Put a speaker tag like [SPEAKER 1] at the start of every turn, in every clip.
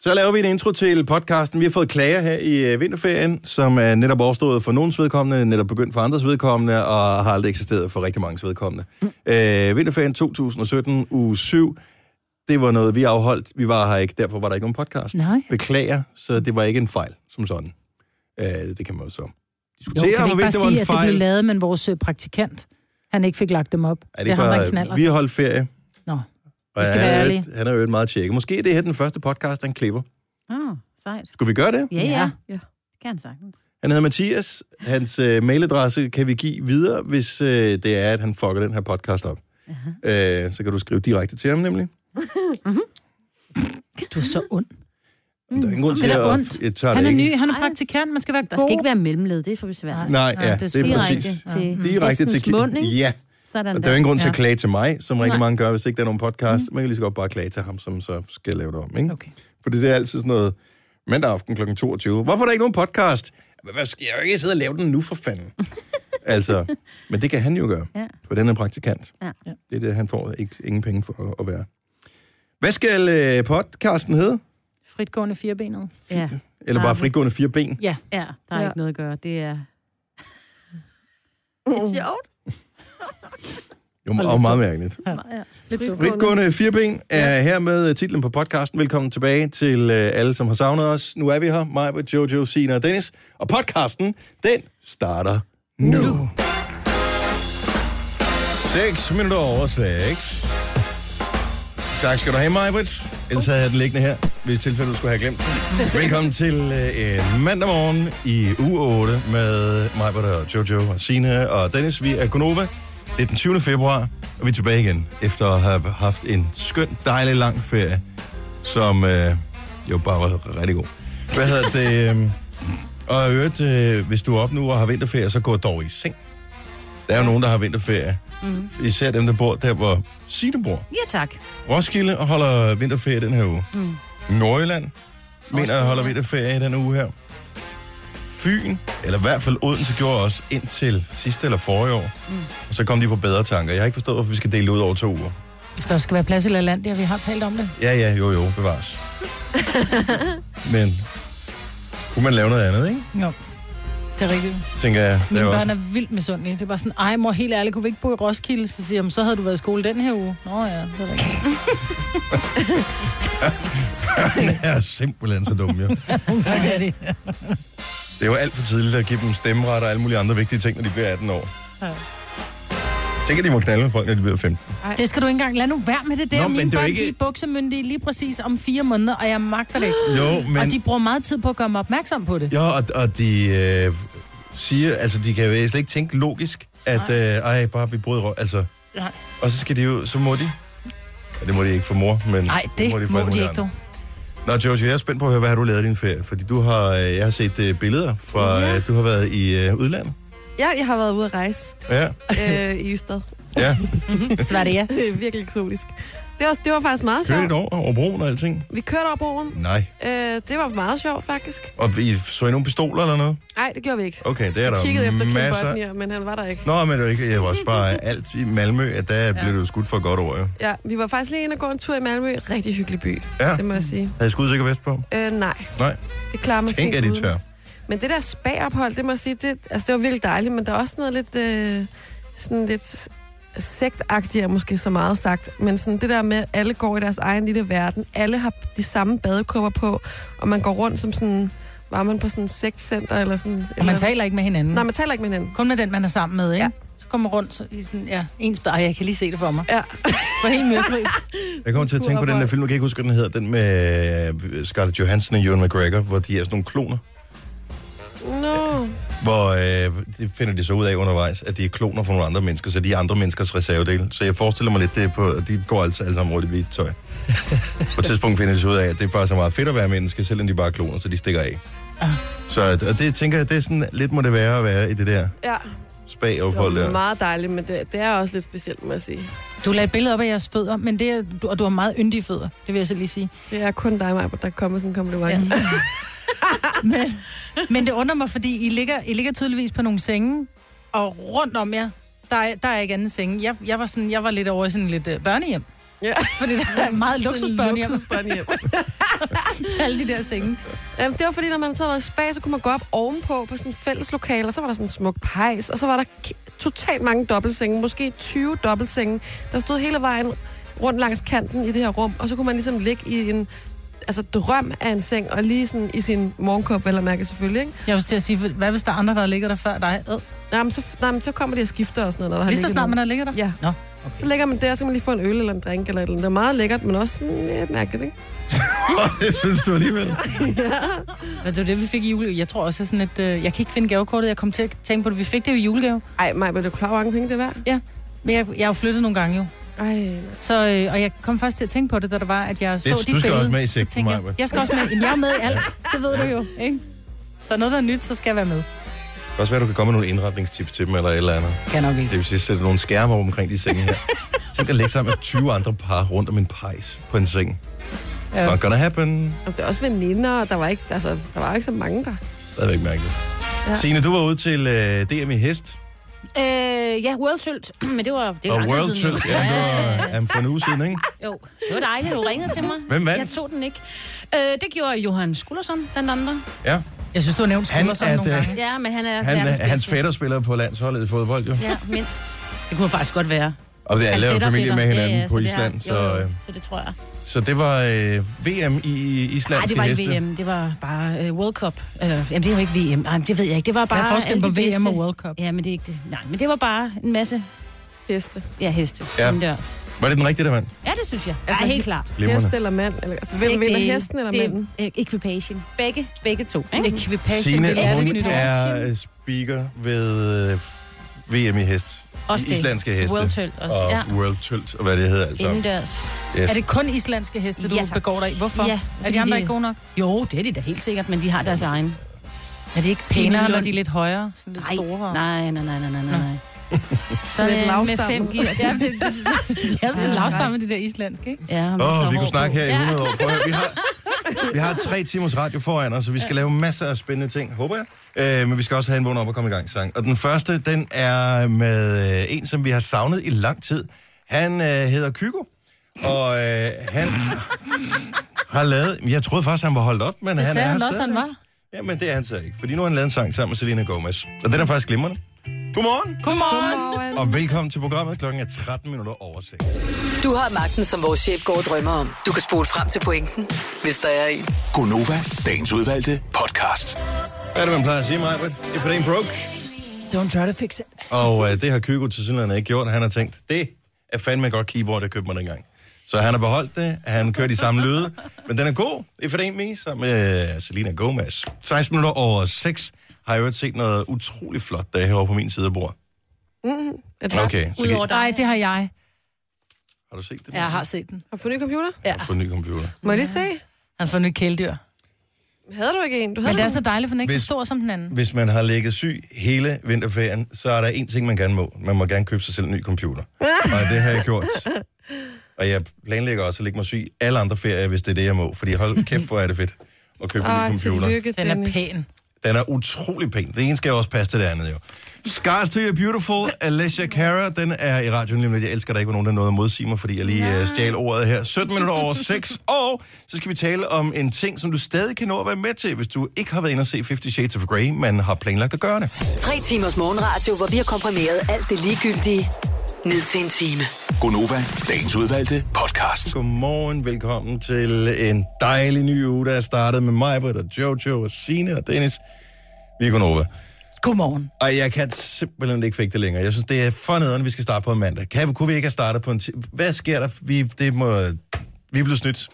[SPEAKER 1] Så laver vi en intro til podcasten. Vi har fået klager her i øh, vinterferien, som er netop overstået for nogens vedkommende, netop begyndt for andres vedkommende, og har aldrig eksisteret for rigtig mange vedkommende. Øh, vinterferien 2017, uge 7. Det var noget, vi afholdt. Vi var her ikke, derfor var der ikke nogen podcast.
[SPEAKER 2] Nej.
[SPEAKER 1] Beklager, så det var ikke en fejl som sådan. Øh, det kan man jo så
[SPEAKER 2] Jo,
[SPEAKER 1] diskutere,
[SPEAKER 2] kan vi ikke
[SPEAKER 1] hvorvidt
[SPEAKER 2] bare
[SPEAKER 1] det var en
[SPEAKER 2] sige, at det
[SPEAKER 1] fejl.
[SPEAKER 2] blev lavet, men vores øh, praktikant, han ikke fik lagt dem op.
[SPEAKER 1] Er
[SPEAKER 2] det, er
[SPEAKER 1] ikke
[SPEAKER 2] ham, der
[SPEAKER 1] bare- øh,
[SPEAKER 2] knaller.
[SPEAKER 1] Vi har holdt ferie,
[SPEAKER 2] Nå.
[SPEAKER 1] og
[SPEAKER 2] Vi skal
[SPEAKER 1] han,
[SPEAKER 2] være
[SPEAKER 1] er jo
[SPEAKER 2] ærlige.
[SPEAKER 1] et, han er jo et meget tjekket. Måske er det her den første podcast, han klipper.
[SPEAKER 3] Ah, sejt.
[SPEAKER 1] Skulle vi gøre det?
[SPEAKER 3] Ja,
[SPEAKER 2] Ja.
[SPEAKER 3] ja. ja. Det kan han sagtens.
[SPEAKER 1] Han hedder Mathias. Hans øh, mailadresse kan vi give videre, hvis øh, det er, at han fucker den her podcast op. Øh, så kan du skrive direkte til ham nemlig.
[SPEAKER 3] Mhm.
[SPEAKER 2] Du er så ond.
[SPEAKER 1] Mm. Der er ingen grund til,
[SPEAKER 2] Det er
[SPEAKER 1] at
[SPEAKER 2] da
[SPEAKER 1] jeg,
[SPEAKER 2] ondt.
[SPEAKER 1] jeg tør
[SPEAKER 2] Han
[SPEAKER 1] det
[SPEAKER 2] er
[SPEAKER 1] ikke.
[SPEAKER 2] ny, han er
[SPEAKER 3] Ej.
[SPEAKER 2] praktikant, man skal være
[SPEAKER 3] Der
[SPEAKER 2] god.
[SPEAKER 3] skal ikke være mellemled, det er for besvært.
[SPEAKER 1] Nej,
[SPEAKER 2] Nej,
[SPEAKER 1] ja,
[SPEAKER 2] det
[SPEAKER 1] det
[SPEAKER 2] er
[SPEAKER 1] er, det er
[SPEAKER 3] Direkte
[SPEAKER 1] præcis.
[SPEAKER 3] til
[SPEAKER 1] Direkte til
[SPEAKER 3] hestens mund, ikke?
[SPEAKER 1] Ja,
[SPEAKER 3] Mhm. Sådan
[SPEAKER 1] og der er jo ingen grund til at
[SPEAKER 2] Ja.
[SPEAKER 1] klage til mig, som rigtig
[SPEAKER 3] Nej.
[SPEAKER 1] mange gør, hvis ikke der er nogen podcast. Man kan lige så godt bare klage til ham, som så skal lave det om. Ikke?
[SPEAKER 2] Okay.
[SPEAKER 1] Fordi det er altid sådan noget mandag aften kl. 22. Hvorfor er der ikke nogen podcast? Jamen, Hvad skal jeg jo ikke sidde og lave den nu for fanden? altså, men det kan han jo gøre,
[SPEAKER 3] Ja.
[SPEAKER 1] for den er praktikant.
[SPEAKER 3] Ja.
[SPEAKER 2] Ja.
[SPEAKER 1] Det er det, han får ikke, ingen penge for at, at være. Hvad skal øh, podcasten hedde?
[SPEAKER 2] Fritgående firebenet.
[SPEAKER 3] Ja,
[SPEAKER 1] Eller bare
[SPEAKER 3] Nej.
[SPEAKER 1] frigående fire ben?
[SPEAKER 2] Ah, Ja.
[SPEAKER 3] ja der er
[SPEAKER 2] Ja.
[SPEAKER 3] ja. ikke noget at gøre. Det er... det er sjovt.
[SPEAKER 1] Jo, og meget mærkeligt.
[SPEAKER 3] Ja.
[SPEAKER 1] Fritgående Fireben er her med øh, titlen på podcasten. Velkommen tilbage til øh, alle, som har savnet os. Nu er vi her, mig, Jojo, Sina og Dennis. Og podcasten, den starter nu. 6 minutter over 6. Tak skal du have, Majbrits. Ellers havde jeg den liggende her, hvis tilfælde du skulle have glemt den. Velkommen til øh, en mandag morgen i uge 8 med Majbrit og Jojo og Sine og Dennis. Vi er Gonova. Det er den 20. februar, og vi er tilbage igen efter at have haft en skøn, dejlig lang ferie, som øh, jo bare var rigtig god. Hvad hedder det? Øh, og i øvrigt, øh, hvis du er op nu og har vinterferie, så gå dog i seng. Der er jo nogen, der har vinterferie. Mm. Især dem, der bor der, hvor Sine bor.
[SPEAKER 3] ja, tak.
[SPEAKER 1] Roskilde holder vinterferie den her uge. Mm. Nordjylland mener, at holder
[SPEAKER 3] ja.
[SPEAKER 1] vinterferie i den uge her. Fyn, eller i hvert fald Odense, gjorde også indtil sidste eller forrige år. Mm. Og så kom de på bedre tanker. Jeg har ikke forstået, hvorfor vi skal dele det ud over to uger.
[SPEAKER 2] Hvis der skal være plads i Lalandia, vi har talt om det.
[SPEAKER 1] Ja, ja, jo, jo, bevares. Men kunne man lave noget andet, ikke?
[SPEAKER 2] Jo. Det er rigtigt.
[SPEAKER 1] Tænker jeg. Det er
[SPEAKER 2] Mine
[SPEAKER 1] jo også.
[SPEAKER 2] børn er vildt misundelige. Det var sådan, ej mor, helt ærligt, kunne vi ikke bo i Roskilde? Så siger jeg, "Men så havde du været i skole den her uge. Nå ja, det er rigtigt.
[SPEAKER 1] Han er simpelthen så dum, jo.
[SPEAKER 2] Okay. det.
[SPEAKER 1] Det er jo alt for tidligt at give dem stemmeret og alle mulige andre vigtige ting, når de bliver 18 år.
[SPEAKER 2] Ja.
[SPEAKER 1] Tænk, at de må knalde med folk, når de bliver 15.
[SPEAKER 2] det skal du ikke engang. Lad nu være med det der.
[SPEAKER 1] Nå,
[SPEAKER 2] Nå,
[SPEAKER 1] men
[SPEAKER 2] Mine
[SPEAKER 1] det er
[SPEAKER 2] børn,
[SPEAKER 1] jo
[SPEAKER 2] ikke...
[SPEAKER 1] ikke-
[SPEAKER 2] de er buksemyndige lige præcis om fire måneder, og jeg magter det ikke.
[SPEAKER 1] Jo, men...
[SPEAKER 2] Men... Og de bruger meget tid på at gøre mig opmærksom på det.
[SPEAKER 1] Ja, og, og de øh, siger, altså de kan jo slet ikke tænke logisk, at øh, ej, bare vi brød røv, altså.
[SPEAKER 2] Nej.
[SPEAKER 1] Og så skal de jo, så må de. Ja, det må de ikke for mor, men
[SPEAKER 2] Nej, det må de,
[SPEAKER 1] alle mulige
[SPEAKER 2] ikke, du.
[SPEAKER 1] andre. Nå, Jojo, jeg er spændt på at høre, hvad har du lavet i din ferie? Fordi du har, øh, jeg har set øh, billeder fra,
[SPEAKER 4] Ja.
[SPEAKER 1] øh, du har været i øh, udlandet.
[SPEAKER 4] Ja, jeg har været ude at rejse
[SPEAKER 1] Ja,
[SPEAKER 4] øh, i Ystad.
[SPEAKER 1] ja.
[SPEAKER 2] Sverige.
[SPEAKER 4] Det er virkelig eksotisk. Det var, det var faktisk meget
[SPEAKER 2] Altså.
[SPEAKER 1] Kørte
[SPEAKER 4] sjovt.
[SPEAKER 1] et år over broen og alting?
[SPEAKER 4] Vi kørte over broen.
[SPEAKER 1] Nej.
[SPEAKER 4] Øh, det var meget sjovt, faktisk.
[SPEAKER 1] Og I, så I nogle pistoler eller noget?
[SPEAKER 4] Nej, det gjorde vi ikke.
[SPEAKER 1] Okay, det er der jo
[SPEAKER 4] Kiggede efter Kim
[SPEAKER 1] masser...
[SPEAKER 4] Bodnia, men han var der ikke.
[SPEAKER 1] Nå, men det er jo ikke, jeg var også bare alt i Malmø, at der ja. blev det jo skudt for godt over, jo.
[SPEAKER 4] Ja, vi var faktisk lige inde og gå en tur i Malmø. Rigtig hyggelig by,
[SPEAKER 1] Ja.
[SPEAKER 4] det må jeg sige.
[SPEAKER 1] Havde I skudsikker vest på?
[SPEAKER 4] Øh, nej,
[SPEAKER 1] Nej.
[SPEAKER 4] det klarer man
[SPEAKER 1] Tænk, at
[SPEAKER 4] fint
[SPEAKER 1] de
[SPEAKER 4] uden.
[SPEAKER 1] tør.
[SPEAKER 4] Men det der spagophold, det må jeg sige, det, altså, det var virkelig dejligt, men der er også noget lidt, øh, sådan lidt sektagtigt, er måske så meget sagt, men sådan det der med, at alle går i deres egen lille verden, alle har de samme badekåber på, og man går rundt som sådan, var man på sådan et sektcenter eller sådan...
[SPEAKER 2] Og man
[SPEAKER 4] eller,
[SPEAKER 2] taler ikke med hinanden.
[SPEAKER 4] nej, man taler ikke med hinanden.
[SPEAKER 2] Kun med den, man er sammen med, ikke? Ja.
[SPEAKER 4] Ja.
[SPEAKER 2] Så kommer man rundt så i sådan, ja, ens bad. Ej, jeg kan lige se det for mig.
[SPEAKER 4] Ja,
[SPEAKER 2] For helt mørkrig.
[SPEAKER 1] Jeg kommer til at tænke på den der
[SPEAKER 4] Kurbøj.
[SPEAKER 1] film, jeg kan ikke huske, hvad den hedder, den med øh, Scarlett Johansson og Ewan McGregor, hvor de er sådan nogle kloner,
[SPEAKER 4] no.
[SPEAKER 1] hvor øh, det finder de så ud af undervejs, at de er kloner for nogle andre mennesker, så de er andre menneskers reservedele. Så jeg forestiller mig lidt det er på, at de går altså alle sammen rundt i hvidt tøj. på et tidspunkt finder de så ud af, at det faktisk er meget fedt at være menneske, selvom de bare er kloner, så de stikker af.
[SPEAKER 2] Ah.
[SPEAKER 1] Så at- og det tænker jeg, det er sådan, lidt må det være at være i det der
[SPEAKER 4] Ja, det
[SPEAKER 1] spa-ophold
[SPEAKER 4] var
[SPEAKER 1] der.
[SPEAKER 4] meget dejligt, men det, det er også lidt specielt, må jeg sige.
[SPEAKER 2] Du lagde et billede op af jeres fødder, men det er, du, og du har meget yndige fødder. Det vil jeg så lige sige.
[SPEAKER 4] Det er kun dig, Maja, der kommer sådan en kompliment. Ja.
[SPEAKER 2] Men, men det undrer mig, fordi I ligger, I ligger tydeligvis på nogle senge, og rundt om jer, der er, der er ikke anden senge. Jeg, jeg, var sådan, jeg var lidt over i sådan lidt uh, børnehjem.
[SPEAKER 4] ja.
[SPEAKER 2] Fordi der er meget luksusbørnehjem.
[SPEAKER 4] Luksusbørnehjem.
[SPEAKER 2] alle de der senge.
[SPEAKER 4] Øhm, det var fordi, når man så var i spa, så kunne man gå op ovenpå på sådan et fælles lokale, og så var der sådan en smuk pejs, og så var der ki- totalt mange dobbeltsenge, måske 20 dobbeltsenge, der stod hele vejen rundt langs kanten i det her rum, og så kunne man ligesom ligge i en altså drøm af en seng, og lige sådan i sin morgenkåb, eller mærke selvfølgelig, ikke?
[SPEAKER 2] Jeg vil til at sige, hvad hvis der er andre, der har ligget der før dig? Ad.
[SPEAKER 4] Nej, men så, nej, men så kommer de og skifter og sådan noget. når Der har
[SPEAKER 2] Lige så
[SPEAKER 4] ligget
[SPEAKER 2] snart man
[SPEAKER 4] nogen.
[SPEAKER 2] har ligget der?
[SPEAKER 4] Ja.
[SPEAKER 2] Nå,
[SPEAKER 4] Så ligger man der, så kan man lige få en øl eller en drink eller et eller andet. Det er meget lækkert, men også sådan lidt mærkeligt, ikke?
[SPEAKER 1] det synes du alligevel.
[SPEAKER 2] Men det var det, vi fik i jule. Jeg tror også, jeg er sådan et... Øh, jeg kan ikke finde gavekortet. Jeg kom til at tænke på det. Vi fik det jo i julegave.
[SPEAKER 4] Ej, Maja, er du klar, hvor mange penge det er værd?
[SPEAKER 2] Men jeg, jeg har jo flyttet nogle gange jo.
[SPEAKER 4] Ej, nej.
[SPEAKER 2] Så, øh, og jeg kom først til at tænke på det, da der var, at jeg så
[SPEAKER 1] du
[SPEAKER 2] dit
[SPEAKER 1] skal
[SPEAKER 2] billede.
[SPEAKER 1] også med i
[SPEAKER 2] Så
[SPEAKER 1] sekten,
[SPEAKER 2] tænkte
[SPEAKER 1] Maja.
[SPEAKER 2] jeg, jeg skal også med. Jamen, jeg er med i alt. Det ved du jo, ikke? Hvis der er noget, der er nyt, så skal jeg være med.
[SPEAKER 1] Det kan også være, du kan komme med nogle indretningstips til dem eller et eller andet.
[SPEAKER 2] Kan nok
[SPEAKER 1] Det vil sige, sætte nogle skærme over omkring de senge her. Tænk at lægge sammen med 20 andre par rundt om en pejs på en seng.
[SPEAKER 2] Ja.
[SPEAKER 1] Not gonna happen.
[SPEAKER 4] Jamen, det er også veninder, og der var ikke, altså, der var jo ikke så mange der.
[SPEAKER 1] Stadigvæk mærkeligt. Ja.
[SPEAKER 4] Ja.
[SPEAKER 1] Signe, du var ude til øh, DM i hest.
[SPEAKER 3] Øh, ja, World Tilt. Men det var, det
[SPEAKER 1] og
[SPEAKER 3] var lang tid
[SPEAKER 1] World
[SPEAKER 3] siden.
[SPEAKER 1] Tilt. Ja, det var øh, jamen, for en uge siden, ikke?
[SPEAKER 3] Jo, det var dejligt, du ringede til mig.
[SPEAKER 1] Hvem vandt?
[SPEAKER 3] Jeg tog den ikke. Øh, det gjorde Johan Skulderson, blandt andre.
[SPEAKER 1] Ja.
[SPEAKER 2] Jeg synes, du har nævnt
[SPEAKER 1] Han
[SPEAKER 2] skoler sådan
[SPEAKER 1] er
[SPEAKER 2] nogle
[SPEAKER 1] det-
[SPEAKER 2] gange.
[SPEAKER 3] Ja, men han er
[SPEAKER 1] Han,
[SPEAKER 3] verdens
[SPEAKER 1] er- hans
[SPEAKER 3] bedste.
[SPEAKER 1] fætter spiller på landsholdet i fodbold, jo.
[SPEAKER 3] Ja, mindst. Det kunne faktisk godt være.
[SPEAKER 1] Og det er
[SPEAKER 3] Hans
[SPEAKER 1] alle er jo
[SPEAKER 3] fætter og
[SPEAKER 1] familie med
[SPEAKER 3] fætter.
[SPEAKER 1] hinanden på
[SPEAKER 3] så det
[SPEAKER 1] Island,
[SPEAKER 3] er, jo,
[SPEAKER 1] så,
[SPEAKER 3] jo,
[SPEAKER 1] øh,
[SPEAKER 3] så det tror jeg.
[SPEAKER 1] så det var øh, VM i Island.
[SPEAKER 3] Nej, det var ikke VM, det var bare øh, World Cup. Eller, jamen, det er jo ikke VM. Nej, det ved jeg ikke. Det var bare
[SPEAKER 2] Der er forskel
[SPEAKER 3] alle
[SPEAKER 2] på
[SPEAKER 3] de bedste-
[SPEAKER 2] VM og World Cup.
[SPEAKER 3] Ja, men det er ikke det. Nej, men det var bare en masse
[SPEAKER 4] Heste.
[SPEAKER 3] ja, heste.
[SPEAKER 1] Ja.
[SPEAKER 3] Indendørs.
[SPEAKER 1] Var det den rigtige, der vandt?
[SPEAKER 3] Ja, det synes jeg.
[SPEAKER 4] Altså,
[SPEAKER 3] Altså, ja, helt klart.
[SPEAKER 1] Glimrende.
[SPEAKER 4] Hest eller mand? Eller, altså, hvem
[SPEAKER 3] Ikke
[SPEAKER 4] vinder
[SPEAKER 3] det-
[SPEAKER 4] hesten eller
[SPEAKER 3] det er,
[SPEAKER 4] manden?
[SPEAKER 3] øh, Equipagen. Begge, begge to. Ikke?
[SPEAKER 2] Ekvipage.
[SPEAKER 1] Signe,
[SPEAKER 2] det er det
[SPEAKER 1] hun
[SPEAKER 2] ikke nyt ord.
[SPEAKER 1] er øh, speaker ved øh, VM i hest.
[SPEAKER 3] Også det.
[SPEAKER 1] Islandske heste.
[SPEAKER 3] World Tilt også.
[SPEAKER 1] og
[SPEAKER 3] Ja.
[SPEAKER 1] World Tilt, og hvad det hedder alt sammen.
[SPEAKER 3] Indendørs.
[SPEAKER 1] Altså. Yes.
[SPEAKER 2] Er det kun islandske heste, du
[SPEAKER 3] Ja, tak.
[SPEAKER 2] begår dig i? Hvorfor?
[SPEAKER 3] Ja,
[SPEAKER 2] er
[SPEAKER 3] fordi
[SPEAKER 2] de andre
[SPEAKER 3] det-
[SPEAKER 2] ikke gode nok?
[SPEAKER 3] Jo, det er de da helt sikkert, men de har deres egen.
[SPEAKER 2] Er de ikke
[SPEAKER 3] pænere,
[SPEAKER 2] pænere,
[SPEAKER 3] når
[SPEAKER 2] når
[SPEAKER 3] de
[SPEAKER 2] de er lidt højere? Sådan lidt
[SPEAKER 3] Nej,
[SPEAKER 2] store?
[SPEAKER 3] nej, nej, nej, nej, nej, nej. Så
[SPEAKER 4] Lidt
[SPEAKER 3] øh, med
[SPEAKER 4] lavstammet.
[SPEAKER 3] fem gear. Det er, det,
[SPEAKER 2] De er sådan
[SPEAKER 3] Ja.
[SPEAKER 2] ja, lavstamme, de der islandske, ikke?
[SPEAKER 3] ja, men
[SPEAKER 1] Åh,
[SPEAKER 3] så
[SPEAKER 1] oh, vi
[SPEAKER 3] hård
[SPEAKER 1] kunne snakke
[SPEAKER 3] på.
[SPEAKER 1] her i 100 år. Prøv at høre, vi har, vi har tre timers radio foran os, så vi skal lave masser af spændende ting, håber jeg. Øh, men vi skal også have en vågen op og komme i gang sang. Og den første, den er med øh, en, som vi har savnet i lang tid. Han øh, hedder Kygo, og øh, han har lavet... Jeg troede faktisk, han var holdt op, men
[SPEAKER 2] Det
[SPEAKER 1] han
[SPEAKER 2] sagde
[SPEAKER 1] er
[SPEAKER 2] han
[SPEAKER 1] her
[SPEAKER 2] også, han
[SPEAKER 1] stadigvæk.
[SPEAKER 2] var.
[SPEAKER 1] Jamen, det er han så ikke, fordi nu har han lavet en sang sammen med Selena Gomez. Og den er faktisk glimrende. Godmorgen,
[SPEAKER 2] Godmorgen!
[SPEAKER 4] Godmorgen.
[SPEAKER 1] og velkommen til programmet. Klokken er 13 minutter over 6.
[SPEAKER 5] Du har magten, som vores chef går og drømmer om. Du kan spole frem til pointen, hvis der er en.
[SPEAKER 6] Gonova, dagens udvalgte podcast.
[SPEAKER 1] Hvad er det, man plejer at sige, Maja? If it ain't broke.
[SPEAKER 2] Don't try to fix it.
[SPEAKER 1] Og øh, det har Kygo til synligheden ikke gjort. Han har tænkt, det er fandme et godt keyboard, jeg købte mig dengang. Så han har beholdt det, han kører de samme lyde. Men den er god, if it ain't me, sammen med øh, Selena Gomez. 16 minutter over 6 har jeg jo set noget utrolig flot, der er herovre på min side af bordet.
[SPEAKER 2] Mm-hmm.
[SPEAKER 4] Er det okay.
[SPEAKER 1] Okay, så
[SPEAKER 3] Udover
[SPEAKER 1] gi-
[SPEAKER 3] dig.
[SPEAKER 2] Nej, det har jeg.
[SPEAKER 1] har du set det?
[SPEAKER 2] Jeg har set den.
[SPEAKER 4] Har du fået en ny computer?
[SPEAKER 1] Jeg har fået en ny computer.
[SPEAKER 4] Må jeg lige se?
[SPEAKER 2] Han får nyt kæledyr.
[SPEAKER 4] Havde du ikke en? Du havde
[SPEAKER 2] Men det er så dejligt, for den er ikke
[SPEAKER 1] Hvis-
[SPEAKER 2] så stor som den anden.
[SPEAKER 1] Mm. Hvis man har ligget syg hele vinterferien, så er der en ting, man gerne må. Man må gerne købe sig selv en ny computer. Og det har jeg gjort. Og jeg planlægger også at lægge mig syg alle andre ferier, hvis det er det, jeg må. Fordi hold kæft, hvor er det fedt at købe en ny
[SPEAKER 4] Ah,
[SPEAKER 1] computer.
[SPEAKER 4] tillykke,
[SPEAKER 2] Den er
[SPEAKER 4] Dennis.
[SPEAKER 2] pæn.
[SPEAKER 1] Den er utrolig pæn. Det ene skal jo også passe til det andet, jo. Scars to your beautiful, Alicia Cara, den er i radioen lige om lidt. Jeg elsker, at der ikke var nogen, der nåede at modsige mig, fordi jeg lige øh, stjal ordet her. 17 minutter over 6, og så skal vi tale om en ting, som du stadig kan nå at være med til, hvis du ikke har været inde og se 50 Shades of Grey, men har planlagt at gøre det.
[SPEAKER 5] Tre timers morgenradio, hvor vi har komprimeret alt det ligegyldige ned til en time.
[SPEAKER 6] Gonova, dagens udvalgte podcast.
[SPEAKER 1] Godmorgen, velkommen til en dejlig ny uge, der er startet med mig, Britt, og Jojo, og Sine og Dennis. Vi er kun over.
[SPEAKER 2] Godmorgen.
[SPEAKER 1] Og jeg kan simpelthen ikke fik det længere. Jeg synes, det er for nederen, vi skal starte på en mandag. Kan, kunne vi ikke have startet på en... ti- Hvad sker der? Vi, det må, vi er blevet snydt.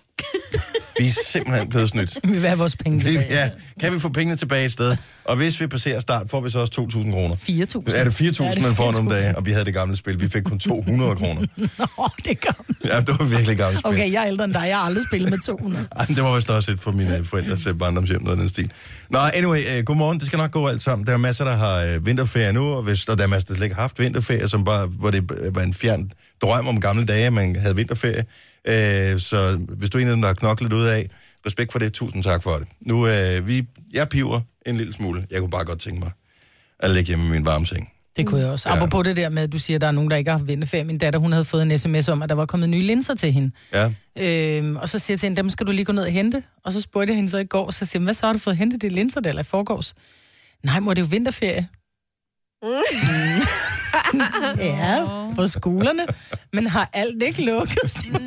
[SPEAKER 1] vi er simpelthen blevet snydt.
[SPEAKER 2] Vi vil have vores penge
[SPEAKER 1] Vi,
[SPEAKER 2] tilbage.
[SPEAKER 1] ja, kan vi få pengene tilbage et sted? Og hvis vi passerer start, får vi så også 2.000 kroner.
[SPEAKER 2] 4.000.
[SPEAKER 1] Er det 4.000,
[SPEAKER 2] Ja, det er
[SPEAKER 1] man får nogle
[SPEAKER 2] 4.000.
[SPEAKER 1] dage? Og vi havde det gamle spil. Vi fik kun 200 kroner.
[SPEAKER 2] Nå, det er gammelt.
[SPEAKER 1] Ja, det var virkelig et gammelt spil.
[SPEAKER 2] Okay, jeg er ældre end dig. Jeg har aldrig spillet med 200.
[SPEAKER 1] Ej, men det var vist også et for mine øh, forældres øh, barndomshjem, noget af den stil. Nå, anyway, øh, godmorgen. Det skal nok gå alt sammen. Der er masser, der har øh, vinterferie nu, og, hvis, og der er masser, der slet ikke har haft vinterferie, som bare, hvor det øh, var en fjern drøm om gamle dage, at man havde vinterferie. Øh, så hvis du er en af dem, der har knoklet ud af, respekt for det. Tusind tak for det. Nu, øh, vi, jeg piver en lille smule. Jeg kunne bare godt tænke mig at ligge hjemme i min varme seng.
[SPEAKER 2] Det kunne jeg også.
[SPEAKER 1] Ja.
[SPEAKER 2] Ja. Apropos det der med, at du siger, at der er nogen, der ikke har haft vinterferie. Min datter, hun havde fået en sms om, at der var kommet nye linser til hende.
[SPEAKER 1] Ja.
[SPEAKER 2] Øhm, og så siger jeg til hende, dem skal du lige gå ned og hente. Og så spurgte jeg hende så i går, så siger jeg, hvad så har du fået hentet de linser der, eller i forgårs? Nej, mor, det er jo vinterferie. Mm. ja, på skolerne. Men har alt ikke lukket? No.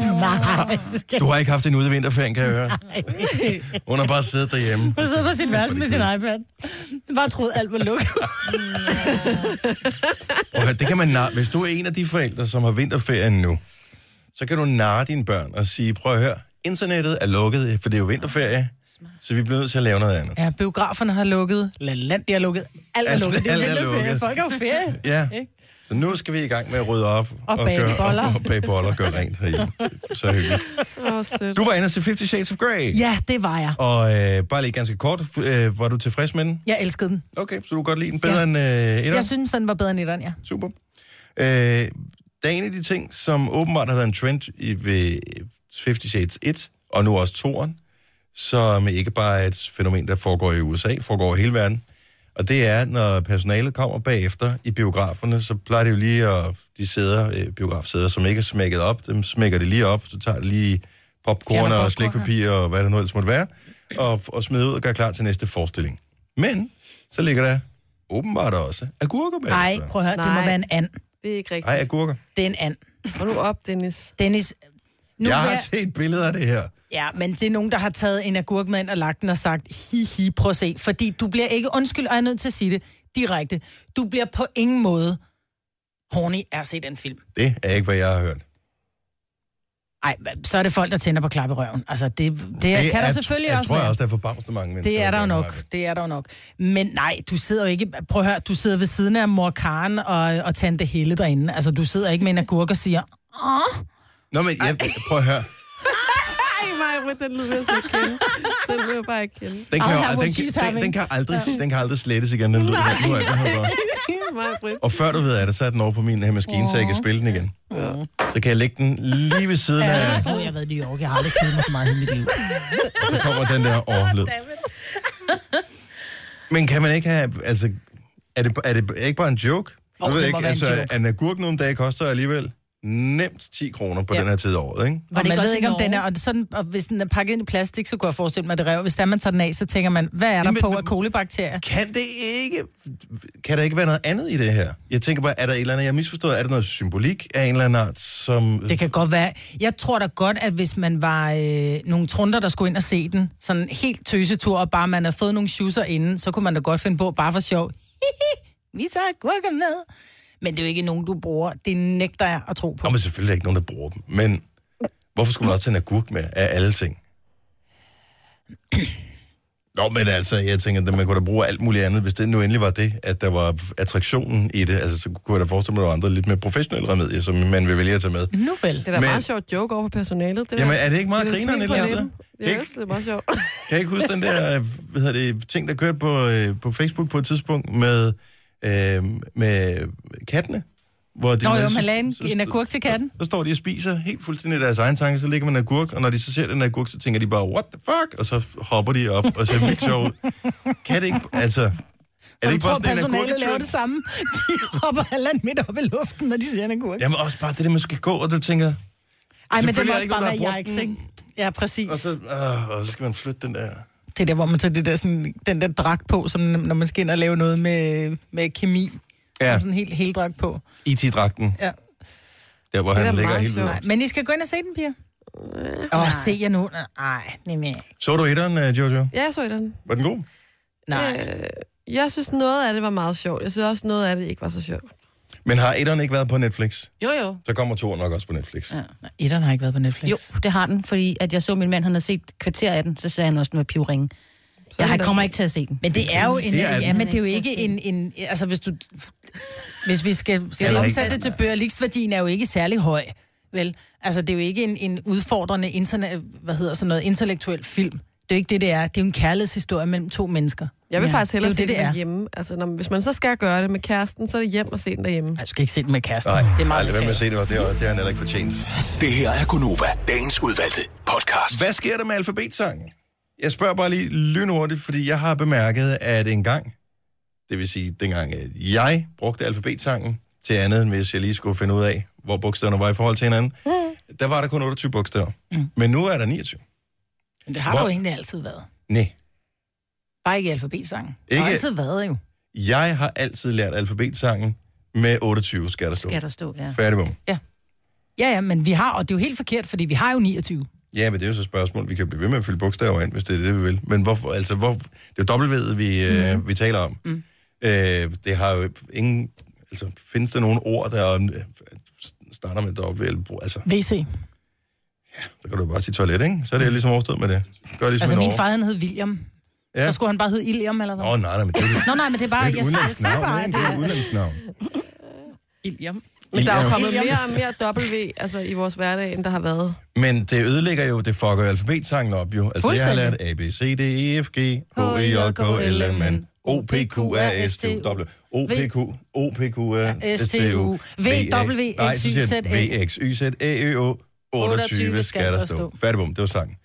[SPEAKER 2] Nej.
[SPEAKER 1] Du har ikke haft en ude i vinterferien, kan jeg høre. Hun har bare siddet derhjemme.
[SPEAKER 2] Hun sidder på sit værelse med sin iPad. Jeg bare troede, alt var lukket.
[SPEAKER 1] Prøv at høre, det kan man narre. Hvis du er en af de forældre, som har vinterferien nu, så kan du narre dine børn og sige, prøv at høre, internettet er lukket, for det er jo vinterferie, så vi bliver nødt til at lave noget andet.
[SPEAKER 2] Ja, biograferne har lukket. Lalandia har lukket. Alt er
[SPEAKER 1] Alt-
[SPEAKER 2] lukket. Det er
[SPEAKER 1] alt er
[SPEAKER 2] vinterferie.
[SPEAKER 1] lukket.
[SPEAKER 2] Folk har jo ferie.
[SPEAKER 1] Ja. Så nu skal vi i gang med at rydde op.
[SPEAKER 2] Og bage
[SPEAKER 1] gøre,
[SPEAKER 2] boller.
[SPEAKER 1] Og, og bage boller og gøre rent herhjemme. Så hyggeligt.
[SPEAKER 4] Åh, oh, sødt.
[SPEAKER 1] Du var inde og se 50 Shades of Grey.
[SPEAKER 2] Ja, det var jeg.
[SPEAKER 1] Og øh, bare lige ganske kort, f- øh, var du tilfreds med den?
[SPEAKER 2] Jeg elskede den.
[SPEAKER 1] Okay, så du kan godt lide den bedre ja.
[SPEAKER 2] Ja.
[SPEAKER 1] end øh, etteren?
[SPEAKER 2] Jeg synes, den var bedre end etteren, ja.
[SPEAKER 1] Super. Øh, der er en af de ting, som åbenbart har været en trend i, ved 50 Shades 1, og nu også 2'eren, som ikke bare er et fænomen, der foregår i USA, foregår over hele verden. Og det er, når personalet kommer bagefter i biograferne, så plejer det jo lige at... De sæder, øh, biografsæder, som ikke er smækket op, dem smækker det lige op, så tager det lige popcorn, popcorn og slikpapir og hvad det nu ellers måtte være, og, og smider ud og gør klar til næste forestilling. Men så ligger der åbenbart også agurker bagefter.
[SPEAKER 2] Nej, prøv at høre, det må
[SPEAKER 4] Nej.
[SPEAKER 2] være en and.
[SPEAKER 4] Det er ikke rigtigt.
[SPEAKER 1] Ej, agurker.
[SPEAKER 2] Det er en and.
[SPEAKER 4] Hold nu op, Dennis.
[SPEAKER 2] Dennis, nu
[SPEAKER 1] jeg
[SPEAKER 2] jeg
[SPEAKER 1] har
[SPEAKER 2] jeg,
[SPEAKER 1] set billeder af det her.
[SPEAKER 2] ja, men det er nogen, der har taget en agurk med ind og lagt den og sagt, hi hi, prøv at se. Fordi du bliver ikke, undskyld, og jeg er nødt til at sige det direkte, du bliver på ingen måde horny af at se den film.
[SPEAKER 1] Det er ikke, hvad jeg har hørt.
[SPEAKER 2] Ej, så er det folk, der tænder på klapperøven. Altså, det, det, det kan der
[SPEAKER 1] er-
[SPEAKER 2] selvfølgelig
[SPEAKER 1] jeg
[SPEAKER 2] også
[SPEAKER 1] tror jeg
[SPEAKER 2] være.
[SPEAKER 1] også, der er forbavset mange mennesker.
[SPEAKER 2] Det er der jo nok,
[SPEAKER 1] gør.
[SPEAKER 2] det er der jo nok. Men nej, du sidder jo ikke, prøv at høre, du sidder ved siden af mor Karen og, og tante Helle derinde. Altså, du sidder ikke med en agurk og siger,
[SPEAKER 1] Nå, men jeg, prøv at høre.
[SPEAKER 4] Ej, Maja, den lyder jeg slet ikke kende. Den vil jeg bare ikke kende.
[SPEAKER 1] Den kan,
[SPEAKER 2] I'll
[SPEAKER 1] jo-
[SPEAKER 2] have what
[SPEAKER 1] den,
[SPEAKER 2] she's
[SPEAKER 1] den, den, den,
[SPEAKER 2] having.
[SPEAKER 1] kan aldrig, den kan aldrig slettes igen, den lyd. her. Nu er den her bare.
[SPEAKER 4] Maja, Britt.
[SPEAKER 1] og før du ved af det, så er den over på min her maskine, så jeg kan spille den igen. Så kan jeg lægge den lige ved siden af,
[SPEAKER 2] jeg tror, jeg har været i New York, jeg har aldrig kedet mig så meget i hele mit liv.
[SPEAKER 1] så kommer den der overlyd. Men kan man ikke have, altså, er det, er det ikke bare en joke?
[SPEAKER 2] Jo,
[SPEAKER 1] jeg ved
[SPEAKER 2] det må
[SPEAKER 1] ikke,
[SPEAKER 2] være en
[SPEAKER 1] altså,
[SPEAKER 2] joke.
[SPEAKER 1] en agurk nogle dage koster alligevel nemt 10 kroner på
[SPEAKER 2] Ja.
[SPEAKER 1] den her tid af året, ikke?
[SPEAKER 3] Var
[SPEAKER 2] Og
[SPEAKER 3] det
[SPEAKER 2] man
[SPEAKER 3] ikke
[SPEAKER 2] ved
[SPEAKER 3] også i
[SPEAKER 2] ikke, om den er,
[SPEAKER 3] Norge?
[SPEAKER 2] og, sådan, og hvis den er pakket ind i plastik, så kunne jeg forestille mig, at det rev. Hvis der man tager den af, så tænker man, hvad er der
[SPEAKER 1] Jamen,
[SPEAKER 2] på
[SPEAKER 1] men-
[SPEAKER 2] af kolibakterier?
[SPEAKER 1] kan det ikke, kan der ikke være noget andet i det her? Jeg tænker bare, er der et eller andet, jeg misforstået, er der noget symbolik af en eller anden art, som...
[SPEAKER 2] Det kan godt være. Jeg tror da godt, at hvis man var øh, nogle trunder, der skulle ind og se den, sådan en helt tøsetur, og bare man havde fået nogle shoeser inden, så kunne man da godt finde på, bare for sjov, "Hihi, vi tager gurker med. Men det er jo ikke nogen, du bruger. Det nægter jeg at tro på.
[SPEAKER 1] Nå, men selvfølgelig er der ikke nogen, der bruger dem, men hvorfor skulle man også tage en agurk med af alle ting? Nå, men altså, jeg tænker, at man kunne da bruge alt muligt andet, hvis det nu endelig var det, at der var attraktionen i det. Altså, så kunne jeg da forestille mig, at der var andre lidt mere professionelle remedier, som man vil vælge at tage med.
[SPEAKER 2] Nu vel.
[SPEAKER 4] Det er da
[SPEAKER 1] Men-
[SPEAKER 4] meget sjovt joke over for personalet. Det
[SPEAKER 1] Jamen,
[SPEAKER 4] der.
[SPEAKER 1] er det ikke meget
[SPEAKER 4] Det er et
[SPEAKER 1] grineren et
[SPEAKER 4] smil
[SPEAKER 1] eller
[SPEAKER 4] på
[SPEAKER 1] andet sted?
[SPEAKER 4] læben.
[SPEAKER 1] Ikke?
[SPEAKER 4] Ja, også, det er meget sjovt.
[SPEAKER 1] Kan I ikke huske den der øh, hvad hedder det, ting, der kørte på, øh, på Facebook på et tidspunkt med, øh, med kattene? Hvor de,
[SPEAKER 2] Nå jo,
[SPEAKER 1] så-
[SPEAKER 2] man lagde en,
[SPEAKER 1] så-
[SPEAKER 2] en agurk til katten.
[SPEAKER 1] Så står de og spiser helt fuldstændig deres egen tanke, så ligger man en agurk, og når de så ser den agurk, så tænker de bare, what the fuck? Og så hopper de op og ser vildt sjovt ud. Kan det ikke, altså... Er det
[SPEAKER 2] Jeg
[SPEAKER 1] ikke bare
[SPEAKER 2] tror,
[SPEAKER 1] sådan en agurk?
[SPEAKER 2] personalet laver det samme. De hopper halvandet midt op i luften, når de ser en agurk.
[SPEAKER 1] Jamen også bare det der, man skal gå, og du tænker,
[SPEAKER 2] Ej, men det
[SPEAKER 1] Selvfølgelig
[SPEAKER 2] må
[SPEAKER 1] er
[SPEAKER 2] også
[SPEAKER 1] der
[SPEAKER 2] bare
[SPEAKER 1] ikke nogen,
[SPEAKER 2] være
[SPEAKER 1] der har
[SPEAKER 2] jeg,
[SPEAKER 1] brugt
[SPEAKER 2] ikke? Ja, præcis.
[SPEAKER 1] og så, øh, og så skal man flytte den der...
[SPEAKER 2] Det er der, hvor man tager det der, sådan, den der dragt på, som når man skal ind og lave noget med, med kemi.
[SPEAKER 1] Ja.
[SPEAKER 2] Ja. Sådan en helt, helt dragt på.
[SPEAKER 1] IT-dragten,
[SPEAKER 2] Ja.
[SPEAKER 1] der hvor
[SPEAKER 4] Det
[SPEAKER 1] han
[SPEAKER 4] er da
[SPEAKER 1] ligger
[SPEAKER 4] meget
[SPEAKER 1] helt vildt.
[SPEAKER 4] sjovt.
[SPEAKER 2] Men I skal gå ind og se den, piger. Åh, oh, se jer nu. Nej, nemlig.
[SPEAKER 1] Så du etteren, øh, Jojo?
[SPEAKER 4] Ja, jeg så i den.
[SPEAKER 1] Var den god?
[SPEAKER 2] Nej.
[SPEAKER 4] Øh, jeg synes, noget af det var meget sjovt. Jeg synes også, noget af det ikke var så sjovt.
[SPEAKER 1] Men har etteren ikke været på Netflix?
[SPEAKER 3] Jo, jo.
[SPEAKER 1] Så kommer to nok også på Netflix. Ja.
[SPEAKER 2] Nej, Etteren har ikke været på Netflix.
[SPEAKER 3] Jo, det har den, fordi at jeg så min mand, han havde set et kvarter af den, så sagde han også, at den var pivringen.
[SPEAKER 4] er
[SPEAKER 3] Jeg har-
[SPEAKER 4] det-
[SPEAKER 3] kommer ikke til at se den.
[SPEAKER 2] Men det er jo en,
[SPEAKER 1] Det er
[SPEAKER 2] ja,
[SPEAKER 1] den.
[SPEAKER 2] men det er jo ikke en, en altså hvis du, hvis vi skal, skal vi
[SPEAKER 1] Eller ikke.
[SPEAKER 2] omsætte det til bøger, liksværdien er jo ikke særlig høj, vel? Altså det er jo ikke en, en udfordrende, interne, hvad hedder sådan noget, intellektuel film. Det er jo ikke det, det er. Det er jo en kærlighedshistorie mellem to mennesker.
[SPEAKER 4] Jeg vil ja, faktisk hellere
[SPEAKER 2] det er
[SPEAKER 4] se
[SPEAKER 2] jo det,
[SPEAKER 4] det,
[SPEAKER 2] det er.
[SPEAKER 4] den hjemme. Altså, når, hvis man så skal gøre det med kæresten, så er det hjem og se den derhjemme.
[SPEAKER 2] Ej, du skal ikke se den med kæresten.
[SPEAKER 1] Nej,
[SPEAKER 2] det er meget
[SPEAKER 1] aldrig være med at
[SPEAKER 2] mekanik.
[SPEAKER 1] se det, og det har det har han heller ikke fortjent.
[SPEAKER 6] Det her er Gonova, dagens udvalgte podcast.
[SPEAKER 1] Hvad sker der med alfabetsangen? Jeg spørger bare lige lynhurtigt, fordi jeg har bemærket, at en gang, Det vil sige, dengang at jeg brugte alfabetsangen til andet, end hvis jeg lige skulle finde ud af, hvor bogstaverne var i forhold til hinanden, mm. der var der kun 28 bogstaver. Mm. Men nu er der 29.
[SPEAKER 2] Men det har
[SPEAKER 1] Hvor-
[SPEAKER 2] der jo egentlig altid været.
[SPEAKER 1] Nej.
[SPEAKER 2] Bare ikke i alfabetsangen. Det har
[SPEAKER 1] Ikke-
[SPEAKER 2] altid været jo.
[SPEAKER 1] Jeg har altid lært alfabetsangen med 28, skal der stå.
[SPEAKER 3] Skal der stå, ja.
[SPEAKER 1] Færdig bum.
[SPEAKER 2] Ja, ja, men vi har, og det er jo helt forkert, fordi vi har jo 29.
[SPEAKER 1] Ja, men det er jo så et spørgsmål. Vi kan blive ved med at fylde bogstaver ind, hvis det er det, vi vil. Men hvorfor, altså, hvor, det er jo W'et, vi, øh,
[SPEAKER 2] Mhm.
[SPEAKER 1] vi taler om. Mm. Øh, det har jo ingen... Altså, findes der nogle ord, der øh, starter med W? Eller, bro- altså,
[SPEAKER 2] VC.
[SPEAKER 1] så kan du bare sige toilet, ikke? Så er det ligesom overstået med det. Gør ligesom
[SPEAKER 2] Altså,
[SPEAKER 1] i
[SPEAKER 2] min
[SPEAKER 1] Norge.
[SPEAKER 2] far han hed William.
[SPEAKER 1] Ja.
[SPEAKER 2] Så skulle han bare hedde Iliam, eller hvad?
[SPEAKER 1] Nå, nej, nej, men det er jo
[SPEAKER 2] Nå, nej, men det er bare,
[SPEAKER 1] det er et
[SPEAKER 2] jeg sagde
[SPEAKER 1] udenlandsk
[SPEAKER 2] sagde bare,
[SPEAKER 1] navn,
[SPEAKER 2] at
[SPEAKER 1] ikke?
[SPEAKER 2] det
[SPEAKER 1] Det er
[SPEAKER 2] er...
[SPEAKER 1] et udenlandsk navn.
[SPEAKER 3] Iliam.
[SPEAKER 4] Men der er jo
[SPEAKER 1] Ja.
[SPEAKER 4] kommet mere og mere W altså, i vores hverdag, end der har været.
[SPEAKER 1] Men det ødelægger jo, det fucker jo alfabetsangen op jo. Altså, jeg har lært A, B, C, D, E, F, G, H, E, J, K, L, M, N, O, P, Q, R, S, T, U, W, O, P, Q, O, P, Q, R, S, T, U,
[SPEAKER 2] V, W,
[SPEAKER 1] Nej,
[SPEAKER 2] X,
[SPEAKER 1] så
[SPEAKER 2] Y,
[SPEAKER 1] siger
[SPEAKER 2] Z,
[SPEAKER 1] den
[SPEAKER 2] A.
[SPEAKER 1] V, X, Y, Z, A, Ø, O, 28 skal der stå. Mm. Færdigbom, det var sangen.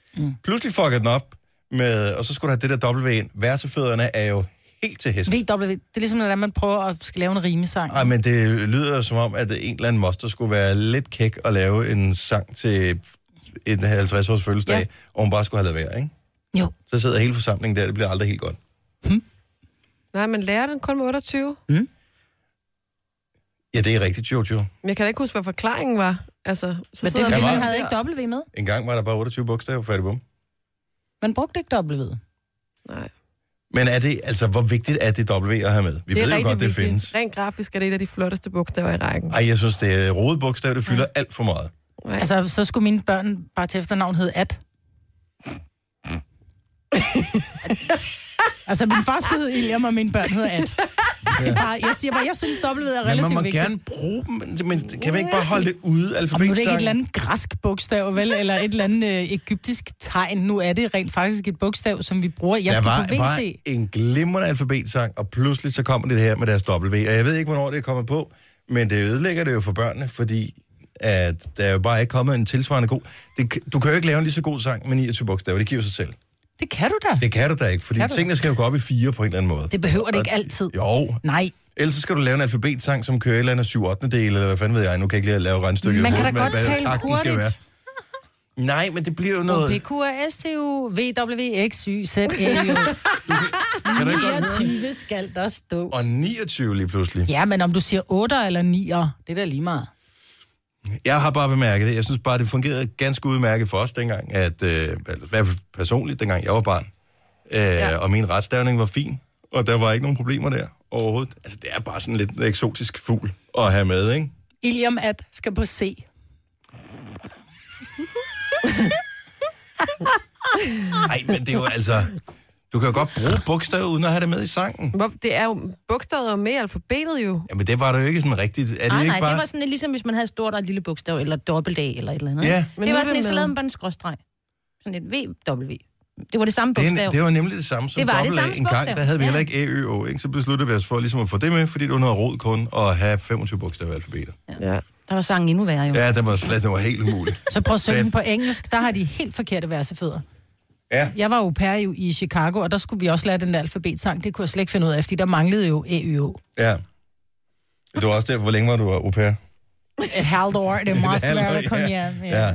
[SPEAKER 1] Pludselig fucker den op, med, og så skulle der have det der W ind. Værsefødderne er jo helt til hest.
[SPEAKER 2] VW, det er ligesom, når man prøver at skal lave en rimesang.
[SPEAKER 1] Ej, men det lyder som om, at en eller anden moster skulle være lidt kæk og lave en sang til en 50-års fødselsdag, ja.
[SPEAKER 2] Ja.
[SPEAKER 1] og hun bare skulle have lavet være, ikke?
[SPEAKER 2] Jo.
[SPEAKER 1] Så sidder hele forsamlingen der, det bliver aldrig helt godt.
[SPEAKER 4] Nej, man lærer den kun med 28.
[SPEAKER 1] Ja, det er rigtigt, Jojo.
[SPEAKER 4] Men jeg kan da ikke huske, hvad forklaringen var. Altså, så
[SPEAKER 2] Men det er
[SPEAKER 4] sidder
[SPEAKER 2] fordi,
[SPEAKER 1] var-
[SPEAKER 2] man havde ikke W med.
[SPEAKER 1] En gang var der bare 28 bogstaver, færdig bum.
[SPEAKER 2] Man brugte ikke W.
[SPEAKER 4] Nej,
[SPEAKER 1] Men er det, altså, hvor vigtigt er det W at have med? Vi
[SPEAKER 4] det er
[SPEAKER 1] ved jo
[SPEAKER 4] rigtig
[SPEAKER 1] godt, det
[SPEAKER 4] vigtigt.
[SPEAKER 1] findes.
[SPEAKER 4] Rent grafisk er det et af de flotteste bogstaver i rækken.
[SPEAKER 1] Ej, jeg synes, det er rodet bogstav, det fylder alt for meget.
[SPEAKER 4] Nej. Altså,
[SPEAKER 2] Altså, så skulle mine børn bare til efternavn hedde At. altså, min far skulle hedde Iliam, og mine børn hedde At. Det er bare- Jeg siger bare, jeg synes, W er
[SPEAKER 1] Men
[SPEAKER 2] relativt
[SPEAKER 1] man må
[SPEAKER 2] vigtigt.
[SPEAKER 1] gerne bruge dem, men- men kan vi ikke bare holde det ude,
[SPEAKER 2] Og nu er det ikke et eller
[SPEAKER 1] alfabetsangen?
[SPEAKER 2] andet græsk bogstav, vel? Eller et eller andet øh, egyptisk tegn. Nu er det rent faktisk et bogstav, som vi bruger. Jeg
[SPEAKER 1] der
[SPEAKER 2] skal
[SPEAKER 1] var,
[SPEAKER 2] på WC.
[SPEAKER 1] var en glimrende alfabetsang, og pludselig så kommer det her med deres W. Og jeg ved ikke, hvornår det er kommet på, men det ødelægger det jo for børnene, fordi at der er jo bare ikke kommet en tilsvarende god... Det, kan- du kan jo ikke lave en lige så god sang med 29 bogstaver, det giver sig selv.
[SPEAKER 2] Det kan du da.
[SPEAKER 1] Det kan du da ikke, fordi
[SPEAKER 2] Kan du?
[SPEAKER 1] tingene skal jo gå op i fire på en eller anden måde.
[SPEAKER 2] Det behøver det ikke altid.
[SPEAKER 1] Jo,
[SPEAKER 2] Nej,
[SPEAKER 1] ellers så skal du lave en alfabetsang, som kører et eller andet 7 8 del, eller hvad fanden ved jeg, nu kan jeg ikke lige lave regnstykket.
[SPEAKER 2] Man kan
[SPEAKER 1] i
[SPEAKER 2] da
[SPEAKER 1] hovedet,
[SPEAKER 2] godt
[SPEAKER 1] hvad
[SPEAKER 2] tale
[SPEAKER 1] takten skal
[SPEAKER 2] hurtigt.
[SPEAKER 1] være. Nej, men det bliver jo noget...
[SPEAKER 2] OPQ er STU, VW, X, Y, Z, E, U.
[SPEAKER 1] Kan du ikke godt høre?
[SPEAKER 2] 29 skal der stå.
[SPEAKER 1] Og 29 lige pludselig.
[SPEAKER 2] Ja, men om du siger 8 eller 9, det er da lige meget.
[SPEAKER 1] Jeg har bare bemærket det. Jeg synes bare, det fungerede ganske udmærket for os dengang, at, øh, altså, i hvert fald personligt, dengang jeg var barn, øh, ja. og min retstavning var fin, og der var ikke nogen problemer der overhovedet. Altså, det er bare sådan lidt en eksotisk fugl at have med, ikke?
[SPEAKER 2] Iliam at skal på C.
[SPEAKER 1] Nej, men det er jo altså... Du kan jo godt bruge bogstaver uden at have det med i sangen.
[SPEAKER 4] Hvor- det er jo bogstavet er jo med i alfabetet jo.
[SPEAKER 1] Jamen, det var det jo ikke sådan rigtigt. Er det
[SPEAKER 3] Nej,
[SPEAKER 1] ikke
[SPEAKER 3] nej,
[SPEAKER 1] bare...
[SPEAKER 3] det var sådan lidt ligesom, hvis man havde et stort og et lille bogstav, eller et dobbelt A, eller et eller andet.
[SPEAKER 1] Ja.
[SPEAKER 4] Men
[SPEAKER 3] det
[SPEAKER 4] nu
[SPEAKER 3] var
[SPEAKER 4] er
[SPEAKER 3] sådan
[SPEAKER 4] det
[SPEAKER 3] et, så
[SPEAKER 4] med.
[SPEAKER 3] lavede man bare en skråstreg. Sådan et VW. Det var det samme
[SPEAKER 1] Det,
[SPEAKER 3] bogstav.
[SPEAKER 1] er- det var nemlig det samme som
[SPEAKER 3] Det var det
[SPEAKER 1] dobbelt A.
[SPEAKER 3] samme
[SPEAKER 1] En gang,
[SPEAKER 3] bogstav.
[SPEAKER 1] der havde vi
[SPEAKER 3] Ja.
[SPEAKER 1] heller ikke A, Ø, O, ikke? Så besluttede vi os for ligesom at få det med, fordi det var noget rod kun at have 25 bogstaver i alfabetet.
[SPEAKER 4] Ja.
[SPEAKER 3] Der var sangen endnu værre, jo.
[SPEAKER 1] Ja, det var slet det var helt umuligt.
[SPEAKER 2] Så prøv at synge den
[SPEAKER 1] Fedt.
[SPEAKER 2] på engelsk. Der har de helt forkerte versefødder.
[SPEAKER 1] Ja.
[SPEAKER 2] Jeg var jo pære jo i Chicago, og der skulle vi også lære den der alfabetsang. Det kunne jeg slet ikke finde ud af, fordi der manglede jo EYO.
[SPEAKER 1] Ja. Det var også der, hvor længe var du au pair?
[SPEAKER 2] Et halvt år, det er meget
[SPEAKER 1] halvt år,
[SPEAKER 2] svært at komme
[SPEAKER 1] ja.
[SPEAKER 2] hjem.
[SPEAKER 1] Ja.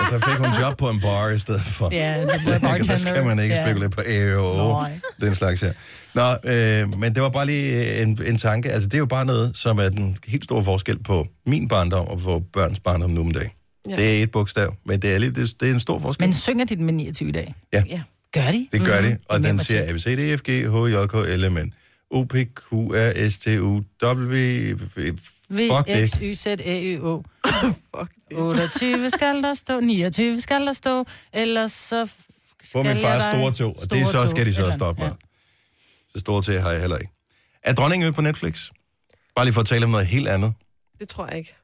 [SPEAKER 1] Og så fik hun job på en bar i stedet for.
[SPEAKER 2] Ja, så blev jeg
[SPEAKER 1] Ikke? Der skal man ikke
[SPEAKER 2] bartender.
[SPEAKER 1] spekulere på AO,
[SPEAKER 2] Nej.
[SPEAKER 1] den slags her. Nå, øh, men det var bare lige en, en tanke. Altså, det er jo bare noget, som er den helt store forskel på min barndom og på børns barndom nu om dagen. Ja.
[SPEAKER 4] Ja.
[SPEAKER 1] Det er et bogstav, men det er, lidt, det, det er en stor forskel.
[SPEAKER 2] Men synger de den med 29 i dag?
[SPEAKER 3] ja. Mm.
[SPEAKER 2] Gør de?
[SPEAKER 1] Det gør det, og
[SPEAKER 2] Det
[SPEAKER 1] den
[SPEAKER 2] mig
[SPEAKER 1] siger
[SPEAKER 2] til.
[SPEAKER 1] ABC, DFG, HJK, LMN, OP, QR, STU, W,
[SPEAKER 2] V,
[SPEAKER 1] fuck
[SPEAKER 2] X,
[SPEAKER 1] det.
[SPEAKER 2] Y, Z, E, Ø, O.
[SPEAKER 4] Fuck.
[SPEAKER 2] 28 skal der stå, 29 skal der stå, ellers så skal
[SPEAKER 1] På min
[SPEAKER 2] jeg
[SPEAKER 1] fars
[SPEAKER 2] dig-
[SPEAKER 1] store tog, og det er
[SPEAKER 2] store
[SPEAKER 1] så skal de
[SPEAKER 2] tog,
[SPEAKER 1] så
[SPEAKER 2] eller-
[SPEAKER 1] stoppe
[SPEAKER 2] ja.
[SPEAKER 1] mig. Så store til har jeg heller ikke. Er dronningen med på Netflix? Bare lige for at tale om noget helt andet.
[SPEAKER 4] Det tror jeg ikke.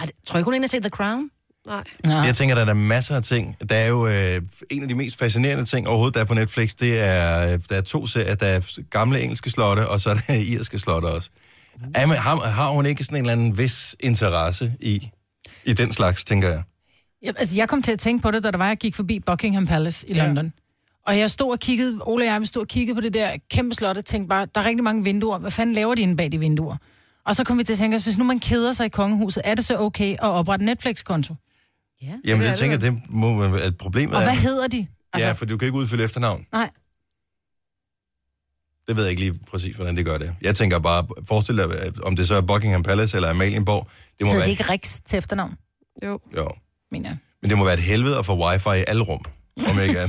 [SPEAKER 3] Ej, det- tror ikke, hun er inde og se The Crown?
[SPEAKER 4] Nej.
[SPEAKER 2] Ja.
[SPEAKER 1] Jeg tænker, der er der masser af ting. Der er jo øh, en af de mest fascinerende ting overhovedet, der er på Netflix, det er, øh, der er to serier, der er gamle engelske slotte, og så er der irske slotte også. Er man, har, har hun ikke sådan en eller anden vis interesse i, i den slags, tænker jeg?
[SPEAKER 2] Ja, altså, jeg kom til at tænke på det, da der var, jeg gik forbi Buckingham Palace i London. Og jeg stod og kiggede, Ole og jeg, vi stod og kiggede på det der kæmpe slot og tænkte bare, der er rigtig mange vinduer. Hvad fanden laver de inde bag de vinduer? Og så kom vi til at tænke os, hvis nu man keder sig i kongehuset, er det så okay at oprette en Netflix-konto?
[SPEAKER 1] Jamen,
[SPEAKER 4] det
[SPEAKER 1] jeg
[SPEAKER 4] er
[SPEAKER 1] tænker, det må man, at problemet
[SPEAKER 2] Og
[SPEAKER 1] er...
[SPEAKER 2] hvad hedder de?
[SPEAKER 1] Ja, for du kan ikke udfylde efternavn.
[SPEAKER 2] Altså- Nej.
[SPEAKER 1] Det ved jeg ikke lige præcis, hvordan det gør det. Jeg tænker bare, forestil dig, at om det så er Buckingham Palace eller Amalienborg, det må
[SPEAKER 2] Hedder
[SPEAKER 1] være...
[SPEAKER 2] de ikke Rix til efternavn,
[SPEAKER 4] Jo.
[SPEAKER 1] Jo.
[SPEAKER 2] mener jeg?
[SPEAKER 1] Men det må være et helvede at få wifi i alle rum, om jeg ikke er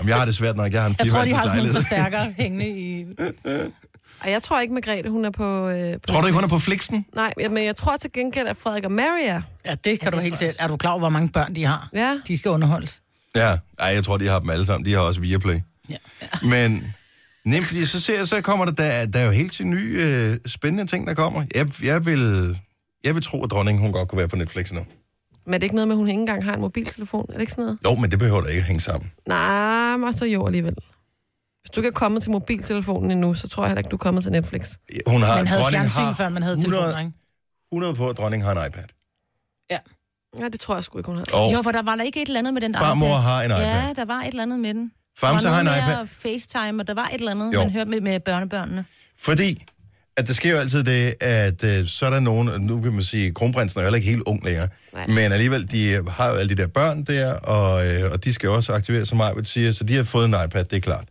[SPEAKER 1] Om jeg har det svært nok, jeg har en
[SPEAKER 2] Jeg tror, de
[SPEAKER 1] fireværelses
[SPEAKER 2] har sådan
[SPEAKER 1] lejlighed.
[SPEAKER 2] nogle forstærkere hængende i...
[SPEAKER 4] Og jeg tror ikke, Margrethe, hun er på... Øh, på
[SPEAKER 1] Tror du ikke, hun er på Flixen?
[SPEAKER 4] Nej, ja, men jeg tror til gengæld, at Frederik og Mary er.
[SPEAKER 2] Ja, det kan du helt sikkert. Er du klar over, hvor mange børn de har?
[SPEAKER 4] Ja.
[SPEAKER 2] De skal underholdes.
[SPEAKER 1] Ja, Ej, jeg tror, de har dem alle sammen. De har også Viaplay.
[SPEAKER 2] Ja.
[SPEAKER 1] Men nemt, fordi så, ser, jeg- så kommer der, der, der er jo helt til nye øh, spændende ting, der kommer. Jeg, jeg, vil, jeg vil tro, at dronningen hun godt kunne være på Netflix nu.
[SPEAKER 4] Men er det ikke noget med, at hun ikke engang har en mobiltelefon? Er det ikke sådan noget?
[SPEAKER 1] Jo, men det behøver da ikke at hænge sammen.
[SPEAKER 4] Nej, men så jo alligevel. Hvis du ikke er kommet til mobiltelefonen endnu, så tror jeg heller ikke, du er kommet til Netflix.
[SPEAKER 1] Hun har,
[SPEAKER 2] Man havde
[SPEAKER 1] dronningen har
[SPEAKER 2] fjernsyn, før man havde
[SPEAKER 1] 100,
[SPEAKER 2] telefoner, ikke?
[SPEAKER 1] 100 på, at dronningen har en iPad.
[SPEAKER 2] Ja.
[SPEAKER 4] Nej, det tror jeg sgu ikke, hun har.
[SPEAKER 1] Og
[SPEAKER 3] Jo, for der var der ikke et eller andet med den
[SPEAKER 1] Farmor
[SPEAKER 3] iPad.
[SPEAKER 1] har en iPad.
[SPEAKER 3] Ja, der var et eller andet med den.
[SPEAKER 1] Famse
[SPEAKER 3] der var
[SPEAKER 1] har en
[SPEAKER 3] noget
[SPEAKER 1] iPad.
[SPEAKER 3] med at FaceTime, og der var et eller andet,
[SPEAKER 1] Jo.
[SPEAKER 3] jo. man hørte med, med børnebørnene.
[SPEAKER 1] Fordi at der sker jo altid det, at øh, så er der nogen, og nu kan man sige, kronprinsen er jo heller ikke helt ung længere, Nej.
[SPEAKER 4] Nej.
[SPEAKER 1] men alligevel, de øh, har jo alle de der børn der, og, øh, og de skal jo også aktiveres, som Arvid siger, så de har fået en iPad, det er klart.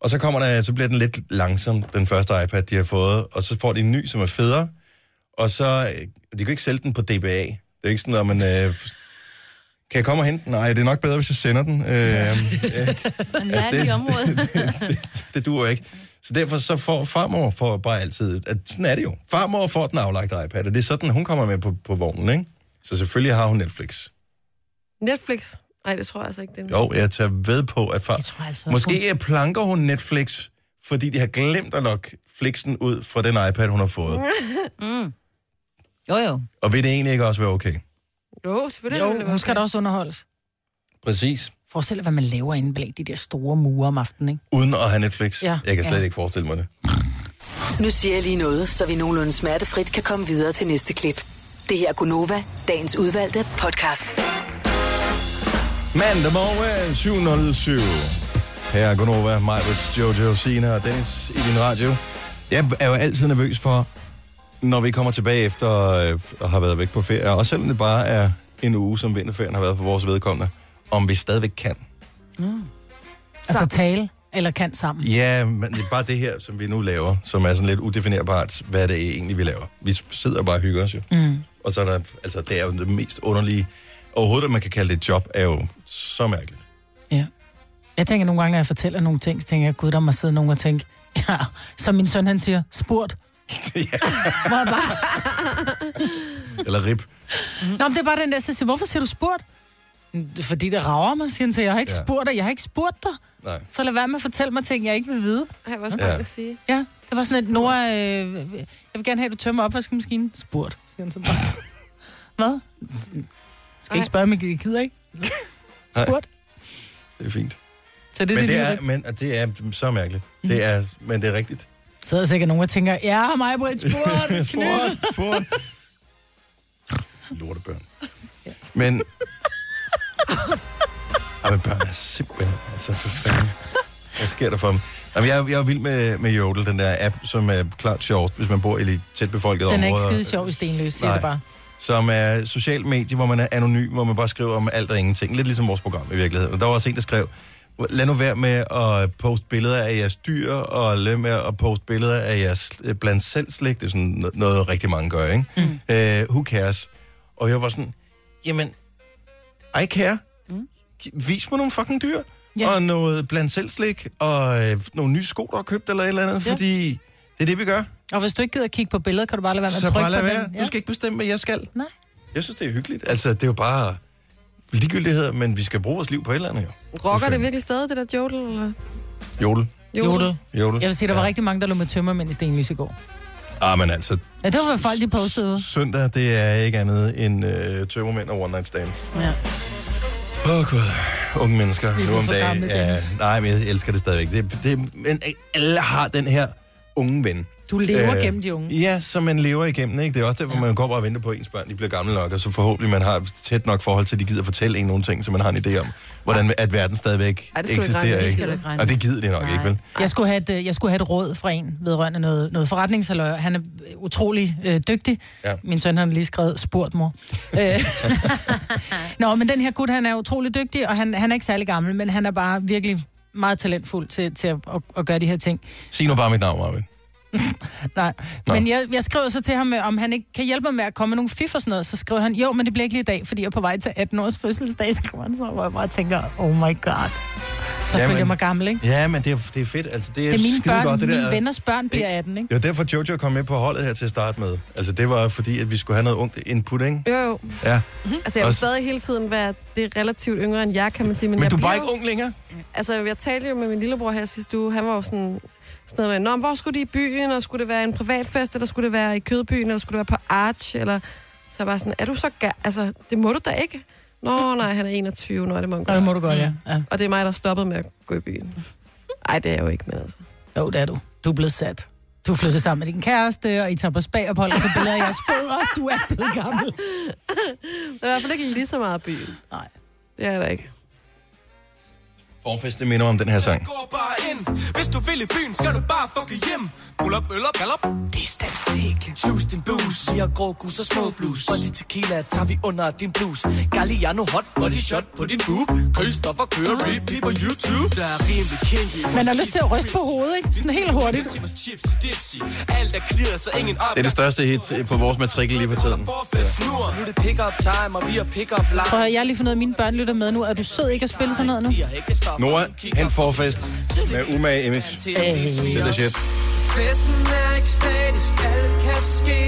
[SPEAKER 1] Og så kommer der, så bliver den lidt langsom, den første iPad, de har fået, og så får de en ny, som er federe, og så, øh, de kan ikke sælge den på DBA. Det er jo ikke sådan, at man... Øh, kan jeg komme og hente den? Nej, det er nok bedre, hvis jeg sender den. Øh, øh,
[SPEAKER 3] Men jeg er i området.
[SPEAKER 1] det duer ikke. Så derfor så får farmor for bare altid, at sådan er det jo. Farmor får den aflagte iPad, og det er sådan, hun kommer med på, på vognen, ikke? Så selvfølgelig har hun Netflix.
[SPEAKER 4] Netflix? Nej, det tror jeg altså ikke, det er.
[SPEAKER 1] Jo, jeg tager ved på, at far...
[SPEAKER 3] Jeg tror altså også,
[SPEAKER 1] Måske hun... planker hun Netflix, fordi de har glemt at lokke flixen ud fra den iPad, hun har fået.
[SPEAKER 4] Mm.
[SPEAKER 3] Jo, jo.
[SPEAKER 1] Og vil det egentlig ikke også være okay?
[SPEAKER 4] Jo, selvfølgelig. ville det
[SPEAKER 2] Jo,
[SPEAKER 4] være
[SPEAKER 2] hun skal
[SPEAKER 4] okay.
[SPEAKER 2] da også underholdes.
[SPEAKER 1] Præcis.
[SPEAKER 2] Forestil dig, hvad man laver inde bag de der store mure om aftenen, ikke?
[SPEAKER 1] Uden at have Netflix.
[SPEAKER 2] Ja.
[SPEAKER 1] Jeg kan slet
[SPEAKER 2] Ja.
[SPEAKER 1] ikke forestille mig det.
[SPEAKER 5] Nu siger jeg lige noget, så vi nogenlunde smertefrit kan komme videre til næste klip. Det her er Gunova, dagens udvalgte podcast.
[SPEAKER 1] Mandag morgen øh, 707. Her er Gunova, Majbrits, Jojo, Sina og Dennis i din radio. Jeg er jo altid nervøs for, når vi kommer tilbage efter øh, og har været væk på ferie, og selvom det bare er en uge, som vinterferien har været for vores vedkommende, om vi stadigvæk kan.
[SPEAKER 2] Altså tale eller kan sammen.
[SPEAKER 1] Ja, men det er bare det her, som vi nu laver, som er sådan lidt udefinerbart, hvad det er egentlig, vi laver. Vi sidder bare og hygger os jo. Mm. Og så er der, altså, det er jo det mest underlige. Overhovedet, at man kan kalde det et job, er jo så mærkeligt.
[SPEAKER 2] Ja. Jeg tænker nogle gange, når jeg fortæller nogle ting, så tænker jeg, gud, der må sidde nogen og tænke, ja, som min søn han siger, spurgt. Hvor jeg bare,
[SPEAKER 1] Eller rib.
[SPEAKER 2] Nå, men det er bare den der, så siger, hvorfor siger du spurgt? Fordi det rager mig, siger han til, jeg har ikke
[SPEAKER 1] Ja.
[SPEAKER 2] ja. spurgt dig, jeg har ikke spurgt dig.
[SPEAKER 1] Nej.
[SPEAKER 2] Så lad være med at fortælle mig ting, jeg ikke vil vide.
[SPEAKER 4] Ej, hvor
[SPEAKER 1] Ja.
[SPEAKER 4] ja. at sige.
[SPEAKER 2] Ja, det var sådan et, Nora, øh, jeg vil gerne have, at du tømmer opvaskemaskinen. Spurgt, siger han så bare. Hvad? Du skal
[SPEAKER 4] Ej.
[SPEAKER 2] ikke spørge, om jeg gider, ikke?
[SPEAKER 1] Nej.
[SPEAKER 2] Spurgt.
[SPEAKER 1] Det er fint.
[SPEAKER 2] Så det, er
[SPEAKER 1] Men
[SPEAKER 2] det,
[SPEAKER 1] det
[SPEAKER 2] det
[SPEAKER 1] er, men, og det er så mærkeligt. Mm.
[SPEAKER 2] Mhm.
[SPEAKER 1] Det er, men det er rigtigt.
[SPEAKER 2] Så er der sikkert nogen, der tænker, ja, mig, Britt, spurgt, knyttet.
[SPEAKER 1] Sport, sport. Lortebørn. Men... Ej, men børn er simpelthen... Altså, for fanden. Hvad sker der for dem? Jamen, jeg, er- jeg er vild med, med Jodel, den der app, som er klart sjovt, hvis man bor i lidt tæt befolkede
[SPEAKER 2] Den er
[SPEAKER 1] områder.
[SPEAKER 2] ikke skide sjov i Stenløs, siger
[SPEAKER 1] Nej.
[SPEAKER 2] det bare.
[SPEAKER 1] som er et socialt medie, hvor man er anonym, hvor man bare skriver om alt og ingenting. Lidt ligesom vores program i virkeligheden. Og der var også en, der skrev, lad nu være med at poste billeder af jeres dyr, og lad med at poste billeder af jeres øh, blandt selv slik. Det er sådan no- noget, rigtig mange gør, ikke? Mm. Øh, who cares? Og jeg var sådan, jamen, I care. Mm. Vis mig nogle fucking dyr.
[SPEAKER 2] Ja.
[SPEAKER 1] Ja. Og noget blandt selv slik, og øh, nogle nye sko, der er købt, eller et eller andet, ja.
[SPEAKER 2] Ja.
[SPEAKER 1] fordi det er det, vi gør.
[SPEAKER 2] Og hvis du ikke gider at kigge på billeder, kan du bare lade være med
[SPEAKER 1] Så
[SPEAKER 2] at
[SPEAKER 1] bare
[SPEAKER 2] trykke
[SPEAKER 1] lad
[SPEAKER 2] på
[SPEAKER 1] være.
[SPEAKER 2] den.
[SPEAKER 1] Du skal ikke bestemme, hvad jeg skal.
[SPEAKER 2] Nej.
[SPEAKER 1] Jeg synes, det er hyggeligt. Altså, det er jo bare ligegyldigheder, men vi skal bruge vores liv på et eller andet, jo.
[SPEAKER 4] Rocker det virkelig stadig, det der jodel? Eller?
[SPEAKER 1] Jodel.
[SPEAKER 2] Jodel.
[SPEAKER 1] Jodel.
[SPEAKER 2] Jeg vil sige, der var rigtig mange, der lå med tømmermænd i Stenløs i går.
[SPEAKER 1] Ah, men altså,
[SPEAKER 2] Ja, det var, hvad folk de postede.
[SPEAKER 1] søndag, det er ikke andet end øh, tømmermænd og one night stands.
[SPEAKER 3] Ja.
[SPEAKER 1] Åh, oh, gud. Unge mennesker,
[SPEAKER 2] er
[SPEAKER 1] nu om
[SPEAKER 2] for
[SPEAKER 1] dagen.
[SPEAKER 2] gamle,
[SPEAKER 1] Ja,
[SPEAKER 2] Dennis.
[SPEAKER 1] nej, men jeg elsker det stadigvæk. Det, det, men alle har den her unge ven,
[SPEAKER 2] Du lever
[SPEAKER 1] Øh,
[SPEAKER 2] øh, gennem de unge.
[SPEAKER 1] Ja, så man lever igennem, ikke? Det er også derfor, man går bare og venter på, at ens børn de bliver gamle nok, og så forhåbentlig man har et tæt nok forhold til, at de gider fortælle en nogle ting, så man har en idé om, hvordan at verden stadigvæk
[SPEAKER 4] Ej, det skal du ikke regne
[SPEAKER 1] eksisterer.
[SPEAKER 4] med. Det
[SPEAKER 1] Ikke
[SPEAKER 4] skal du
[SPEAKER 3] ikke regne
[SPEAKER 1] og det gider de nok
[SPEAKER 3] med.
[SPEAKER 1] ikke, vel?
[SPEAKER 2] Jeg skulle, have et, øh, jeg skulle have et råd fra en vedrørende noget, noget forretningshalløj. Han er utrolig øh, dygtig.
[SPEAKER 1] Ja.
[SPEAKER 2] Ja. Min søn han har lige skrevet, spurgt mor. Øh. Nå, men den her gut, han er utrolig dygtig, og han, han er ikke særlig gammel, men han er bare virkelig meget talentfuld til, til at, at, at gøre de her ting.
[SPEAKER 1] Sig nu bare mit navn, Marvin.
[SPEAKER 2] Nej.
[SPEAKER 1] Nå.
[SPEAKER 2] Men jeg, jeg skrev så til ham, øh, om han ikke kan hjælpe mig med at komme med nogle fif og sådan noget. Så skrev han, jo, men det bliver ikke lige i dag, fordi jeg er på vej til 18 års fødselsdag, skrev han så, hvor jeg bare tænker, oh my god. Der
[SPEAKER 1] Jamen.
[SPEAKER 2] føler jeg mig gammel, ikke?
[SPEAKER 1] Ja, men det er, det er fedt. Altså, det er,
[SPEAKER 2] Det er mine
[SPEAKER 1] skide
[SPEAKER 2] børn,
[SPEAKER 1] godt, det
[SPEAKER 2] mine
[SPEAKER 1] der.
[SPEAKER 2] venners børn bliver 18, ikke?
[SPEAKER 1] Det var derfor, Jojo kom med på holdet her til at starte med. Altså, det var fordi, at vi skulle have noget ungt input, ikke?
[SPEAKER 4] Jo, jo.
[SPEAKER 1] Ja.
[SPEAKER 4] Altså, jeg vil
[SPEAKER 1] Også-
[SPEAKER 4] stadig hele tiden være det er relativt yngre end jeg, kan man sige. Men,
[SPEAKER 1] Men
[SPEAKER 4] jeg
[SPEAKER 1] du er
[SPEAKER 4] bliver
[SPEAKER 1] bare
[SPEAKER 4] jo-
[SPEAKER 1] ikke ung længere?
[SPEAKER 4] Altså, jeg talte jo med min lillebror her sidste uge. Han var jo sådan, sådan noget med, Nå, men hvor skulle de i byen, og skulle det være en privatfest, eller skulle det være i Kødbyen, eller skulle det være på Arch, eller... Så jeg var sådan, er du så ga-? Altså, det må du da ikke. Nå, nej, han er 21, nå, det må
[SPEAKER 2] Og
[SPEAKER 4] han
[SPEAKER 2] det
[SPEAKER 4] godt.
[SPEAKER 2] må du godt, ja. Mm. ja.
[SPEAKER 4] Og det er mig, der stoppede med at gå i byen. Nej, det er jeg jo ikke, men altså.
[SPEAKER 2] Jo, det er du. Du er blevet sat. Du flyttede sammen med din kæreste, og I tager på spag og holder til billeder af jeres fødder. Du er blevet gammel.
[SPEAKER 4] Det er i hvert fald ikke lige så meget byen.
[SPEAKER 2] Nej.
[SPEAKER 4] Det er der ikke.
[SPEAKER 1] Forfest, det minder mig om den her sang.
[SPEAKER 7] går bare ind Hvis du vil i byen, skal du bare fucke hjem Rul op, øl op, kald op Det er statistik Choose din booze Vi har grå gus og små blues Og de tequila tager vi under din blus Galliano hot body shot på din boob Christoffer kører repeat på YouTube Der er rimelig kendt i vores
[SPEAKER 2] Man har lyst til at ryste på hovedet, ikke? Sådan helt hurtigt.
[SPEAKER 7] Pepsi, vores Chips, dipsy Alt er clear, så ingen op
[SPEAKER 1] Det er det største hit på vores matrikel lige for tiden.
[SPEAKER 7] Så nu er det pick-up time, og vi har pick-up line
[SPEAKER 2] Prøv at høre, jeg har lige fundet, at mine børn lytter med nu. Er du sød ikke at spille sådan noget nu?
[SPEAKER 7] Siger ikke stop
[SPEAKER 1] Nora, hent forfest med umage image.
[SPEAKER 7] til at blive
[SPEAKER 1] Det er det shit.
[SPEAKER 7] Festen er ikke statisk, alt kan ske.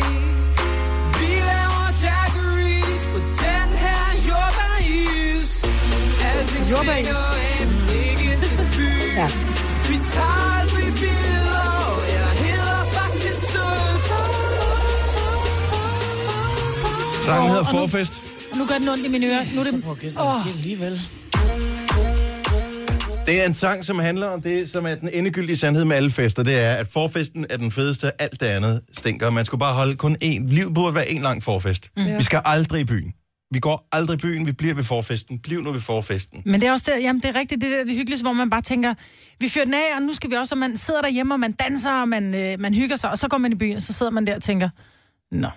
[SPEAKER 7] Vi laver daiquiris på den her jordbæris. Alting
[SPEAKER 4] Jordbæris.
[SPEAKER 7] stikker af, vi ikke til by.
[SPEAKER 2] Ja.
[SPEAKER 7] Vi tager aldrig billeder, og jeg hedder faktisk Tøffer.
[SPEAKER 1] Sangen hedder
[SPEAKER 2] Og nu-
[SPEAKER 1] Forfest.
[SPEAKER 2] Nu gør den ondt i mine ører. Nu er det... Åh,
[SPEAKER 1] Det er en sang, som handler om det, som er den endegyldige sandhed med alle fester. Det er, at forfesten er den fedeste, alt det andet stinker. Man skulle bare holde kun én. Livet burde være en lang forfest. Mm. Vi skal aldrig i byen. Vi går aldrig i byen, vi bliver ved forfesten. Bliv nu ved forfesten.
[SPEAKER 2] Men det er også det, jamen det er rigtigt, det der det hyggeligste, hvor man bare tænker, vi fyrer den af, og nu skal vi også, og man sidder derhjemme, og man danser, og man, øh, man hygger sig, og så går man i byen, og så sidder man der og tænker, nå, jamen,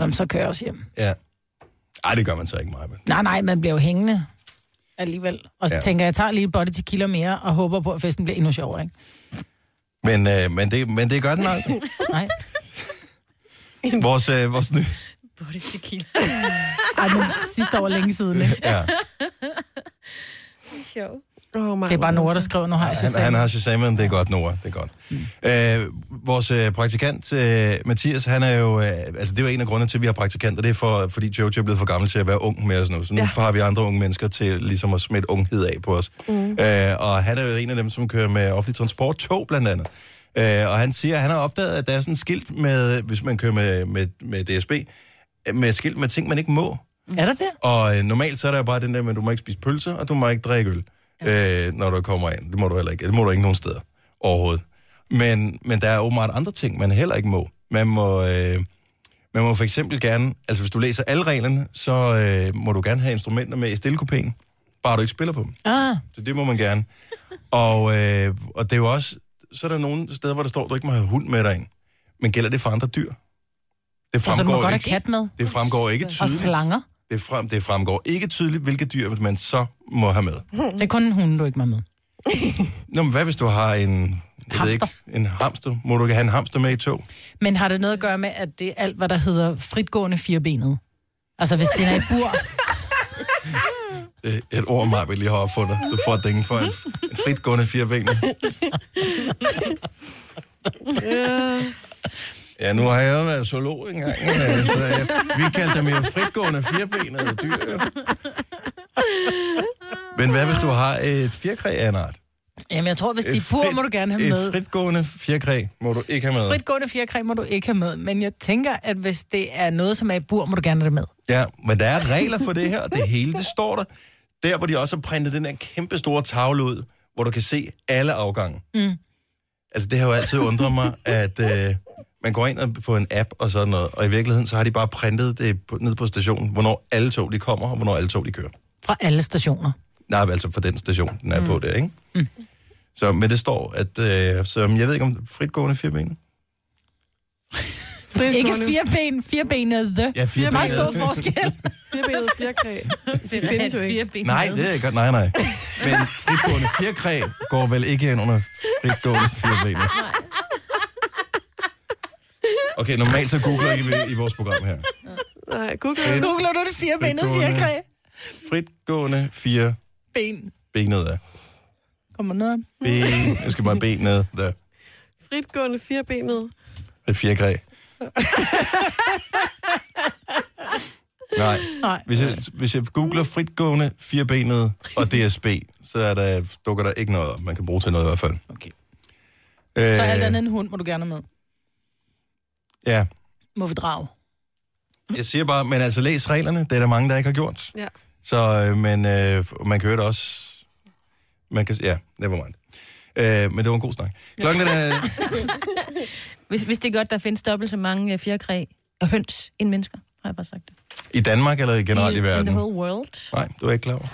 [SPEAKER 1] Forfest.
[SPEAKER 2] så kører jeg også hjem.
[SPEAKER 1] Ja. Ej, det gør man så ikke meget. Men.
[SPEAKER 2] Nej, nej, man bliver jo hængende alligevel. Og så
[SPEAKER 1] Ja.
[SPEAKER 2] ja. tænker jeg, jeg tager lige body til kilo mere, og håber på, at festen bliver endnu sjovere, ikke?
[SPEAKER 1] Men, øh, men, det, men det gør den aldrig.
[SPEAKER 2] Nej.
[SPEAKER 1] Vores, øh, vores nye...
[SPEAKER 3] Body tequila.
[SPEAKER 2] Ej, men sidste år længe siden, ikke?
[SPEAKER 1] Ja.
[SPEAKER 3] Sjov.
[SPEAKER 4] Oh, my
[SPEAKER 2] Det er bare Nora, der skriver, nu har jeg
[SPEAKER 1] Han, han
[SPEAKER 2] Shazam.
[SPEAKER 1] har Shazam, men det er godt, Nora. Det er godt. Mm. Øh, vores øh, praktikant, øh, Mathias, han er jo... Øh, altså, det er jo en af grundene til, at vi har praktikanter. Det er, for, fordi Jojo er blevet for gammel til at være ung med os nu. Så nu ja. har vi andre unge mennesker til ligesom at smitte unghed af på os. Mm. Øh, og han er jo en af dem, som kører med offentlig transport, tog blandt andet. Øh, og han siger, at han har opdaget, at der er sådan en skilt med, hvis man kører med, med, med DSB, med skilt med ting, man ikke må.
[SPEAKER 2] Mm. Er der det?
[SPEAKER 1] Og øh, normalt så er der jo bare den der med, at du må ikke spise pølser, og du må ikke drikke øl, øh, når du kommer ind. Det må du heller ikke. Det må du ikke nogen steder overhovedet. Men, men der er åbenbart andre ting, man heller ikke må. Man må, øh, man må for eksempel gerne, altså hvis du læser alle reglerne, så øh, må du gerne have instrumenter med i stillekopæen, bare du ikke spiller på dem.
[SPEAKER 2] Ah,
[SPEAKER 1] Så det må man gerne. Og, øh, og det er jo også, så er der nogle steder, hvor der står, at du ikke må have hund med dig ind. Men gælder det for andre dyr? Det
[SPEAKER 2] så Altså, du må godt have
[SPEAKER 1] ikke,
[SPEAKER 2] kat med.
[SPEAKER 1] det fremgår ikke
[SPEAKER 2] Og
[SPEAKER 1] tydeligt.
[SPEAKER 2] slanger.
[SPEAKER 1] Det, frem, det fremgår ikke tydeligt, hvilke dyr man så må have med.
[SPEAKER 2] Det er kun en hund, du ikke må med.
[SPEAKER 1] Nå, men hvad hvis du har en... Jeg ved
[SPEAKER 2] Hamster.
[SPEAKER 1] ikke, en hamster. Må du ikke have en hamster med i tog?
[SPEAKER 2] Men har det noget at gøre med, at det er alt, hvad der hedder fritgående firbenet? Altså, hvis den er i bur,
[SPEAKER 1] Det er Øh, et ord, mig vil lige have opfundet. Du får dængen for en, en fritgående firbenet. Ja, nu har jeg jo været zoolog engang. øh, Så jeg, vi kaldte dem jo fritgående firbenede dyr. jo. Men hvad hvis du har et fjerkræ af en art?
[SPEAKER 2] jamen jeg tror, hvis de er i
[SPEAKER 1] Et
[SPEAKER 2] bur,
[SPEAKER 1] frit-
[SPEAKER 2] må du gerne have
[SPEAKER 1] Et
[SPEAKER 2] med.
[SPEAKER 1] fritgående fjerkræ må du ikke have med.
[SPEAKER 2] Fritgående fjerkræ må du ikke have med, men jeg tænker, at hvis det er noget, som er i bur, må du gerne have det med.
[SPEAKER 1] Ja, men der er regler for det her, og det hele, det står der. Der, hvor de også har printet den her kæmpe store tavle ud, hvor du kan se alle afgange. Mm. Altså, det har jo altid undret mig, at øh, man går ind og- på en app og sådan noget, og i virkeligheden, så har de bare printet det på, ned på stationen, hvornår alle tog de kommer, og hvornår alle tog de kører.
[SPEAKER 2] Fra alle stationer.
[SPEAKER 1] Nej, altså for den station, den er mm. på der, ikke? Mm. Så, men det står, at... Øh, så, jeg ved ikke, om fritgående firben.
[SPEAKER 4] Frit
[SPEAKER 2] Ikke
[SPEAKER 4] gående.
[SPEAKER 2] fire ben, fire benet the.
[SPEAKER 1] Ja, fire
[SPEAKER 2] Meget stor forskel.
[SPEAKER 4] Firbenet fjerkræ. Det findes jo ikke.
[SPEAKER 3] ben.
[SPEAKER 1] Nej, det er godt. Nej, nej. Men fritgående firkræ går vel ikke ind under fritgående firben. Okay, normalt så googler ikke vi i vores program her.
[SPEAKER 4] Nej, Google.
[SPEAKER 1] Fedt.
[SPEAKER 2] Googler du det fire benet
[SPEAKER 1] Fritgående.
[SPEAKER 2] fjerkræ?
[SPEAKER 1] Fritgående fire
[SPEAKER 2] Ben.
[SPEAKER 1] benet af.
[SPEAKER 2] Kommer noget
[SPEAKER 1] Ben, jeg skal bare ben ned der.
[SPEAKER 4] Fritgående firbenet.
[SPEAKER 1] Et fjerkræ. Nej.
[SPEAKER 2] Nej.
[SPEAKER 1] Hvis jeg, hvis jeg googler fritgående, firebenet og DSB, så er der, dukker der ikke noget op, man kan bruge til noget i hvert fald.
[SPEAKER 2] Okay.
[SPEAKER 1] Øh,
[SPEAKER 2] Så alt andet end hund må du gerne have med.
[SPEAKER 1] Ja.
[SPEAKER 2] Må vi drage?
[SPEAKER 1] Jeg siger bare, men altså læs reglerne. Det er der mange, der ikke har gjort.
[SPEAKER 4] Ja.
[SPEAKER 1] Så, øh, men øh, man kan høre det også. Man kan, ja, never mind. Øh, men det var en god snak. Klokken den er...
[SPEAKER 3] Hvis, hvis det er godt, der findes dobbelt så mange øh, fjerkræ og høns end mennesker, har jeg bare sagt det.
[SPEAKER 1] I Danmark eller generelt i, i
[SPEAKER 3] In the
[SPEAKER 1] verden?
[SPEAKER 3] whole world.
[SPEAKER 1] Nej, du er ikke klar over.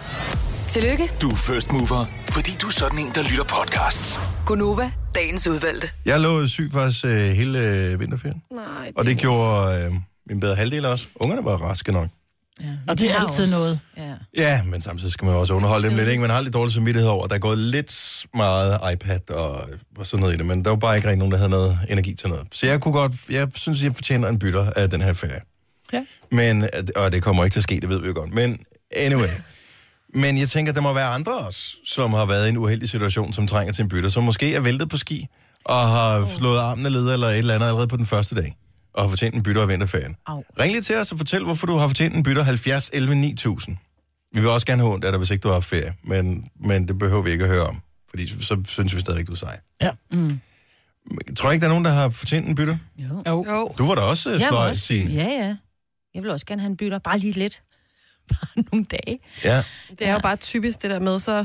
[SPEAKER 5] Tillykke,
[SPEAKER 6] Du er first mover, fordi du er sådan en, der lytter podcasts.
[SPEAKER 5] Gunova, dagens udvalgte.
[SPEAKER 1] Jeg lå syg faktisk øh, hele øh, vinterferien.
[SPEAKER 4] Nej, det
[SPEAKER 1] Og det gjorde øh, min bedre halvdel også. Ungerne var raske nok.
[SPEAKER 2] Og det er altid noget.
[SPEAKER 3] Ja.
[SPEAKER 1] Ja, men samtidig skal man jo også underholde dem lidt, ikke? Man har lidt dårlig samvittighed over, at der er gået lidt meget iPad og, og sådan noget i det, men der var bare ikke rigtig nogen, der havde noget energi til noget. Så jeg kunne godt, jeg synes, jeg fortjener en bytter af den her ferie.
[SPEAKER 2] Ja.
[SPEAKER 1] Men, og det kommer ikke til at ske, det ved vi jo godt. Men anyway. men jeg tænker, der må være andre også, som har været i en uheldig situation, som trænger til en bytter, som måske er væltet på ski og har slået armen af leder eller et eller andet allerede på den første dag og har fortjent en bytter af vinterferien.
[SPEAKER 3] Au.
[SPEAKER 1] Ring lige til os og fortæl, hvorfor du har fortjent en bytter 70 11 9000. Vi vil også gerne have ondt af dig, hvis ikke du har haft ferie, men, men det behøver vi ikke at høre om, fordi så, så synes vi stadigvæk, du er sej.
[SPEAKER 2] Ja.
[SPEAKER 1] Mm. Tror jeg ikke, der er nogen, der har fortjent en bytter?
[SPEAKER 3] Jo.
[SPEAKER 2] Jo.
[SPEAKER 4] Jo.
[SPEAKER 1] Du var da også øh,
[SPEAKER 3] Jeg vil
[SPEAKER 1] sløj,
[SPEAKER 3] også-
[SPEAKER 1] Signe.
[SPEAKER 3] Ja, ja. Jeg vil også gerne have en bytter. Bare lige lidt. Bare nogle dage.
[SPEAKER 1] Ja.
[SPEAKER 4] Det er jo bare typisk det der med, så,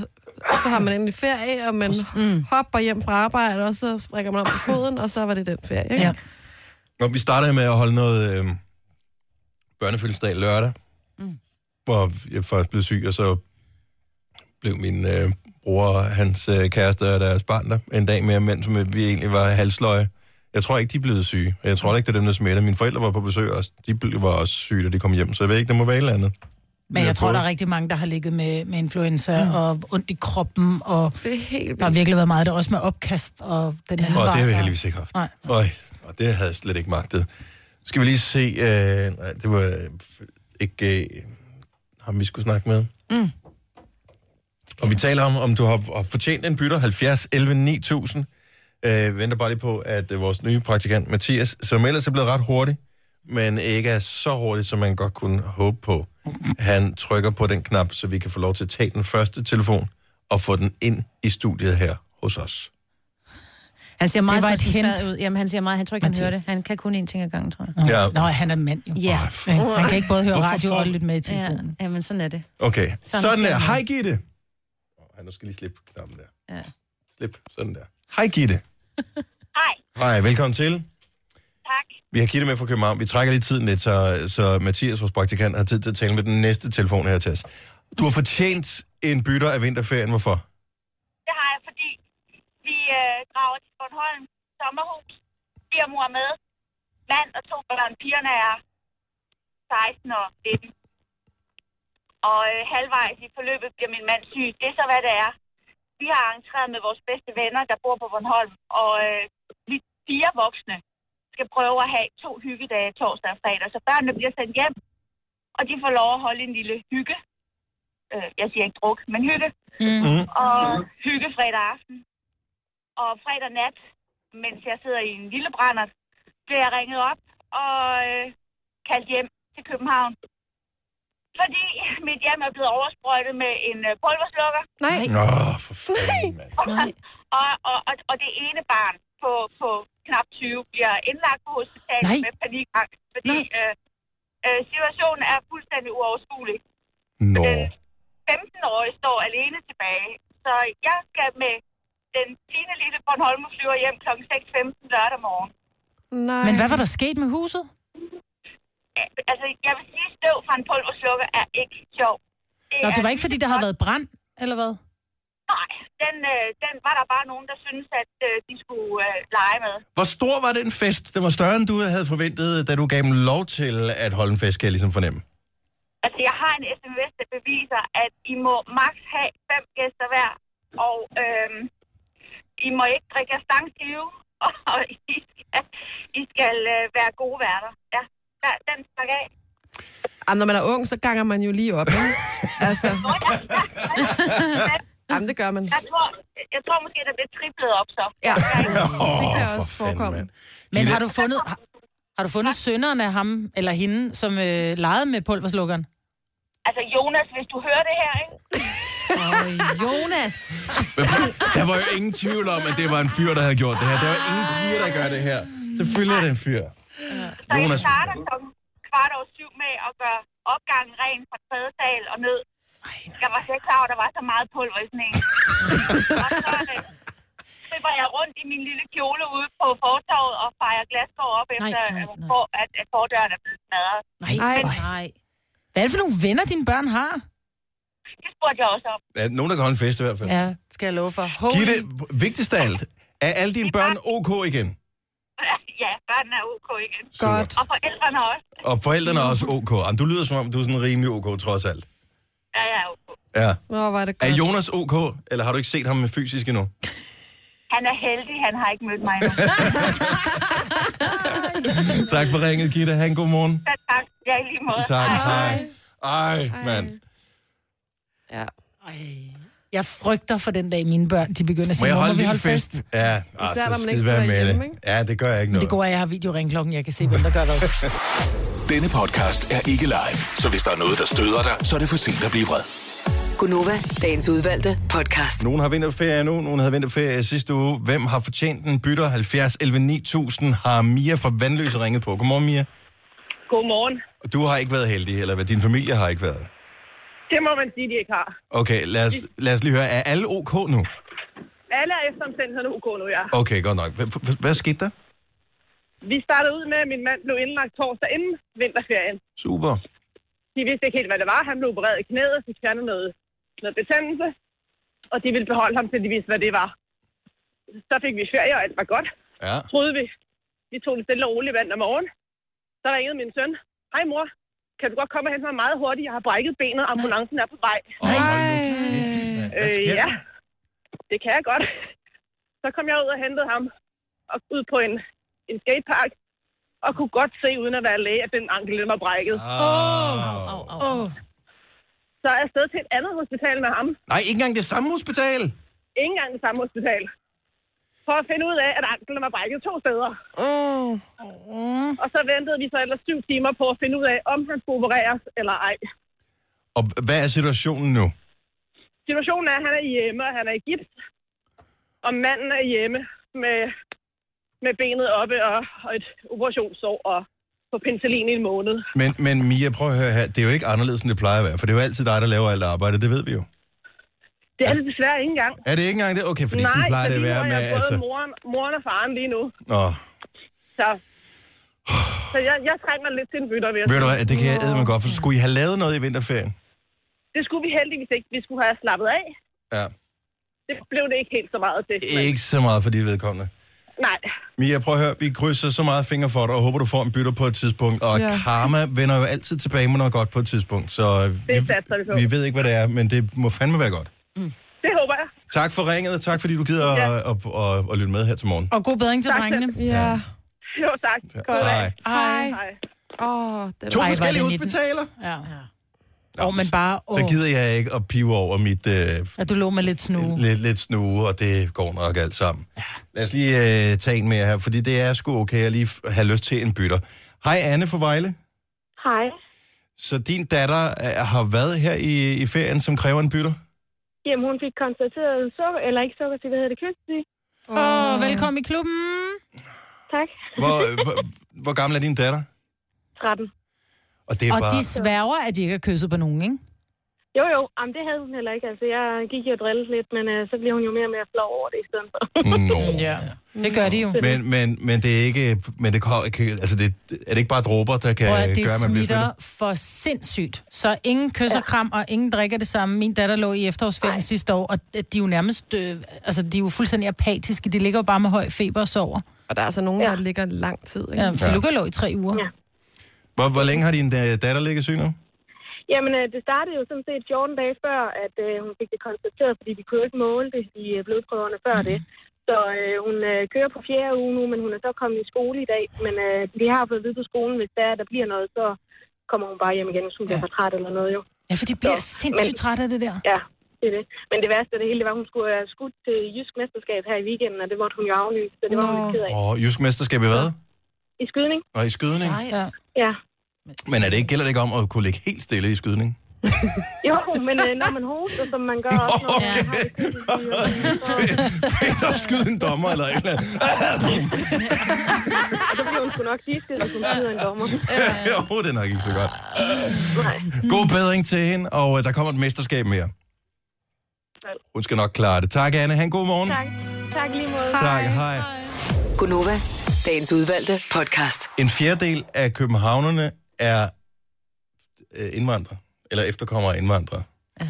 [SPEAKER 4] så har man endelig ferie, og man
[SPEAKER 3] mm.
[SPEAKER 4] hopper hjem fra arbejde, og så sprækker man om på foden, og så var det den ferie. Ikke?
[SPEAKER 2] Ja.
[SPEAKER 1] Når vi startede med at holde noget øh, børnefødselsdag lørdag, mm. hvor jeg først blev syg, og så blev min øh, bror og hans øh, kæreste og deres barn der en dag mere, mens vi egentlig var halsløje. Jeg tror ikke, de er blevet syge. og Jeg tror ikke, det er dem, der smitter. Mine forældre var på besøg også. De blev- var også syge, da de kom hjem, så jeg ved ikke, det må være et eller andet.
[SPEAKER 2] Men jeg tror,
[SPEAKER 1] prøver.
[SPEAKER 2] der er rigtig mange, der har ligget med, med influenza mm. og ondt i kroppen, og
[SPEAKER 4] Det er helt
[SPEAKER 2] der har
[SPEAKER 4] vildt.
[SPEAKER 2] virkelig været meget der også med opkast og den anden
[SPEAKER 1] Og
[SPEAKER 2] vej,
[SPEAKER 1] det har vi
[SPEAKER 2] og-
[SPEAKER 1] heldigvis ikke haft.
[SPEAKER 2] Nej.
[SPEAKER 1] Øj, og det havde jeg slet ikke magtet. Skal vi lige se... Øh, nej, det var øh, ikke øh, ham, vi skulle snakke med. Mm. Og vi taler om, om du har, har fortjent en bytter 70 11 9000. Øh, venter bare lige på, at øh, vores nye praktikant Mathias, som ellers er blevet ret hurtig, men ikke er så hurtig, som man godt kunne håbe på, han trykker på den knap, så vi kan få lov til at tage den første telefon og få den ind i studiet her hos os.
[SPEAKER 3] Han ser meget
[SPEAKER 2] var et
[SPEAKER 3] koncentreret
[SPEAKER 2] hint.
[SPEAKER 3] Ud. Jamen, han ser meget. Han tror ikke, han hører
[SPEAKER 2] Mathias.
[SPEAKER 3] det. Han kan kun én ting ad gangen, tror jeg.
[SPEAKER 1] Ja.
[SPEAKER 2] Nå, han er mand jo.
[SPEAKER 3] Ja.
[SPEAKER 2] Ikke? Han kan ikke både høre
[SPEAKER 1] Hvorfor
[SPEAKER 2] radio
[SPEAKER 1] får-
[SPEAKER 2] og lytte med i
[SPEAKER 3] Ja,
[SPEAKER 2] telefonen.
[SPEAKER 3] ja, men sådan er det.
[SPEAKER 1] Okay, sådan,
[SPEAKER 3] Sådan
[SPEAKER 1] sådan
[SPEAKER 3] skal
[SPEAKER 1] der.
[SPEAKER 3] man.
[SPEAKER 1] Hej Gitte. Åh, Han nu skal lige slippe knappen der.
[SPEAKER 3] Ja.
[SPEAKER 1] Slip, sådan der. Hej Gitte. Hej. Hej, velkommen til. Tak. Vi har Gitte med fra København. Vi trækker lige tiden lidt, så, så Mathias, vores praktikant, har tid til at tale med den næste telefon her til os. Du har fortjent en bytter af vinterferien. Hvorfor?
[SPEAKER 8] Det har jeg, fordi vi øh, drager til Bornholm sommerhus. Vi har mor med. Mand og to børn. Pigerne er 16 og 19. Og øh, halvvejs i forløbet bliver min mand syg. Det er så, hvad det er. Vi har arrangeret med vores bedste venner, der bor på Bornholm. Og øh, vi fire voksne skal prøve at have to hyggedage torsdag og fredag. Så børnene bliver sendt hjem, og de får lov at holde en lille hygge. Øh, jeg siger ikke druk, men hygge
[SPEAKER 4] Mm.
[SPEAKER 8] og
[SPEAKER 1] Mhm.
[SPEAKER 8] hygge fredag aften. Og fredag nat, mens jeg sidder i en lille brændert, bliver jeg ringet op og øh, kaldt hjem til København. Fordi mit hjem er blevet oversprøjtet med en øh, pulverslukker,
[SPEAKER 4] Nej,
[SPEAKER 1] Nå, for fanden, mand.
[SPEAKER 3] Nej.
[SPEAKER 8] og, og, og, og det ene barn på, på knap 20 bliver indlagt på hospitalet
[SPEAKER 2] Nej.
[SPEAKER 8] med panikangst, fordi
[SPEAKER 3] Nej.
[SPEAKER 8] øh, øh, situationen er fuldstændig uoverskuelig.
[SPEAKER 1] Nå.
[SPEAKER 8] Den 15-årige står alene tilbage, så jeg skal med den fine lille Bornholm flyver hjem kl. 6.15 lørdag morgen.
[SPEAKER 4] Nej.
[SPEAKER 2] Men hvad var der sket med huset?
[SPEAKER 8] Øh, Altså, jeg vil sige, støv fra en pulverslukker er ikke sjov. Det
[SPEAKER 2] Nå,
[SPEAKER 8] er
[SPEAKER 2] det var ikke, fordi der havde været brand, eller hvad?
[SPEAKER 8] Nej, den, øh, den var der bare nogen, der syntes, at øh, de skulle øh, lege med.
[SPEAKER 1] Hvor stor var den fest? Den var større, end du havde forventet, da du gav dem lov til at holde en fest, kan jeg ligesom fornemme.
[SPEAKER 8] Altså, jeg har en sms, der beviser, at I må max have fem gæster hver, og øhm, I må ikke drikke af stangskive, og I skal, I skal øh, være gode værter. Ja, der, den stak af.
[SPEAKER 4] Jamen, når man er ung, så ganger man jo lige op, ikke? altså, jamen, det gør man.
[SPEAKER 8] Jeg tror, jeg tror måske, der bliver triplet op så.
[SPEAKER 4] Ja.
[SPEAKER 1] Åh,
[SPEAKER 4] Det kan
[SPEAKER 1] for
[SPEAKER 4] også
[SPEAKER 1] fanden,
[SPEAKER 4] forekomme.
[SPEAKER 1] mand.
[SPEAKER 2] Men
[SPEAKER 1] Line,
[SPEAKER 2] har du fundet, har, har du fundet sønderen af ham eller hende, som øh, legede med pulverslukkeren?
[SPEAKER 8] Altså, Jonas, hvis du hører det her, ikke?
[SPEAKER 3] Og Jonas.
[SPEAKER 1] Der var jo ingen tvivl om, at det var en fyr, der havde gjort det her. Der var ingen piger, der gør det her. Selvfølgelig er det en fyr.
[SPEAKER 8] Så jeg
[SPEAKER 1] Jonas.
[SPEAKER 8] starter klokken kvart over syv med at gøre opgangen ren fra tredje sal og ned. Jeg var slet ikke klar over, at der var så meget pulver i sådan en. og så øh, tripper jeg rundt i min lille kjole ude på fortorvet og fejrer Glasgow op, efter
[SPEAKER 3] nej,
[SPEAKER 8] øh,
[SPEAKER 3] nej.
[SPEAKER 8] For, at, at fordøren er blevet smadret.
[SPEAKER 2] Nej,
[SPEAKER 4] Ej.
[SPEAKER 2] hvor-
[SPEAKER 3] Nej.
[SPEAKER 2] Hvad er det for nogle venner, dine børn har?
[SPEAKER 8] Det spurgte jeg også om.
[SPEAKER 1] Ja, nogen, der kan holde en fest i hvert fald.
[SPEAKER 2] Ja, skal jeg love for. Holy.
[SPEAKER 1] Gitte, vigtigst af alt, er alle dine børn ok igen?
[SPEAKER 8] ja, børnene er ok igen.
[SPEAKER 4] Godt.
[SPEAKER 8] Og forældrene også.
[SPEAKER 1] Og forældrene er også ok. Jamen, du lyder som om, du er sådan rimelig ok, trods alt.
[SPEAKER 8] Ja, ja, ok.
[SPEAKER 1] Ja.
[SPEAKER 4] Nå, var det
[SPEAKER 1] Er
[SPEAKER 4] godt.
[SPEAKER 1] Jonas ok, eller har du ikke set ham med fysisk endnu?
[SPEAKER 8] Han er heldig, han har ikke mødt mig endnu.
[SPEAKER 1] Tak for ringet, Gitte. Ha' en god morgen.
[SPEAKER 8] Så tak. Ja, i lige måde.
[SPEAKER 1] Tak.
[SPEAKER 8] Hej.
[SPEAKER 1] Hej. Ej, mand.
[SPEAKER 4] Ja.
[SPEAKER 2] Jeg frygter for den dag, mine børn de begynder at
[SPEAKER 1] Må
[SPEAKER 2] sige,
[SPEAKER 1] jeg
[SPEAKER 2] "Mor, må
[SPEAKER 1] holde
[SPEAKER 2] vi
[SPEAKER 1] en lille
[SPEAKER 2] holde fest?
[SPEAKER 1] fest?
[SPEAKER 2] fest?
[SPEAKER 1] Ja,
[SPEAKER 4] når
[SPEAKER 1] altså,
[SPEAKER 4] man
[SPEAKER 1] skid
[SPEAKER 4] ikke
[SPEAKER 1] være
[SPEAKER 4] skal være
[SPEAKER 1] med
[SPEAKER 4] hjemme,
[SPEAKER 1] det.
[SPEAKER 4] ikke?
[SPEAKER 1] Ja, det gør jeg ikke noget.
[SPEAKER 2] Det går, at jeg har videoringklokken, jeg kan se, hvem der gør hvad.
[SPEAKER 6] Denne podcast er ikke live, så hvis der er noget, der støder dig, så er det for sent at blive vred.
[SPEAKER 5] Gunova, dagens udvalgte podcast.
[SPEAKER 1] Nogen har vinterferie nu, nogen havde vinterferie sidste uge. Hvem har fortjent den? Bytter 70 11 9000 har Mia fra Vandløse ringet på. Godmorgen, Mia.
[SPEAKER 9] Godmorgen.
[SPEAKER 1] Du har ikke været heldig, eller hvad? Din familie har ikke været.
[SPEAKER 9] Det må man sige, de ikke har.
[SPEAKER 1] Okay, lad os, lad os lige høre. Er alle ok nu?
[SPEAKER 9] Alle er efter omstændighederne ok nu, ja.
[SPEAKER 1] Okay, godt nok. Hvad- hvad- Hvad skete der?
[SPEAKER 9] Vi startede ud med, at min mand blev indlagt torsdag inden vinterferien.
[SPEAKER 1] Super.
[SPEAKER 9] De vidste ikke helt, hvad det var. Han blev opereret i knæet og fik fjernet noget, noget betændelse. Og de ville beholde ham, til de vidste, hvad det var. Så fik vi ferie, og alt var godt.
[SPEAKER 1] Ja.
[SPEAKER 9] Troede vi. Vi tog det stille og roligt vand om morgenen. Så ringede min søn. Hej mor, kan du godt komme og hente mig meget hurtigt? Jeg har brækket benet, og ambulancen er på vej.
[SPEAKER 1] Oh, hvad
[SPEAKER 9] Øh,
[SPEAKER 1] sker
[SPEAKER 9] ja,
[SPEAKER 1] der?
[SPEAKER 9] det kan jeg godt. Så kom jeg ud og hentede ham og ud på en, en skatepark, og kunne godt se, uden at være læge, at den ankel den var brækket.
[SPEAKER 1] Ah.
[SPEAKER 3] Au, au, au.
[SPEAKER 9] Så er jeg afsted til et andet hospital med ham.
[SPEAKER 1] Nej, ikke engang det samme hospital.
[SPEAKER 9] Ikke engang det samme hospital. For at finde ud af, at anklen var brækket to steder.
[SPEAKER 1] Mm.
[SPEAKER 4] Oh.
[SPEAKER 9] Og så ventede vi så ellers syv timer på at finde ud af, om han skulle opereres eller ej.
[SPEAKER 1] Og hvad er situationen nu?
[SPEAKER 9] Situationen er, at han er hjemme, og han er i gips. Og manden er hjemme med, med benet oppe og, og et operationssår og på penicillin i en måned.
[SPEAKER 1] Men, men Mia, prøv at høre her. Det er jo ikke anderledes, end det plejer at være, for det er jo altid dig, der laver alt arbejdet. Det ved vi jo.
[SPEAKER 9] Det er det desværre ikke engang.
[SPEAKER 1] Er det ikke engang det? Okay, fordi sådan
[SPEAKER 9] Nej,
[SPEAKER 1] plejer det at
[SPEAKER 9] fordi
[SPEAKER 1] være
[SPEAKER 9] nu
[SPEAKER 1] med... altså-
[SPEAKER 9] har jeg både moren, moren og faren lige nu.
[SPEAKER 1] Nå,
[SPEAKER 9] Så, så jeg, jeg trænger lidt til en bytter, vil jeg
[SPEAKER 1] Ved du
[SPEAKER 9] sige.
[SPEAKER 1] hvad, det kan jeg æde mig godt, for skulle I have lavet noget i vinterferien?
[SPEAKER 9] Det skulle vi heldigvis ikke. Vi skulle have slappet af.
[SPEAKER 1] Ja.
[SPEAKER 9] Det blev det ikke helt så meget til. men-
[SPEAKER 1] Ikke så meget for dit vedkommende.
[SPEAKER 9] Nej,
[SPEAKER 1] Mia, prøv at høre, vi krydser så meget fingre for dig, og håber, du får en bytter på et tidspunkt. Og ja.
[SPEAKER 4] Ja.
[SPEAKER 1] karma vender jo altid tilbage med noget godt på et tidspunkt, så øh,
[SPEAKER 9] satser vi på.
[SPEAKER 1] vi, vi ved ikke, hvad det er, men det må fandme være godt.
[SPEAKER 9] det håber jeg.
[SPEAKER 1] Tak for ringet, og tak fordi du gider at,
[SPEAKER 9] Ja.
[SPEAKER 1] at, at, at lytte med her til morgen.
[SPEAKER 2] Og god bedring til
[SPEAKER 9] Tak.
[SPEAKER 2] drengene.
[SPEAKER 4] Ja.
[SPEAKER 9] Jo, tak.
[SPEAKER 1] Hej.
[SPEAKER 2] Hej.
[SPEAKER 9] Hej.
[SPEAKER 4] Åh, oh, det
[SPEAKER 1] To
[SPEAKER 4] var...
[SPEAKER 2] var det
[SPEAKER 1] forskellige
[SPEAKER 2] 19.
[SPEAKER 1] hospitaler.
[SPEAKER 2] Ja. Og men bare,
[SPEAKER 1] Så
[SPEAKER 2] åh,
[SPEAKER 1] gider jeg ikke at pive over mit øh,
[SPEAKER 2] at du lå med lidt snue.
[SPEAKER 1] lidt, lidt snue, og det går nok alt sammen. Lad os lige øh, tage en mere her, fordi det er sgu okay at lige f- have lyst til en bytter. Hej Anne fra Vejle.
[SPEAKER 9] Hej.
[SPEAKER 1] Så din datter øh, har været her i, i ferien, som kræver en bytter?
[SPEAKER 9] Jamen, hun fik konstateret sukker, eller ikke sukker, hvad hedder det, kystig.
[SPEAKER 2] Åh, velkommen i klubben.
[SPEAKER 9] Tak.
[SPEAKER 1] Hvor, øh, hvor, hvor gammel er din datter?
[SPEAKER 9] 13.
[SPEAKER 1] Og det er
[SPEAKER 2] Og
[SPEAKER 1] bare...
[SPEAKER 2] de sværger, at de ikke har kysset på nogen, ikke?
[SPEAKER 9] Jo, jo, jamen, det havde hun heller ikke. Altså, jeg gik jo og drillede lidt, men øh, så bliver hun jo mere og mere flov over det i stedet for.
[SPEAKER 1] Nå.
[SPEAKER 2] Ja. Det gør de jo.
[SPEAKER 1] Men, men, men det er ikke... Men det, kan- kan- altså det, er det ikke bare dråber, der kan
[SPEAKER 2] Prøv at
[SPEAKER 1] gøre,
[SPEAKER 2] det
[SPEAKER 1] at man bliver
[SPEAKER 2] smitter
[SPEAKER 1] smittet?
[SPEAKER 2] for sindssygt. Så ingen kysser kram, og ingen drikker det samme. Min datter lå i efterårsferien sidste år, og de er jo nærmest... Øh, altså, de er jo fuldstændig apatiske. De ligger jo bare med høj feber og sover.
[SPEAKER 4] Og der er altså nogen, der ligger lang tid. Ikke?
[SPEAKER 2] Ja, Feluca lå i tre uger. Ja.
[SPEAKER 1] Hvor, hvor længe har din da- datter ligget syg nu?
[SPEAKER 10] Jamen, øh, det startede jo sådan set 14 dage før, at øh, hun fik det konstateret, fordi vi kunne jo ikke måle det i øh, blodprøverne før det. Så øh, hun øh, kører på fjerde uge nu, men hun er så kommet i skole i dag. Men øh, de har fået at vide på skolen, hvis der, er, der bliver noget, så kommer hun bare hjem igen, hvis hun bliver for træt eller noget jo.
[SPEAKER 2] Ja, for de bliver sindssygt trætte af det der.
[SPEAKER 10] Ja, det er det. Men det værste af det hele, det var, at hun skulle have skudt til Jysk Mesterskab her i weekenden, og det måtte hun jo aflyse, så det var hun lidt ked af.
[SPEAKER 1] Og jysk mesterskab i hvad?
[SPEAKER 10] I skydning?
[SPEAKER 1] Og i skydning?
[SPEAKER 10] Ja. ja.
[SPEAKER 1] Men er det ikke, gælder det ikke om at kunne ligge helt stille i skydning?
[SPEAKER 10] Jo, men øh, når man hoster, som man gør også, når man har det
[SPEAKER 1] Fedt at skyde en dommer eller et eller andet.
[SPEAKER 10] Og så bliver hun sgu nok disket, hvis hun skyder en dommer.
[SPEAKER 1] jo, det er nok ikke så godt.
[SPEAKER 10] Nej.
[SPEAKER 1] God bedring til hende, og øh, der kommer et mesterskab mere. Hun skal nok klare det. Tak, Anne. Ha' en god morgen.
[SPEAKER 10] Tak. Tak lige måde.
[SPEAKER 1] Tak, hej.
[SPEAKER 5] Gunova, dagens udvalgte podcast.
[SPEAKER 1] En fjerdedel af københavnerne er øh, indvandrere, eller efterkommere af indvandrere. Ja.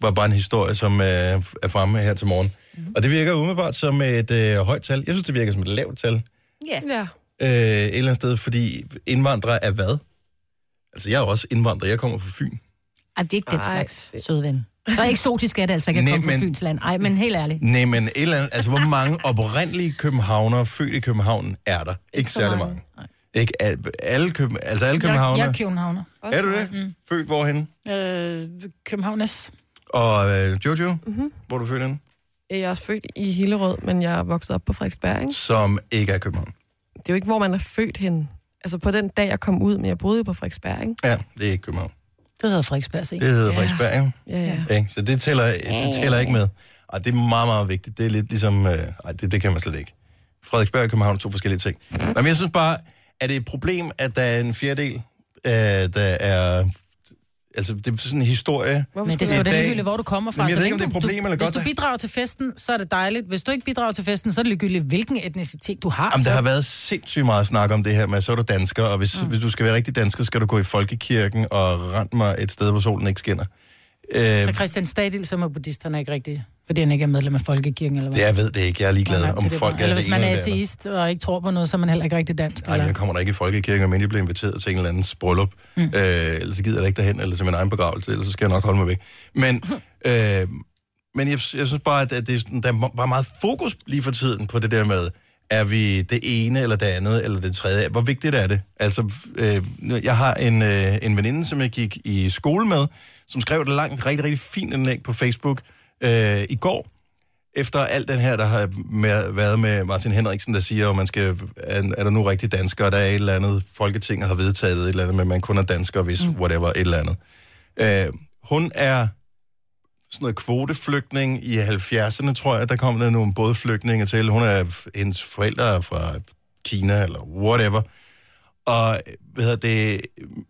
[SPEAKER 1] var bare en historie, som øh, er fremme her til morgen. Mm-hmm. Og det virker umiddelbart som et øh, højt tal. Jeg synes, det virker som et lavt tal.
[SPEAKER 4] Ja. ja.
[SPEAKER 1] øh, et eller andet sted, fordi indvandrere er hvad? Altså, jeg er jo også indvandrer, jeg kommer fra Fyn.
[SPEAKER 3] Ej, det er ikke den
[SPEAKER 4] Ej,
[SPEAKER 3] slags, søde ven. Så eksotisk er det altså ikke at
[SPEAKER 1] Nej,
[SPEAKER 3] komme
[SPEAKER 1] men-
[SPEAKER 3] fra Fyns land. Ej, men helt ærligt.
[SPEAKER 1] Nej, men et eller andet, altså, hvor mange oprindelige københavnere, født i København, er der? Ikke, ikke særlig mange. Ikke al- alle, køben, altså alle københavnere.
[SPEAKER 2] Jeg, jeg er københavner.
[SPEAKER 1] er du det? Mm. Født hvorhen?
[SPEAKER 2] Øh, Københavnes.
[SPEAKER 1] Og øh, Jojo,
[SPEAKER 4] Mhm.
[SPEAKER 1] mm-hmm. hvor er du født henne?
[SPEAKER 4] Jeg er også født i Hillerød, men jeg er vokset op på Frederiksberg. Ikke?
[SPEAKER 1] Som ikke er København.
[SPEAKER 4] Det er jo ikke, hvor man er født henne. Altså på den dag, jeg kom ud, men jeg boede jo på Frederiksberg. Ikke?
[SPEAKER 1] Ja, det er ikke København.
[SPEAKER 2] Det hedder Frederiksberg C.
[SPEAKER 1] Det hedder Frederiksberg, jo.
[SPEAKER 4] Ja, ja.
[SPEAKER 1] Ikke? Så det tæller, det tæller ikke med. Og det er meget, meget vigtigt. Det er lidt ligesom... Øh, ej, det, det kan man slet ikke. Frederiksberg og København er to forskellige ting.
[SPEAKER 4] Mhm.
[SPEAKER 1] Nå, men jeg synes bare, er det et problem, at der er en fjerdedel, øh, der er... Altså, det er sådan en historie.
[SPEAKER 4] Hvorfor
[SPEAKER 2] Men det
[SPEAKER 4] skulle
[SPEAKER 2] er sgu
[SPEAKER 1] I
[SPEAKER 2] da
[SPEAKER 1] dag-
[SPEAKER 2] ligegyldigt, hvor du kommer fra.
[SPEAKER 1] Jamen, jeg
[SPEAKER 2] Så
[SPEAKER 1] ved ikke, om
[SPEAKER 2] længe
[SPEAKER 1] det er et
[SPEAKER 2] du-
[SPEAKER 1] problem
[SPEAKER 2] du,
[SPEAKER 1] eller godt,
[SPEAKER 2] Hvis
[SPEAKER 1] der-
[SPEAKER 2] du bidrager til festen, så er det dejligt. Hvis du ikke bidrager til festen, så er det ligegyldigt, hvilken etnicitet du har.
[SPEAKER 1] Jamen, der
[SPEAKER 2] Ah, så-
[SPEAKER 1] har været sindssygt meget snak om det her med, så er du dansker, og hvis, mm. hvis du skal være rigtig dansker, skal du gå i folkekirken og rende mig et sted, hvor solen ikke skinner. Øh,
[SPEAKER 2] Så Christian Stadil, som er buddhist, han er ikke rigtig, fordi han ikke er medlem af Folkekirken, eller hvad?
[SPEAKER 1] det, jeg ved det ikke. Jeg er ligeglad,
[SPEAKER 2] Nå, nej,
[SPEAKER 1] om
[SPEAKER 2] det er
[SPEAKER 1] folk
[SPEAKER 2] bare-
[SPEAKER 1] er
[SPEAKER 2] Eller
[SPEAKER 1] det
[SPEAKER 2] hvis man
[SPEAKER 1] ene
[SPEAKER 2] er
[SPEAKER 1] eller det andet.
[SPEAKER 2] ateist og ikke tror på noget, så er man heller ikke rigtig dansk.
[SPEAKER 1] Nej, men jeg
[SPEAKER 2] eller?
[SPEAKER 1] kommer da ikke i folkekirken, om jeg bliver inviteret til en eller andens bryllup. Mm. Øh, ellers så gider jeg da ikke derhen, eller til min egen begravelse, ellers så skal jeg nok holde mig væk. Men, øh, men jeg, jeg synes bare, at at det, er sådan- der er bare meget fokus lige for tiden på det der med, er vi det ene, eller det andet, eller det tredje? Hvor vigtigt er det? Altså, øh, jeg har en, øh, en veninde, som jeg gik i skole med, som skrev et langt, rigtig, rigtig fint indlæg på Facebook øh, i går, efter alt den her, der har med, været med Martin Henriksen, der siger, at man skal, er, er der nu rigtig danskere, der er et eller andet, Folketinget har vedtaget et eller andet, men man kun er dansker, hvis mm. whatever, et eller andet. Øh, hun er sådan noget kvoteflygtning i 70'erne, tror jeg, der kom der nogle både flygtninge til. Hun er, hendes forældre er fra Kina eller whatever. Og hvad hedder det,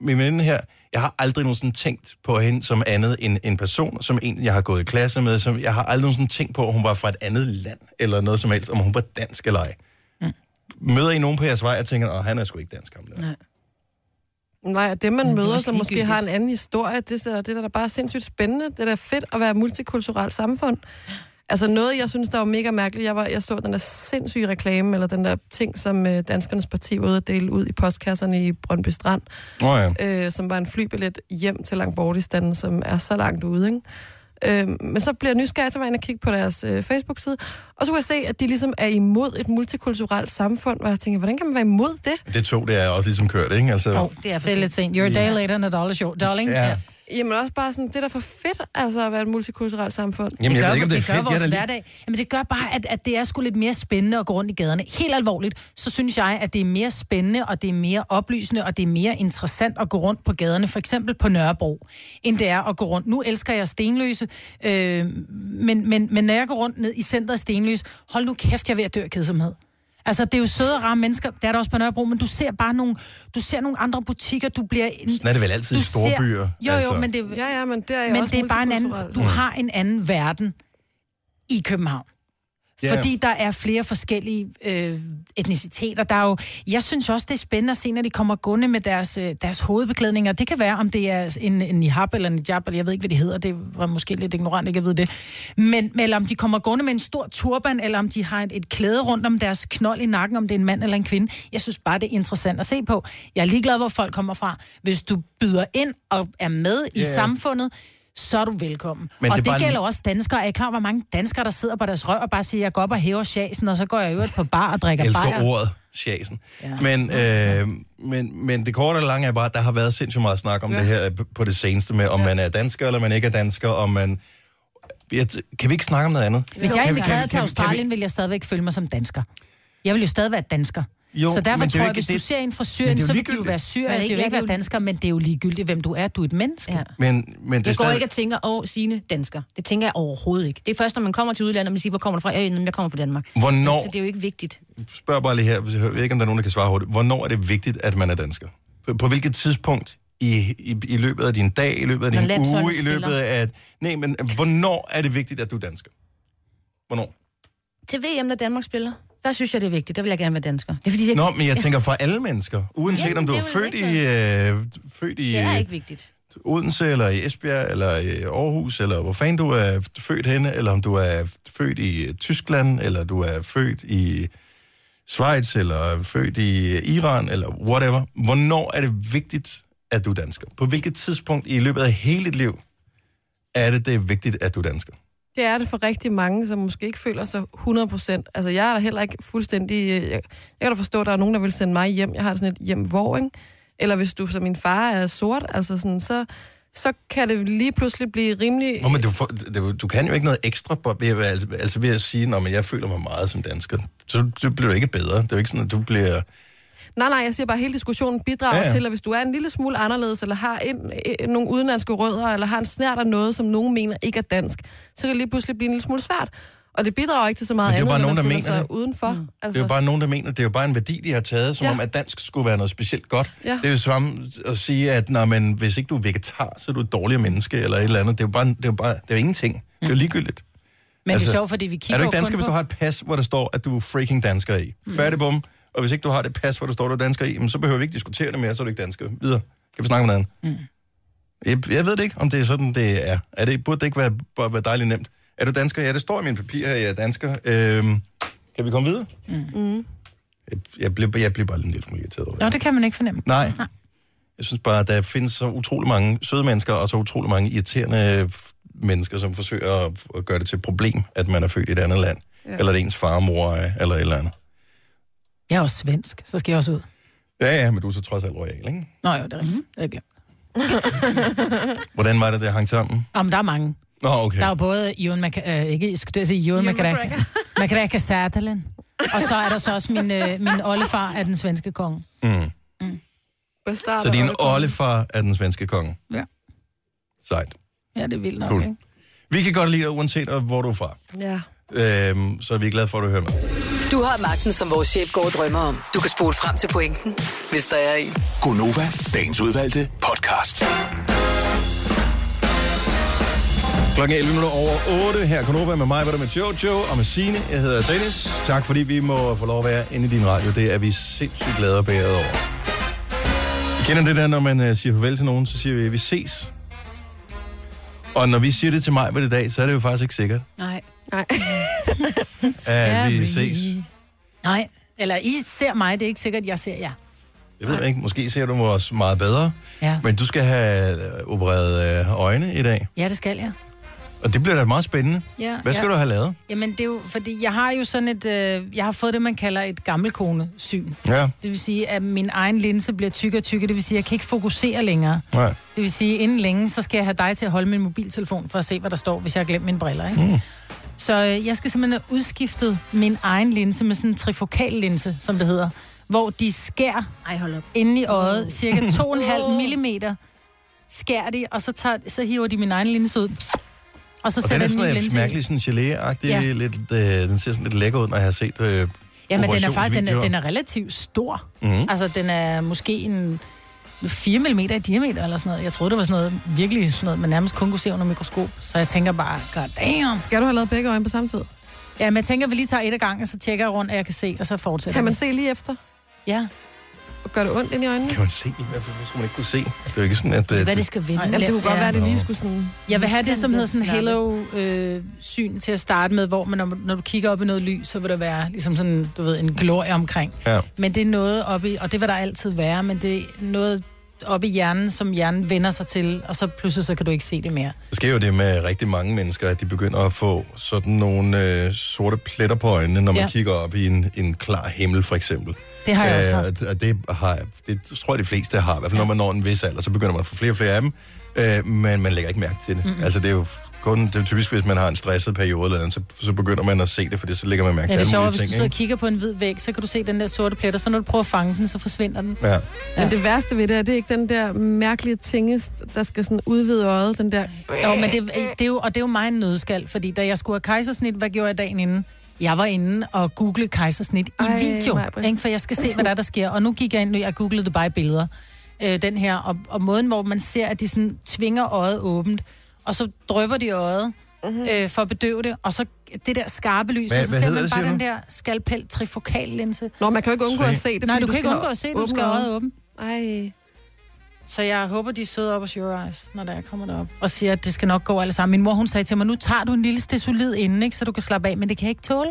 [SPEAKER 1] min veninde her, jeg har aldrig nogensinde tænkt på hende som andet end en person, som en, jeg har gået i klasse med. Som, jeg har aldrig nogensinde tænkt på, at hun var fra et andet land, eller noget som helst, om hun var dansk eller ej. Mm. Møder I nogen på jeres vej, og tænker, at han er sgu ikke dansk, ham der.
[SPEAKER 4] Nej, og dem, man
[SPEAKER 2] Men det er
[SPEAKER 4] møder,
[SPEAKER 2] også
[SPEAKER 4] som måske
[SPEAKER 2] ligegyldigt.
[SPEAKER 4] har en anden historie, det, er, det er da bare sindssygt spændende. Det er da fedt at være multikulturelt samfund. Altså noget, jeg synes, der var mega mærkeligt, jeg, var, jeg så den der sindssyge reklame, eller den der ting, som øh, Danskernes Parti var ude at dele ud i postkasserne i Brøndby Strand,
[SPEAKER 1] Nå ja.
[SPEAKER 4] øh, som var en flybillet hjem til Langbordistanden, som er så langt ude, ikke? Øh, men så bliver jeg nysgerrig, så var jeg inde og kigge på deres øh, Facebook-side, og så kunne jeg se, at de ligesom er imod et multikulturelt samfund, hvor jeg tænker, hvordan kan man være imod det?
[SPEAKER 1] Det tog, det er også ligesom kørt, ikke? Altså,
[SPEAKER 2] Jo, det er, for det er lidt sent. You're a day later and a dollar short, darling.
[SPEAKER 1] Ja.
[SPEAKER 4] Jamen også bare sådan, det er da for fedt, altså at være et multikulturelt samfund.
[SPEAKER 1] Jamen,
[SPEAKER 2] det
[SPEAKER 1] jeg
[SPEAKER 2] gør,
[SPEAKER 1] ved ikke, om det er
[SPEAKER 2] det gør
[SPEAKER 1] fedt. Jeg er
[SPEAKER 2] vores
[SPEAKER 1] da lige-
[SPEAKER 2] hverdag. Jamen, det gør bare, at, at det er sgu lidt mere spændende at gå rundt i gaderne. Helt alvorligt, så synes jeg, at det er mere spændende, og det er mere oplysende, og det er mere interessant at gå rundt på gaderne, for eksempel på Nørrebro, end det er at gå rundt. Nu elsker jeg Stenløse, øh, men, men, men når jeg går rundt ned i centret i Stenløse, hold nu kæft, jeg er ved at dø af kedsomhed. Altså, det er jo søde og rare mennesker, det er der også på Nørrebro, men du ser bare nogle, du ser nogle andre butikker, du bliver...
[SPEAKER 1] Sådan er det vel altid i store byer.
[SPEAKER 2] Jo, jo,
[SPEAKER 1] altså.
[SPEAKER 2] men det,
[SPEAKER 4] Ja, ja, men der er jeg
[SPEAKER 2] men
[SPEAKER 4] også
[SPEAKER 2] det er bare en anden,
[SPEAKER 4] multikulturel.
[SPEAKER 2] du har en anden verden i København.
[SPEAKER 1] Ja.
[SPEAKER 2] Yeah. Fordi der er flere forskellige øh, etniciteter. Der er jo, jeg synes også, det er spændende at se, når de kommer gående med deres, øh, deres hovedbeklædninger. Det kan være, om det er en, en nihab eller en hijab, eller jeg ved ikke, hvad de hedder. Det var måske lidt ignorant, ikke at vide det. Men eller om de kommer gående med en stor turban, eller om de har et, et klæde rundt om deres knold i nakken, om det er en mand eller en kvinde. Jeg synes bare, det er interessant at se på. Jeg er ligeglad, hvor folk kommer fra. Hvis du byder ind og er med i
[SPEAKER 1] Ja, ja.
[SPEAKER 2] samfundet, så er du velkommen.
[SPEAKER 1] Men
[SPEAKER 2] Men og
[SPEAKER 1] det er
[SPEAKER 2] det,
[SPEAKER 1] bare
[SPEAKER 2] det
[SPEAKER 1] en-
[SPEAKER 2] gælder også danskere. Er I klar, over, hvor mange danskere, der sidder på deres røv og bare siger, jeg går op og hæver sjasen, og så går jeg i øvrigt på bar og drikker
[SPEAKER 1] Jeg elsker
[SPEAKER 2] bajer.
[SPEAKER 1] ordet, sjasen. Ja. Men, øh, men, men det korte og lange er bare, at der har været sindssygt meget snak om ja. det her p- på det seneste med, om ja. man er dansker eller man ikke er dansker, om man... Jeg t- Kan vi ikke snakke om noget andet?
[SPEAKER 2] Hvis
[SPEAKER 1] kan
[SPEAKER 2] jeg
[SPEAKER 1] vi-
[SPEAKER 2] ikke
[SPEAKER 1] kan vi-
[SPEAKER 2] havde
[SPEAKER 1] kan
[SPEAKER 2] til
[SPEAKER 1] vi- kan vi-
[SPEAKER 2] Australien, ville jeg stadigvæk føle mig som dansker. Jeg vil jo stadig være dansker.
[SPEAKER 1] Jo,
[SPEAKER 2] Jo, så derfor
[SPEAKER 1] men det er
[SPEAKER 2] tror
[SPEAKER 1] jo
[SPEAKER 2] jeg,
[SPEAKER 1] ikke-
[SPEAKER 2] hvis du
[SPEAKER 1] det-
[SPEAKER 2] ser en fra
[SPEAKER 1] men det
[SPEAKER 2] Syrien,
[SPEAKER 1] er jo
[SPEAKER 2] så vil de jo
[SPEAKER 1] ligegyldigt.
[SPEAKER 2] være
[SPEAKER 3] Men
[SPEAKER 2] syrer,
[SPEAKER 3] det
[SPEAKER 2] det
[SPEAKER 3] er
[SPEAKER 2] er jo
[SPEAKER 3] ikke-
[SPEAKER 2] ikke være dansker, men det er jo ligegyldigt, hvem du er. Du er et menneske. Ja.
[SPEAKER 1] Men, men det er
[SPEAKER 3] Jeg går
[SPEAKER 1] stadig...
[SPEAKER 3] ikke og tænker, åh, Signe, dansker. Det tænker jeg overhovedet ikke. Det er først, når man kommer til udlandet, og man siger, hvor kommer du fra? Øh, jamen, jeg kommer fra Danmark.
[SPEAKER 1] Hvornår-
[SPEAKER 3] Så det er jo ikke vigtigt.
[SPEAKER 1] Spørg bare lige her, jeg ved ikke, om der er nogen, der kan svare hurtigt. Hvornår er det vigtigt, at man er dansker? På, på hvilket tidspunkt i, i, i løbet af din dag, i løbet af
[SPEAKER 3] Når
[SPEAKER 1] din
[SPEAKER 3] landsholdet
[SPEAKER 1] uge, i løbet
[SPEAKER 3] spiller.
[SPEAKER 1] af... Nej, men hvornår er det vigtigt, at du er dansker? Hvornår?
[SPEAKER 3] Til VM, når Danmark spiller, der synes jeg, det er vigtigt. Der vil jeg gerne være dansker. Det er fordi, jeg...
[SPEAKER 1] Nå, men jeg tænker for alle mennesker. Uanset
[SPEAKER 3] Jamen,
[SPEAKER 1] om du
[SPEAKER 3] det
[SPEAKER 1] er
[SPEAKER 3] er vel
[SPEAKER 1] født i, øh,
[SPEAKER 3] rigtigt.
[SPEAKER 1] født i
[SPEAKER 3] det er
[SPEAKER 1] øh,
[SPEAKER 3] ikke vigtigt.
[SPEAKER 1] Odense, eller i Esbjerg, eller i Aarhus, eller hvor fanden du er født henne, eller om du er født i øh, Tyskland, eller du er født i Schweiz, eller født i Iran, eller whatever. Hvornår er det vigtigt, at du er dansker? På hvilket tidspunkt i løbet af hele dit liv er det, det er vigtigt, at du er dansker?
[SPEAKER 4] Det er det for rigtig mange, som måske ikke føler sig 100%. Altså, jeg er da heller ikke fuldstændig... øh, Jeg, jeg kan da forstå, at der er nogen, der vil sende mig hjem. Jeg har det sådan et hjem hvor, ikke? Eller hvis du som min far er sort, altså sådan, så, så kan det lige pludselig blive rimelig...
[SPEAKER 1] Nå, men du, får, du, du kan jo ikke noget ekstra på, ved, at- altså, altså ved at sige, at jeg føler mig meget som dansker. Så du bliver ikke bedre. Det er jo ikke sådan, at du bliver...
[SPEAKER 4] Nej, nej, jeg siger bare, at hele diskussionen bidrager
[SPEAKER 1] Ja,
[SPEAKER 4] ja,
[SPEAKER 1] ja.
[SPEAKER 4] ja. til, at hvis du er en lille smule anderledes, eller har en, en, nogle udenlandske rødder, eller har en snært af noget, som nogen mener ikke er dansk, så kan det lige pludselig blive en lille smule svært. Og det bidrager ikke til så meget
[SPEAKER 1] Men det er jo
[SPEAKER 4] andet,
[SPEAKER 1] bare
[SPEAKER 4] end
[SPEAKER 1] nogen,
[SPEAKER 4] at man
[SPEAKER 1] der
[SPEAKER 4] føler
[SPEAKER 1] mener
[SPEAKER 4] sig
[SPEAKER 1] det.
[SPEAKER 4] udenfor. Mm.
[SPEAKER 1] Altså... Det er jo bare nogen, der mener, det er jo bare en værdi, de har taget, som ja.
[SPEAKER 4] Ja.
[SPEAKER 1] om, at dansk skulle være noget specielt godt. Ja.
[SPEAKER 4] Ja.
[SPEAKER 1] Det er jo samme at sige, at når man, hvis ikke du er vegetar, så er du et dårligere menneske, eller et eller andet. Det er jo, bare, det er jo, bare, det er jo ingenting. Det er jo ligegyldigt. Altså,
[SPEAKER 2] Mm. Men det er sjovt, fordi vi kigger
[SPEAKER 1] Er du
[SPEAKER 2] jo
[SPEAKER 1] ikke
[SPEAKER 2] kun
[SPEAKER 1] dansker, hvis
[SPEAKER 2] på- Mm.
[SPEAKER 1] du har et pas, hvor der står, at du er freaking dansker i? Færdig bum. Og hvis ikke du har det pas, hvor der står, at du er dansker i, jamen, så behøver vi ikke diskutere det mere, så er du ikke dansker. Videre. Kan vi snakke om noget andet?
[SPEAKER 2] Mm.
[SPEAKER 1] Jeg, jeg ved det ikke, om det er sådan, det er. er det, burde det ikke være, bare være dejligt nemt? Er du dansker? Ja, det står i mine papirer, at jeg er dansker. Øhm, kan vi komme videre?
[SPEAKER 4] Mm.
[SPEAKER 1] Jeg bliver, jeg bliver bare en lille smule irriteret over det.
[SPEAKER 2] Nå, det kan man ikke fornemme.
[SPEAKER 1] Nej. Jeg synes bare, at der findes så utrolig mange søde mennesker, og så utrolig mange irriterende f- mennesker, som forsøger at, at gøre det til et problem, at man er født i et andet land. Ja. Eller at ens far og mor er, eller et eller andet.
[SPEAKER 2] Jeg er også svensk, så skal jeg også ud.
[SPEAKER 1] Ja, ja, men du er så trods alt royal, ikke?
[SPEAKER 2] Nå jo, det er rigtigt. Mm-hmm. Det er glemt.
[SPEAKER 1] Hvordan var det, det hang sammen?
[SPEAKER 2] Om der er mange.
[SPEAKER 1] Nå, okay.
[SPEAKER 2] Der er jo både Jon Mac- øh, ikke, jeg skulle til at sige Jon McGregor. McGregor Sutherland. Og så er der så også min, øh, min oldefar af den svenske konge.
[SPEAKER 1] Mm.
[SPEAKER 4] Bastarder
[SPEAKER 1] Så din
[SPEAKER 4] og-
[SPEAKER 1] oldefar er den svenske konge?
[SPEAKER 2] Ja.
[SPEAKER 1] Sejt.
[SPEAKER 2] Ja, det er vildt nok,
[SPEAKER 1] Cool.
[SPEAKER 2] cool. ikke?
[SPEAKER 1] Vi kan godt lide dig, uanset øh, hvor du er fra.
[SPEAKER 4] Ja.
[SPEAKER 1] Øhm, så er vi glade for, at du hører med.
[SPEAKER 5] Du har magten, som vores chef går og drømmer om. Du kan spole frem til pointen, hvis der er en.
[SPEAKER 6] Gonova, dagens udvalgte podcast.
[SPEAKER 1] Klokken er 11 minutter over 8. Her er Konoba med mig, hvor der med Jojo og med Signe. Jeg hedder Dennis. Tak fordi vi må få lov at være inde i din radio. Det er vi sindssygt glade og bæret over. I kender det der, når man øh, siger farvel til nogen, så siger vi, vi ses. Og når vi siger det til mig ved i dag, så er det jo faktisk ikke sikkert,
[SPEAKER 2] Nej.
[SPEAKER 4] Nej.
[SPEAKER 1] at vi ses.
[SPEAKER 2] Nej. Eller I ser mig, det er ikke sikkert, jeg ser jer.
[SPEAKER 1] Jeg ved ikke, måske ser du mig også meget bedre.
[SPEAKER 2] Ja.
[SPEAKER 1] Men du skal have øh, opereret øh, øjne i dag.
[SPEAKER 2] Ja, det skal jeg.
[SPEAKER 1] Og det bliver da meget spændende.
[SPEAKER 2] Ja,
[SPEAKER 1] Hvad skal
[SPEAKER 2] ja.
[SPEAKER 1] du have lavet?
[SPEAKER 2] Jamen, det er jo, fordi jeg har jo sådan et, øh, jeg har fået det, man kalder et gammelkone-syn.
[SPEAKER 1] Ja.
[SPEAKER 2] Det vil sige, at min egen linse bliver tykkere og tykkere. Det vil sige, at jeg kan ikke fokusere længere.
[SPEAKER 1] Nej.
[SPEAKER 2] Det vil sige, inden længe, så skal jeg have dig til at holde min mobiltelefon for at se, hvad der står, hvis jeg har glemt mine briller, ikke? Mm. Så øh, jeg skal simpelthen have udskiftet min egen linse med sådan en trifokal linse, som det hedder, hvor de skærer
[SPEAKER 3] Ej, hold op.
[SPEAKER 2] inde i øjet, cirka 2,5 mm skærer de, og så, tager, så hiver de min egen linse ud, og så
[SPEAKER 1] og den
[SPEAKER 2] sætter
[SPEAKER 1] er
[SPEAKER 2] jeg min
[SPEAKER 1] sådan
[SPEAKER 2] linse
[SPEAKER 1] lidt
[SPEAKER 2] i.
[SPEAKER 1] mærkelig, sådan gelé-agtig. Ja.
[SPEAKER 2] Ja.
[SPEAKER 1] Lidt, øh, den ser sådan lidt lækker ud, når jeg har set øh,
[SPEAKER 2] Ja, men den er faktisk den er,
[SPEAKER 1] operationsvideoer.
[SPEAKER 2] den er relativt stor.
[SPEAKER 1] Mhm.
[SPEAKER 2] Mm. Altså, den er måske en 4 mm i diameter eller sådan noget. Jeg troede, det var sådan noget, virkelig sådan noget, man nærmest kun kunne se under mikroskop. Så jeg tænker bare, god damn.
[SPEAKER 4] Skal du have lavet begge øjne på samme tid?
[SPEAKER 2] Ja, men jeg tænker, at vi lige tager et af gangen, og så tjekker jeg rundt, og jeg kan se, og så fortsætter
[SPEAKER 4] Kan man
[SPEAKER 2] vi.
[SPEAKER 4] se lige efter?
[SPEAKER 2] Ja.
[SPEAKER 4] Og gør det ondt ind i øjnene?
[SPEAKER 1] Kan man se? Hvorfor skulle man ikke kunne se? Det er jo ikke sådan, at... øh,
[SPEAKER 4] Nej, jamen, det kunne godt være, at det lige
[SPEAKER 1] Nå.
[SPEAKER 4] skulle sådan...
[SPEAKER 2] Jeg vil have det, som hedder sådan
[SPEAKER 4] Snakke.
[SPEAKER 2] halo-syn til at starte med, hvor man, når, når du kigger op i noget lys, så vil der være ligesom sådan, du ved, en glorie omkring.
[SPEAKER 1] Ja.
[SPEAKER 2] Men det er noget oppe i, og det vil der altid være, men det er noget oppe i hjernen, som hjernen vender sig til, og så pludselig så kan du ikke se det mere.
[SPEAKER 1] Der sker jo det med rigtig mange mennesker, at de begynder at få sådan nogle øh, sorte pletter på øjnene, når man
[SPEAKER 2] Ja.
[SPEAKER 1] ja. kigger op i en, en klar himmel, for eksempel.
[SPEAKER 2] Det har jeg også haft.
[SPEAKER 1] Øh, og det, har, det tror jeg, de fleste har. I hvert fald, ja. når man når en vis alder, så begynder man at få flere og flere af dem. Øh, men man lægger ikke mærke til det.
[SPEAKER 2] Mm-mm.
[SPEAKER 1] Mm-hmm. Altså, det er jo kun det er jo typisk, hvis man har en stresset periode, eller andet, så, så begynder man at se det, for det, så lægger man mærke
[SPEAKER 2] Ja, det
[SPEAKER 1] til
[SPEAKER 2] er
[SPEAKER 1] alle
[SPEAKER 2] sjovt,
[SPEAKER 1] mulige
[SPEAKER 2] at hvis du
[SPEAKER 1] ting.
[SPEAKER 2] sidder og kigger på en hvid væg, så kan du se den der sorte plet, og så når du prøver at fange den, så forsvinder den.
[SPEAKER 1] Ja.
[SPEAKER 4] Men det værste ved det er, det er ikke den der mærkelige tingest, der skal sådan udvide øjet, den der...
[SPEAKER 2] Jo, men det, det er jo, og det er jo mig en nødskal, fordi da jeg skulle have kejsersnit, hvad gjorde jeg dagen inden? Jeg var inde og googlede kejsersnit i
[SPEAKER 4] Ej,
[SPEAKER 2] Ej, video,
[SPEAKER 4] Maj-Brit.
[SPEAKER 2] ikke? for jeg skal se, hvad der, er, der sker. Og nu gik jeg ind, og jeg googlede det bare i billeder, øh, den her. Og, og måden, hvor man ser, at de sådan tvinger øjet åbent, og så drøber de øjet
[SPEAKER 4] Mhm.
[SPEAKER 2] øh, for at bedøve det, og så det der skarpe lys,
[SPEAKER 4] Hvad-
[SPEAKER 2] og så
[SPEAKER 4] hvad
[SPEAKER 2] ser
[SPEAKER 4] hedder
[SPEAKER 2] man
[SPEAKER 4] det,
[SPEAKER 2] bare
[SPEAKER 4] siger
[SPEAKER 2] den
[SPEAKER 4] du?
[SPEAKER 2] der skalpel trifokal linse.
[SPEAKER 4] Nå, man kan jo ikke undgå at se det,
[SPEAKER 2] Nej,
[SPEAKER 4] fordi
[SPEAKER 2] du,
[SPEAKER 4] du
[SPEAKER 2] kan ikke
[SPEAKER 4] skal
[SPEAKER 2] undgå at se det, du
[SPEAKER 4] åbne
[SPEAKER 2] skal have øjet
[SPEAKER 4] øjet.
[SPEAKER 2] åbent.
[SPEAKER 4] Ej.
[SPEAKER 2] Så jeg håber, de sidder op og your eyes, når der kommer derop. Og siger, at det skal nok gå alle sammen. Min mor, hun sagde til mig, nu tager du en lille stesolid inden, ikke, så du kan slappe af. Men det kan jeg ikke tåle.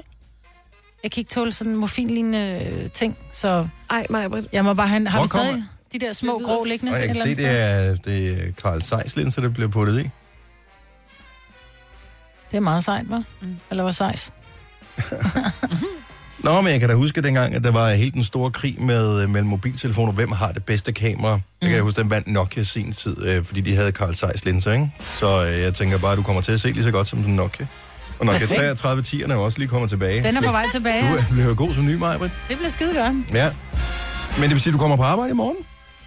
[SPEAKER 2] Jeg kan ikke tåle sådan morfinlignende øh, ting, så...
[SPEAKER 4] Ej, mig,
[SPEAKER 2] Jeg må bare have... en- Har
[SPEAKER 1] Hvor
[SPEAKER 2] vi stadig
[SPEAKER 1] kommer-
[SPEAKER 2] de der små grå liggende?
[SPEAKER 1] Og jeg
[SPEAKER 2] et
[SPEAKER 1] kan
[SPEAKER 2] eller
[SPEAKER 1] se,
[SPEAKER 2] andet
[SPEAKER 1] det
[SPEAKER 2] sted?
[SPEAKER 1] er, det er Carl Zeiss linser, der bliver puttet i.
[SPEAKER 2] det er meget sejt, hva'? Mm. Eller var sejs?
[SPEAKER 1] Nå, men jeg kan da huske dengang, at der var helt den store krig med, mellem mobiltelefoner. Hvem har det bedste kamera? Mm. Jeg kan jeg huske, den vandt Nokia i sin tid, øh, fordi de havde Carl Zeiss linser, ikke? Så øh, jeg tænker bare, at du kommer til at se lige så godt som den Nokia. Og Nokia
[SPEAKER 2] Perfekt.
[SPEAKER 1] 3310'erne er jo også lige kommet tilbage.
[SPEAKER 2] Den er på
[SPEAKER 1] Så
[SPEAKER 2] vej tilbage.
[SPEAKER 1] Du er- bliver god som ny, Majbrit.
[SPEAKER 2] Det bliver skide godt.
[SPEAKER 1] Ja. Men det vil sige, at du kommer på arbejde i morgen?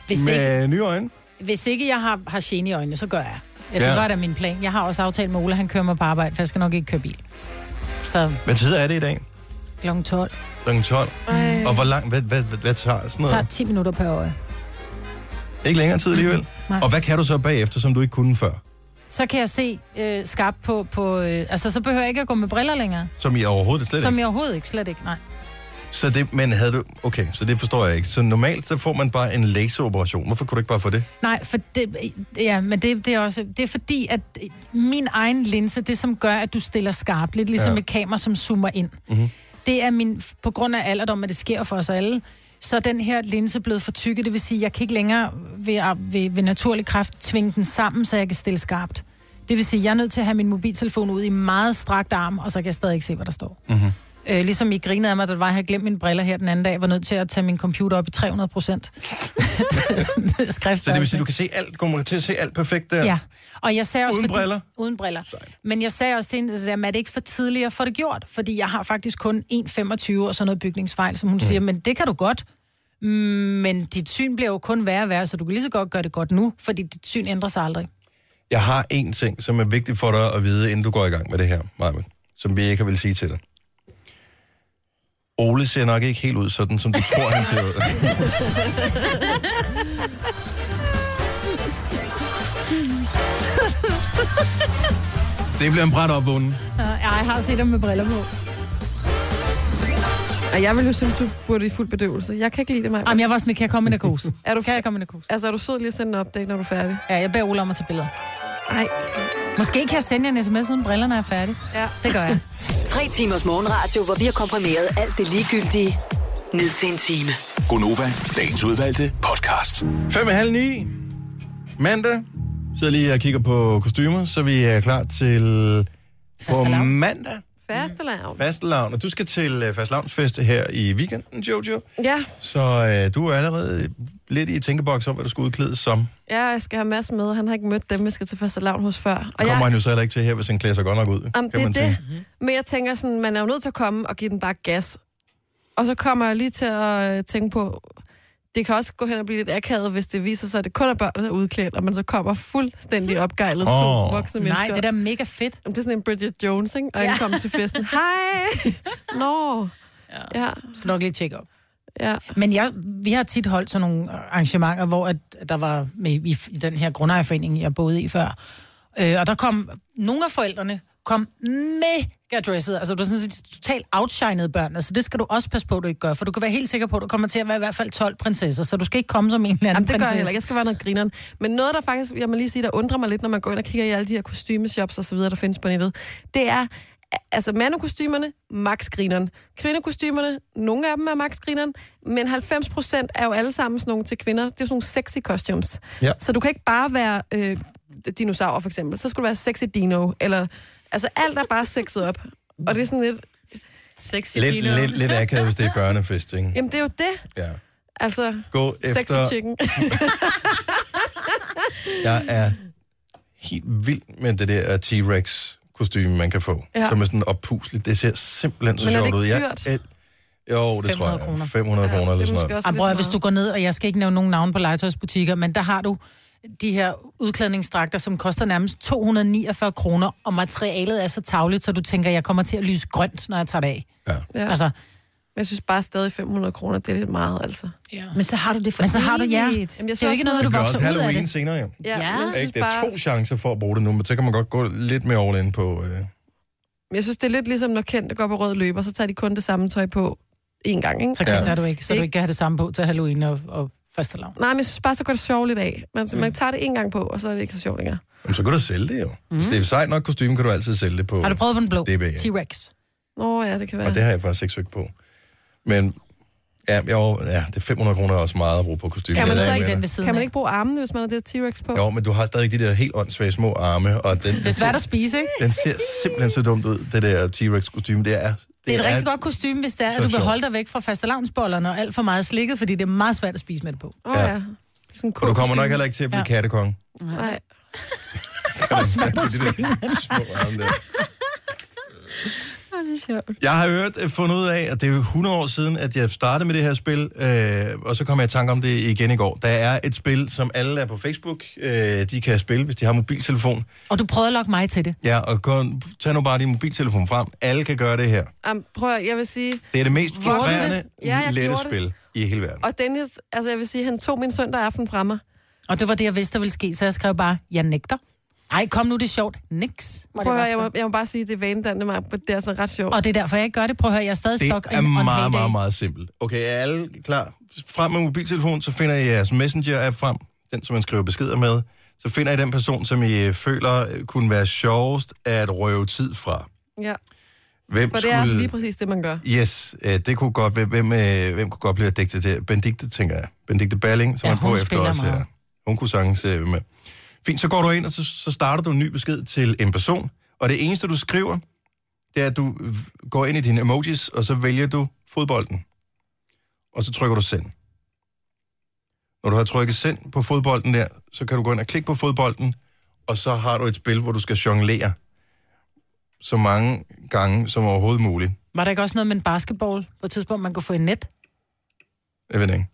[SPEAKER 2] Hvis det
[SPEAKER 1] med nye øjne?
[SPEAKER 2] Hvis ikke jeg har, har gene i øjnene, så gør jeg. Ja, det
[SPEAKER 1] Ja.
[SPEAKER 2] var da min plan. Jeg har også aftalt med Ole, han kører mig på arbejde, for jeg skal nok ikke køre bil. Så
[SPEAKER 1] Hvad tid er det i dag?
[SPEAKER 2] klokken 12.
[SPEAKER 1] Kl. 12.
[SPEAKER 2] Ej.
[SPEAKER 1] Og hvor lang... Hvad, hvad, hvad, hvad tager sådan
[SPEAKER 2] Det
[SPEAKER 1] noget?
[SPEAKER 2] tager 10 minutter per øje.
[SPEAKER 1] Ikke længere tid alligevel.
[SPEAKER 2] Mm-hmm. Nej.
[SPEAKER 1] Og hvad kan du så bagefter, som du ikke kunne før?
[SPEAKER 2] Så kan jeg se øh, skarpt på... på øh, altså, så behøver jeg ikke at gå med briller længere.
[SPEAKER 1] Som I overhovedet slet
[SPEAKER 2] som
[SPEAKER 1] ikke.
[SPEAKER 2] jeg overhovedet ikke, slet ikke, nej.
[SPEAKER 1] Så det, men havde du... Okay, så det forstår jeg ikke. Så normalt, så får man bare en laseroperation. Hvorfor kunne du ikke bare få det?
[SPEAKER 2] Nej, for det, ja, men det, det, er også, det er fordi, at min egen linse, det som gør, at du stiller skarpt, lidt ligesom
[SPEAKER 11] Ja.
[SPEAKER 2] ja. et kamera, som zoomer ind,
[SPEAKER 11] Mm-hmm.
[SPEAKER 2] det er min, på grund af alderdom, at det sker for os alle, så er den her linse blevet for tykke, det vil sige, at jeg kan ikke længere ved, ved, ved naturlig kraft tvinge den sammen, så jeg kan stille skarpt. Det vil sige, at jeg er nødt til at have min mobiltelefon ud i meget strakt arm, og så kan jeg stadig ikke se, hvad der står.
[SPEAKER 11] Mm-hmm.
[SPEAKER 2] Øh, ligesom I grinede af mig, da det var, jeg havde glemt mine briller her den anden dag. Jeg var nødt til at tage min computer op i 300 procent.
[SPEAKER 1] Så det vil sige, du kan se alt, kommer til at se alt perfekt der?
[SPEAKER 2] Ja. Og jeg sagde også,
[SPEAKER 1] Uden briller?
[SPEAKER 2] Uden briller. Sejt. Men jeg sagde også til hende, at er det ikke for tidligt at få det gjort? Fordi jeg har faktisk kun 1,25 og sådan noget bygningsfejl, som hun mm. siger, men det kan du godt. Mm, Men dit syn bliver jo kun værre og værre, så du kan lige så godt gøre det godt nu, fordi dit syn ændrer sig aldrig.
[SPEAKER 1] Jeg har en ting, som er vigtig for dig at vide, inden du går i gang med det her, Marvin, som vi ikke har vil sige til dig. Ole ser nok ikke helt ud sådan, som du tror, han ser ud. Det bliver en bræt opvågning.
[SPEAKER 2] Ja, jeg har set dem med briller på.
[SPEAKER 4] Og jeg vil jo synes, du burde i fuld bedøvelse. Jeg kan ikke lide det, mig.
[SPEAKER 2] Jamen, jeg var sådan, kan jeg komme i narkose?
[SPEAKER 4] er du,
[SPEAKER 2] Kan jeg komme i narkose?
[SPEAKER 4] Altså, er du sød lige at sende en update, når du er færdig?
[SPEAKER 2] Ja, jeg beder Ole om at tage billeder.
[SPEAKER 4] Nej.
[SPEAKER 2] Måske kan jeg sende jer en sms, uden brillerne er færdig.
[SPEAKER 4] Ja.
[SPEAKER 2] Det gør jeg.
[SPEAKER 5] Tre timers morgenradio, hvor vi har komprimeret alt det ligegyldige ned til en time.
[SPEAKER 6] Gonova, dagens udvalgte podcast.
[SPEAKER 1] Fem og halv ni. Mandag. Så lige og kigger på kostymer, så vi er klar til på mandag
[SPEAKER 4] Færste lav.
[SPEAKER 1] fastelavn. Og du skal til øh, fastelavnsfest her i weekenden, Jojo.
[SPEAKER 2] Mm.
[SPEAKER 4] Ja,
[SPEAKER 1] Så øh, du er allerede lidt i tænkeboks om, hvad du skal udklædes som.
[SPEAKER 4] jeg skal have masser med. Han har ikke mødt dem, jeg skal til faste lavn hos før.
[SPEAKER 1] Og kommer
[SPEAKER 4] jeg...
[SPEAKER 1] han jo så heller ikke til her, hvis han klæder sig godt nok ud.
[SPEAKER 4] Jamen, det er
[SPEAKER 1] man
[SPEAKER 4] det. Mm-hmm. Men jeg tænker sådan, man er jo nødt til at komme og give den bare gas. Og så kommer jeg lige til at øh, tænke på, det kan også gå hen og blive lidt akavet, hvis det viser sig, at det kun er børn, der er udklædt, og man så kommer fuldstændig opgejlet oh.
[SPEAKER 2] Åh.
[SPEAKER 4] to voksne
[SPEAKER 2] Hm. Nej,
[SPEAKER 4] mennesker.
[SPEAKER 2] det er da mega fedt.
[SPEAKER 4] Det er sådan en Bridget Jones, ikke? Og
[SPEAKER 2] Ja.
[SPEAKER 4] ja. kommer til festen. Hej! Nå! Ja. ja.
[SPEAKER 2] Skal nok lige tjekke op.
[SPEAKER 4] Ja.
[SPEAKER 2] Men jeg, vi har tit holdt sådan nogle arrangementer, hvor at der var med, i, i den her grundejerforening, jeg boede i før. Øh, og der kom nogle af forældrene, kom mega dresset. Altså, du er sådan set totalt outshinede børn. Altså, det skal du også passe på, at du ikke gør, for du kan være helt sikker på, at du kommer til at være i hvert fald 12 prinsesser, så du skal ikke komme som en eller anden
[SPEAKER 4] Jamen, det gør jeg
[SPEAKER 2] prinsesse.
[SPEAKER 4] heller ikke. Jeg skal være noget grineren. Men noget, der faktisk, jeg må lige sige, der undrer mig lidt, når man går ind og kigger i alle de her kostymeshops og så videre, der findes på nettet, det er, altså mandekostymerne, max grineren. Kvindekostymerne, nogle af dem er max grineren, men 90 procent er jo alle sammen sådan nogle til kvinder. Det er jo sådan nogle sexy costumes.
[SPEAKER 1] Ja.
[SPEAKER 4] Så du kan ikke bare være øh, dinosaur, for eksempel. Så skulle du være sexy dino, eller... Altså, alt er bare sexet op. Og det er sådan lidt...
[SPEAKER 3] Sexy
[SPEAKER 1] Lidt, lidt, lidt akavet, hvis det er børnefest, ikke?
[SPEAKER 4] Jamen, det er jo det.
[SPEAKER 1] Ja.
[SPEAKER 4] Altså,
[SPEAKER 1] Gå efter-
[SPEAKER 4] sexy chicken.
[SPEAKER 1] Jeg er helt vild med det der T-Rex kostume man kan få,
[SPEAKER 4] Ja.
[SPEAKER 1] ja. som er sådan oppusligt. Det ser simpelthen så
[SPEAKER 2] Men er det
[SPEAKER 1] sjovt ud.
[SPEAKER 2] ikke
[SPEAKER 1] Jeg
[SPEAKER 2] dyrt?
[SPEAKER 1] el- jo, det tror
[SPEAKER 2] 500
[SPEAKER 1] jeg.
[SPEAKER 2] kroner.
[SPEAKER 1] 500 kroner eller sådan noget.
[SPEAKER 2] Jamen, bror, hvis du går ned, og jeg skal ikke nævne nogen navn på legetøjsbutikker, men der har du de her udklædningsdragter, som koster nærmest 249 kroner, og materialet er så tavligt, så du tænker, jeg kommer til at lyse grønt, når jeg tager det af.
[SPEAKER 4] Ja.
[SPEAKER 2] Altså.
[SPEAKER 4] Men jeg synes bare stadig 500 kroner, det er lidt meget, altså.
[SPEAKER 2] Ja.
[SPEAKER 3] Men så har du det for
[SPEAKER 2] Men så har du- ja.
[SPEAKER 3] evigt.
[SPEAKER 2] Jamen, jeg Det er jo synes ikke noget,
[SPEAKER 1] Det
[SPEAKER 2] du
[SPEAKER 1] bliver
[SPEAKER 2] vokser
[SPEAKER 1] også
[SPEAKER 2] ud af
[SPEAKER 1] Halloween
[SPEAKER 2] det.
[SPEAKER 1] senere, jo.
[SPEAKER 4] Ja,
[SPEAKER 3] Ja.
[SPEAKER 4] ja. Jeg, synes
[SPEAKER 1] Ikke? Der er
[SPEAKER 4] bare,
[SPEAKER 1] to chancer for at bruge det nu, men så kan man godt gå lidt mere all in på... Øh.
[SPEAKER 4] jeg synes, det er lidt ligesom, når kendte går på rød løber, så tager de kun det samme tøj på én gang, ikke?
[SPEAKER 2] Så kan ja. du ikke, så du ikke kan have det samme på til Halloween og, og fastelavn.
[SPEAKER 4] Nej, men jeg synes bare, så går det sjovligt af. Man, mm. man tager det en gang på, og så er det ikke så sjovt længere.
[SPEAKER 1] Jamen, så kan du sælge det jo. Mm. Hvis det er sejt nok kostume, kan du altid sælge det på.
[SPEAKER 2] Mhm. Har du prøvet på den blå?
[SPEAKER 1] DBA.
[SPEAKER 2] T-Rex.
[SPEAKER 4] Nå ja, det kan være.
[SPEAKER 1] Og det har jeg faktisk ikke søgt på. Men ja, jo, ja det er 500 kroner er også meget at bruge på kostymer.
[SPEAKER 4] kan man,
[SPEAKER 1] Det er
[SPEAKER 4] så
[SPEAKER 1] jeg
[SPEAKER 4] ikke,
[SPEAKER 1] med dig.
[SPEAKER 2] ved siden
[SPEAKER 4] kan man
[SPEAKER 2] af.
[SPEAKER 4] ikke bruge armene, hvis man har det her T-Rex på?
[SPEAKER 1] Jo, men du har stadig de der helt åndssvage små arme, og den,
[SPEAKER 2] Det er svært at spise, ikke?
[SPEAKER 1] den ser simpelthen så dumt ud, det der T-Rex kostume. Det er, det
[SPEAKER 2] Det er et rigtig godt kostume, hvis det er, at
[SPEAKER 1] så
[SPEAKER 2] du vil
[SPEAKER 1] sjovt.
[SPEAKER 2] holde dig væk fra fastelavnsbollerne og alt for meget slikket, fordi det er meget svært at spise med det på.
[SPEAKER 4] Åh oh, ja. ja. Det er sådan en
[SPEAKER 1] Og du kommer
[SPEAKER 4] kostyme.
[SPEAKER 1] nok heller ikke til at blive ja.
[SPEAKER 2] Ja.
[SPEAKER 1] kattekong.
[SPEAKER 4] Nej.
[SPEAKER 1] Det er de der små arme der.
[SPEAKER 3] det er sjovt.
[SPEAKER 1] Jeg har hørt øh, fundet ud af, at det er jo 100 år siden, at jeg startede med det her spil, øh, og så kom jeg i tanke om det igen i går. Der er et spil, som alle er på Facebook, øh, de kan spille, hvis de har mobiltelefon.
[SPEAKER 2] Og du prøvede at lokke mig til det.
[SPEAKER 1] Ja, og kun, tag nu bare din mobiltelefon frem. Alle kan gøre det her.
[SPEAKER 4] Am, prøv at, jeg vil sige...
[SPEAKER 1] Det er det mest
[SPEAKER 4] Gjorde du det?
[SPEAKER 1] frustrerende,
[SPEAKER 4] Ja,
[SPEAKER 1] ja,
[SPEAKER 4] jeg
[SPEAKER 1] lette
[SPEAKER 4] gjorde det.
[SPEAKER 1] spil i hele verden.
[SPEAKER 4] Og Dennis, altså jeg vil sige, han tog min søndag aften fra mig.
[SPEAKER 2] Og det var det, jeg vidste, der ville ske, så jeg skrev bare, jeg nægter. Ej, kom nu, det er sjovt. Niks. var det,
[SPEAKER 4] Prøv at,
[SPEAKER 2] jeg
[SPEAKER 4] høre, jeg,
[SPEAKER 2] skrev.
[SPEAKER 4] må, jeg må bare sige, det er vanedannende mig, men det er altså ret sjovt.
[SPEAKER 2] Og det er derfor, jeg ikke gør det. Prøv at høre, jeg er stadig
[SPEAKER 1] Det
[SPEAKER 2] stok
[SPEAKER 1] er
[SPEAKER 2] on
[SPEAKER 1] meget,
[SPEAKER 2] heyday.
[SPEAKER 1] meget, meget simpelt. Okay, er alle klar? Frem med mobiltelefonen, så finder I jeres Messenger-app frem, den som man skriver beskeder med. Så finder I den person, som I øh, føler øh, kunne være sjovest at røve tid fra.
[SPEAKER 4] Ja.
[SPEAKER 1] Hvem
[SPEAKER 4] For det
[SPEAKER 1] skulle...
[SPEAKER 4] er lige præcis det, man gør.
[SPEAKER 1] Yes, øh, det kunne godt være, hvem, øh, hvem kunne godt blive digtet til? Benedikte, tænker jeg. Benedikte Balling, som
[SPEAKER 2] Ja,
[SPEAKER 1] er på
[SPEAKER 2] hun
[SPEAKER 1] efter
[SPEAKER 2] spiller
[SPEAKER 1] os
[SPEAKER 2] meget.
[SPEAKER 1] her. Hun kunne sagtens øh, være med. Fint, så går du ind, og så, så starter du en ny besked til en person, og det eneste, du skriver, det er, at du øh, går ind i dine emojis, og så vælger du fodbolden. Og så trykker du send. Når du har trykket send på fodbolden der, så kan du gå ind og klikke på fodbolden, og så har du et spil, hvor du skal jonglere så mange gange som overhovedet muligt.
[SPEAKER 2] Var der ikke også noget med en basketball på et tidspunkt, man kunne få i net?
[SPEAKER 1] Jeg ved det ikke.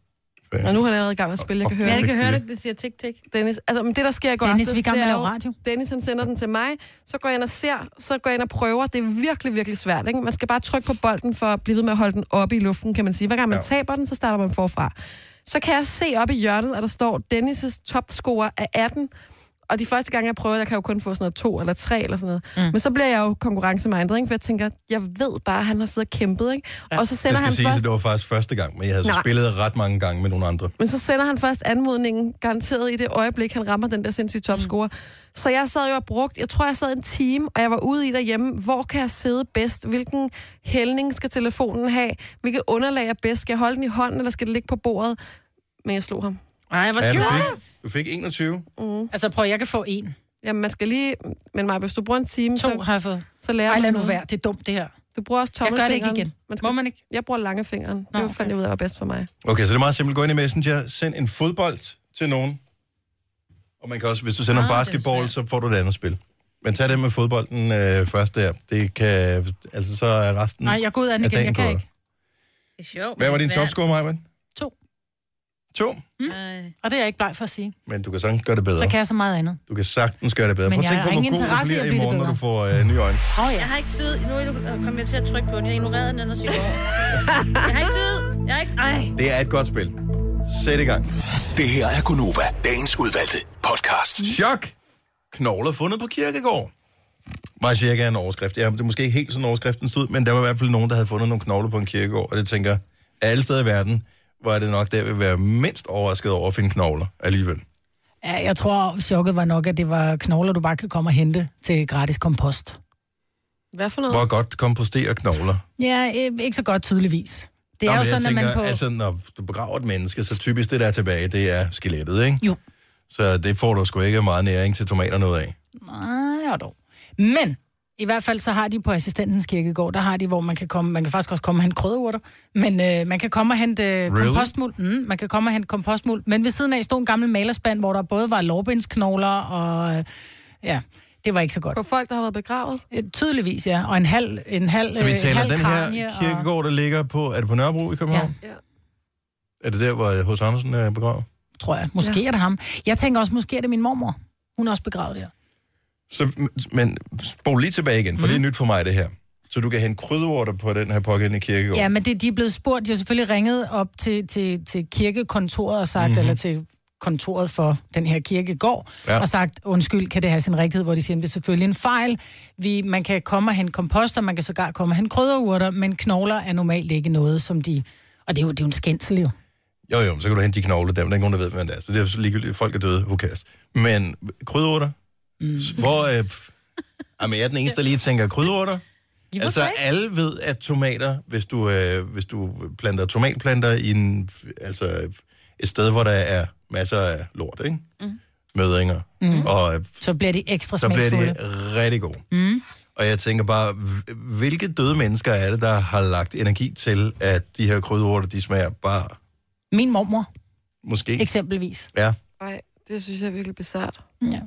[SPEAKER 4] Og nu har han allerede i gang med at spille, jeg kan høre
[SPEAKER 3] Ja,
[SPEAKER 4] det.
[SPEAKER 3] jeg kan høre det. Det siger tik-tik.
[SPEAKER 4] Dennis, altså, men det der sker i går
[SPEAKER 2] Dennis,
[SPEAKER 4] aftes,
[SPEAKER 2] vi er i gang
[SPEAKER 4] det
[SPEAKER 2] med at
[SPEAKER 4] er
[SPEAKER 2] lave
[SPEAKER 4] jo-
[SPEAKER 2] radio.
[SPEAKER 4] Dennis, han sender den til mig, så går jeg ind og ser, så går jeg ind og prøver. Det er virkelig, virkelig svært, ikke? Man skal bare trykke på bolden for at blive ved med at holde den oppe i luften, kan man sige. Hver gang man
[SPEAKER 1] Ja.
[SPEAKER 4] ja. taber den, så starter man forfra. Så kan jeg se oppe i hjørnet, at der står Dennis' topscorer er 18. Og de første gange, jeg prøver, der kan jeg jo kun få sådan noget to eller tre eller sådan noget. Mm. Men så bliver jeg jo konkurrencemindet, ikke? For jeg tænker, jeg ved bare, at han har siddet og kæmpet, ikke? Ja. Og så
[SPEAKER 1] Det
[SPEAKER 4] sender
[SPEAKER 1] skal
[SPEAKER 4] han
[SPEAKER 1] sige,
[SPEAKER 4] først...
[SPEAKER 1] at det var faktisk første gang, men jeg havde så
[SPEAKER 4] Nej.
[SPEAKER 1] spillet ret mange gange med nogle andre.
[SPEAKER 4] Men så sender han først anmodningen, garanteret i det øjeblik, han rammer den der sindssyge topscorer. Mm. Så jeg sad jo og brugt, jeg tror, jeg sad en time, og jeg var ude i derhjemme, hvor kan jeg sidde bedst? Hvilken hældning skal telefonen have? Hvilket underlag er bedst? Skal jeg holde den i hånden, eller skal det ligge på bordet? Men jeg slog ham. Mm.
[SPEAKER 3] Nej, hvor
[SPEAKER 1] Ja, du,
[SPEAKER 3] sjovt.
[SPEAKER 1] fik, du fik 21.
[SPEAKER 2] Altså prøv, jeg kan få en.
[SPEAKER 4] Jamen, man skal lige... Men Maja, hvis du bruger en time,
[SPEAKER 2] To
[SPEAKER 4] så,
[SPEAKER 2] har jeg fået.
[SPEAKER 4] så lærer
[SPEAKER 2] Ej, lad
[SPEAKER 4] man
[SPEAKER 2] nu
[SPEAKER 4] noget.
[SPEAKER 2] være. Det er dumt, det her.
[SPEAKER 4] Du bruger også
[SPEAKER 2] Jeg
[SPEAKER 4] tommelfingeren.
[SPEAKER 2] gør det ikke igen.
[SPEAKER 4] Man skal,
[SPEAKER 2] Må man ikke?
[SPEAKER 4] Jeg bruger langefingeren.
[SPEAKER 2] Nå,
[SPEAKER 4] Det var
[SPEAKER 2] okay.
[SPEAKER 4] fandt jeg ud af, var bedst for mig.
[SPEAKER 1] Okay, så det er meget simpelt. Gå ind i Messenger, send en fodbold til nogen. Og man kan også, hvis du sender en
[SPEAKER 3] Ah, det er
[SPEAKER 1] basketball,
[SPEAKER 3] svært.
[SPEAKER 1] så får du det andet spil. Men tag det med fodbolden øh, først der. Det kan, altså så er resten
[SPEAKER 2] Nej, jeg går ud af den
[SPEAKER 1] af
[SPEAKER 2] igen. Jeg
[SPEAKER 1] dagen
[SPEAKER 2] kan
[SPEAKER 1] gået.
[SPEAKER 2] ikke.
[SPEAKER 3] Det er sjovt.
[SPEAKER 1] Hvad var din
[SPEAKER 3] topscore?
[SPEAKER 1] topscore, Maja?
[SPEAKER 2] To.
[SPEAKER 1] To?
[SPEAKER 2] Hm? Og det er jeg ikke bleg for at sige.
[SPEAKER 1] Men du kan sagtens gøre det bedre.
[SPEAKER 2] Så kan jeg så meget andet.
[SPEAKER 1] Du kan sagtens gøre det bedre.
[SPEAKER 2] Men
[SPEAKER 1] Prøv at
[SPEAKER 2] jeg
[SPEAKER 1] tænke på,
[SPEAKER 2] har ingen
[SPEAKER 1] hvor god du
[SPEAKER 2] interesse i at
[SPEAKER 1] bliver i
[SPEAKER 2] blive det
[SPEAKER 1] morgen, når
[SPEAKER 2] bedre.
[SPEAKER 1] du får øh, nye øjne.
[SPEAKER 2] Åh oh, ja.
[SPEAKER 3] Jeg har ikke tid. Nu er du- kommer jeg til at trykke på den. Jeg ignorerede den ellers i går. Jeg har ikke tid. Jeg har ikke... Ej.
[SPEAKER 1] Det er et godt spil. Sæt i gang.
[SPEAKER 6] Det her er
[SPEAKER 1] Mm.
[SPEAKER 6] Gonova, dagens udvalgte podcast.
[SPEAKER 1] Chok! Knogler fundet på kirkegård. Mig siger ikke er en overskrift. Ja, det er måske ikke helt sådan overskriften stod, men der var i hvert fald nogen, der havde fundet nogle knogler på en kirkegård, og det tænker, jeg, af alle steder i verden, var det nok der, vil være mindst overrasket over at finde knogler alligevel.
[SPEAKER 2] Ja, jeg tror, chokket var nok, at det var knogler, du bare kan komme og hente til gratis kompost.
[SPEAKER 4] Hvad for
[SPEAKER 1] Hvor godt komposterer knogler?
[SPEAKER 2] Ja, øh, ikke så godt tydeligvis. Det er
[SPEAKER 1] Nå,
[SPEAKER 2] jo
[SPEAKER 1] men jeg
[SPEAKER 2] sådan, at man på...
[SPEAKER 1] Altså, når du begraver et menneske, så typisk det, der er tilbage, det er skelettet, ikke?
[SPEAKER 2] Jo.
[SPEAKER 1] Så det får du sgu ikke meget næring til tomaterne ud af.
[SPEAKER 2] Nej, og dog. Men i hvert fald så har de på Assistentens Kirkegård, der har de, hvor man kan komme, man kan faktisk også komme og hente krydderurter, men øh, man kan komme og hente øh,
[SPEAKER 11] Really?
[SPEAKER 2] kompostmuld. Mm, man kan komme og hente kompostmuld, men ved siden af stod en gammel malerspand, hvor der både var lårbensknogler og... Øh, ja, det var ikke så godt. Øh,
[SPEAKER 4] På folk, der har været begravet?
[SPEAKER 2] Tydeligvis, ja. Og en halv en halv,
[SPEAKER 1] Så vi
[SPEAKER 2] øh,
[SPEAKER 1] taler
[SPEAKER 2] halv
[SPEAKER 1] den
[SPEAKER 2] kranie
[SPEAKER 1] her kirkegård, der ligger på... Er det på Nørrebro i København?
[SPEAKER 2] Ja.
[SPEAKER 1] Er det der, hvor hos Andersen er begravet?
[SPEAKER 2] Og, tror jeg. Måske ja. er det ham. Jeg tænker også, måske er det min mormor. Hun er også begravet der.
[SPEAKER 1] Så, men spol lige tilbage igen, for mm. det er nyt for mig, det her. Så du kan hente krydderurter på den her pågældende kirkegård.
[SPEAKER 2] Ja, men det, de er blevet spurgt. De har selvfølgelig ringet op til, til, til kirkekontoret og sagt,
[SPEAKER 1] Mhm.
[SPEAKER 2] mm-hmm. eller til kontoret for den her kirkegård,
[SPEAKER 1] Ja.
[SPEAKER 2] ja. og sagt, undskyld, kan det have sin rigtighed, hvor de siger, "Men det er selvfølgelig en fejl. Vi, man kan komme og hente komposter, man kan sågar komme og hente krydderurter, men knogler er normalt ikke noget, som de... Og det er jo, det er jo en skændsel, jo.
[SPEAKER 1] Jo, jo, men så kan du hente de knogler der, men der er ikke nogen, der ved, hvem det er. Så det er jo ligegyldigt, folk er døde, who cares. Men krydderurter? Mm. Hvor... Øh, pff, jamen, jeg er den eneste, der lige tænker krydderurter.
[SPEAKER 6] Ja,
[SPEAKER 1] Altså,
[SPEAKER 6] hvorfor ikke?
[SPEAKER 1] alle ved, at tomater, hvis du, øh, hvis du planter tomatplanter i en, altså, et sted, hvor der er masser af lort, ikke? Mm. Mødringer.
[SPEAKER 2] Mhm.
[SPEAKER 1] Og øh,
[SPEAKER 2] Så bliver de ekstra
[SPEAKER 1] så bliver
[SPEAKER 2] smagsfulde.
[SPEAKER 1] det rigtig gode.
[SPEAKER 2] Mm.
[SPEAKER 1] Og jeg tænker bare, hv- hvilke døde mennesker er det, der har lagt energi til, at de her krydderurter, de smager bare
[SPEAKER 2] Min mormor,
[SPEAKER 1] måske?
[SPEAKER 2] eksempelvis.
[SPEAKER 1] Ja.
[SPEAKER 4] Nej, det synes jeg er virkelig bizart.
[SPEAKER 2] Ja.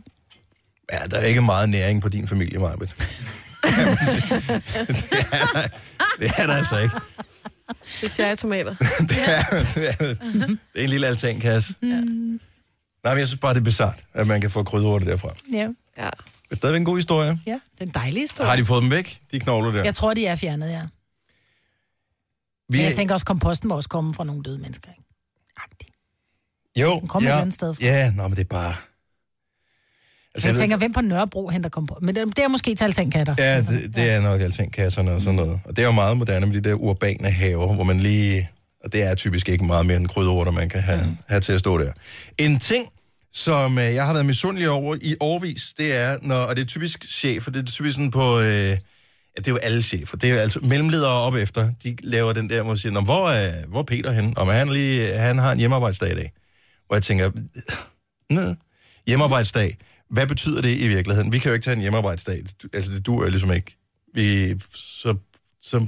[SPEAKER 1] Ja, der er ikke meget næring på din familie, Marbet. det, er der- det er der altså ikke.
[SPEAKER 4] Det er cherrytomater.
[SPEAKER 1] Det er, det er en lille altankasse.
[SPEAKER 2] Mhm.
[SPEAKER 1] Ja. Nej, men jeg synes bare, det er bizart, at man kan få krydderurter derfra.
[SPEAKER 2] Ja.
[SPEAKER 4] ja.
[SPEAKER 1] Det er stadigvæk en god historie.
[SPEAKER 2] Ja, den dejlige historie.
[SPEAKER 1] Har de fået dem væk, de knogler der?
[SPEAKER 2] Jeg tror, de er fjernet, ja.
[SPEAKER 1] Vi-
[SPEAKER 2] Men jeg tænker også, komposten må også komme fra nogle døde mennesker. Ikke?
[SPEAKER 1] jo,
[SPEAKER 2] Den kommer et andet sted fra.
[SPEAKER 1] Ja, nå, men det er bare...
[SPEAKER 2] Altså, jeg,
[SPEAKER 1] ved-
[SPEAKER 2] tænker, hvem på Nørrebro henter kompost? Men det det er Altså, måske til altankatter.
[SPEAKER 1] Ja, det, det er nok altingkasserne og sådan noget. Og det er jo meget moderne med de der urbane haver, hvor man lige... Og det er typisk ikke meget mere end krydderurter, man kan have, have til at stå der. En ting, som øh, jeg har været misundelig over i årvis, det er, når, og det er typisk chefer, det er typisk sådan på... Øh, ja, det er jo alle chefer. Det er jo altså mellemledere op efter. De laver den der, hvor man siger, "Nå, hvor, øh, hvor er Peter henne? Om han, lige, han har en hjemmearbejdsdag i dag. Hvor jeg tænker, ned. Hjemmearbejdsdag. Hvad betyder det i virkeligheden? Vi kan jo ikke tage en hjemmearbejdsdag. Det- Altså, det duer jo ligesom ikke. Vi, så, så,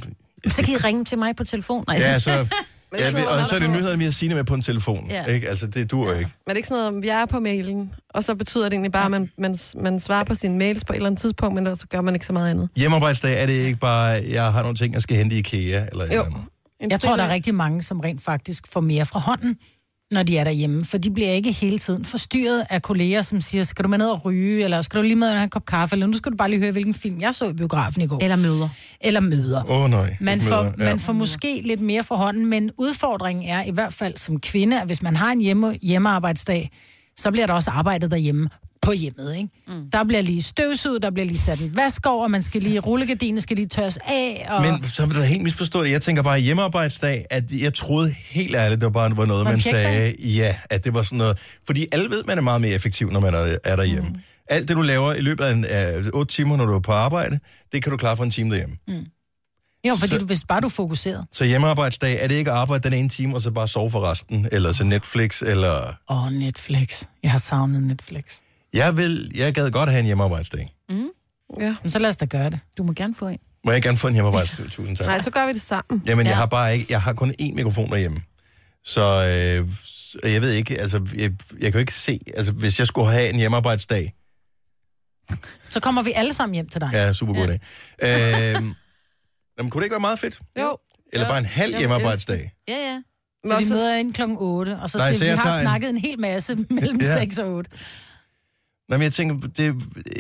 [SPEAKER 3] Så kan I ringe til mig på telefon. Nej,
[SPEAKER 1] ja, så,
[SPEAKER 4] Men
[SPEAKER 1] ja,
[SPEAKER 4] så
[SPEAKER 1] vi-
[SPEAKER 4] var
[SPEAKER 1] og
[SPEAKER 4] der
[SPEAKER 1] så er det
[SPEAKER 4] på-
[SPEAKER 1] nyhederne, vi har Signe med på en telefon.
[SPEAKER 4] Ja.
[SPEAKER 1] Ja. Ikke? Altså, det duer jo ikke.
[SPEAKER 4] Men det er ikke sådan noget, om jeg er på mailen, og så betyder det egentlig bare, at man, man, man svarer på sine mails på et eller andet tidspunkt, men så gør man ikke så meget andet.
[SPEAKER 1] Hjemmearbejdsdag er det ikke bare, jeg har nogle ting, jeg skal hente i IKEA? Eller et eller andet.
[SPEAKER 2] Jeg tror, der er rigtig mange, som rent faktisk får mere fra hånden, når de er derhjemme. For de bliver ikke hele tiden forstyrret af kolleger, som siger, skal du med ned og ryge, eller skal du lige med og have en kop kaffe, eller nu skal du bare lige høre, hvilken film jeg så i biografen i går.
[SPEAKER 3] Eller møder.
[SPEAKER 2] Eller møder.
[SPEAKER 1] Åh oh, nej.
[SPEAKER 2] Man
[SPEAKER 1] Ikke
[SPEAKER 2] får,
[SPEAKER 1] møder.
[SPEAKER 2] man får måske lidt mere fra hånden, men udfordringen er i hvert fald som kvinde, at hvis man har en hjemme, hjemmearbejdsdag, så bliver der også arbejdet derhjemme på hjemmet, ikke? Mm. Der bliver lige støvsuget, der bliver lige sat en vask over, man skal lige, rullegardinen skal lige tørres af, og...
[SPEAKER 1] Men så vil du helt misforstå det. Jeg tænker bare hjemmearbejdsdag, at jeg troede helt ærligt, det var bare var noget,
[SPEAKER 2] Var
[SPEAKER 1] man
[SPEAKER 2] det pjekdag?
[SPEAKER 1] sagde. Ja, at det var sådan noget. Fordi alle ved, man er meget mere effektiv, når man er, er derhjemme. Mm. Alt det, du laver i løbet af, en, af 8 timer, når du er på arbejde, det kan du klare på en time derhjemme.
[SPEAKER 2] Jo, fordi
[SPEAKER 1] Så-
[SPEAKER 2] du, hvis bare du er fokuseret.
[SPEAKER 1] Så hjemmearbejdsdag, er det ikke at arbejde den ene time, og så bare sove for resten? Eller så Netflix, eller...
[SPEAKER 2] Åh, oh, Netflix. Jeg har savnet Netflix.
[SPEAKER 1] Jeg, vil, jeg gad godt have en hjemmearbejdsdag.
[SPEAKER 3] Mm.
[SPEAKER 4] Ja.
[SPEAKER 2] Men så lad os da gøre det.
[SPEAKER 3] Du må gerne få en.
[SPEAKER 1] Må jeg gerne få en hjemmearbejdsdag? Tusind tak.
[SPEAKER 4] Nej, så gør vi det sammen.
[SPEAKER 1] Jamen, ja. jeg har bare ikke, jeg har kun én mikrofon derhjemme. Så øh, så jeg ved ikke, altså, jeg, jeg kan jo ikke se, altså, hvis jeg skulle have en hjemmearbejdsdag,
[SPEAKER 2] Så kommer vi alle sammen hjem til dig.
[SPEAKER 1] ja, super god ja. dag. Øh, jamen, kunne det ikke være meget fedt?
[SPEAKER 4] Jo.
[SPEAKER 1] Eller bare en halv
[SPEAKER 2] Ja.
[SPEAKER 1] hjemmearbejdsdag?
[SPEAKER 3] Ja, ja.
[SPEAKER 2] Så vi
[SPEAKER 4] også-
[SPEAKER 2] møder ind klokken 8, og så
[SPEAKER 1] Nej,
[SPEAKER 2] siger
[SPEAKER 1] så
[SPEAKER 2] vi, vi
[SPEAKER 1] jeg
[SPEAKER 2] har
[SPEAKER 1] tager en-
[SPEAKER 2] snakket en hel masse mellem
[SPEAKER 1] Ja.
[SPEAKER 2] ja. 6 og 8.
[SPEAKER 1] Nej, men jeg tænker, det,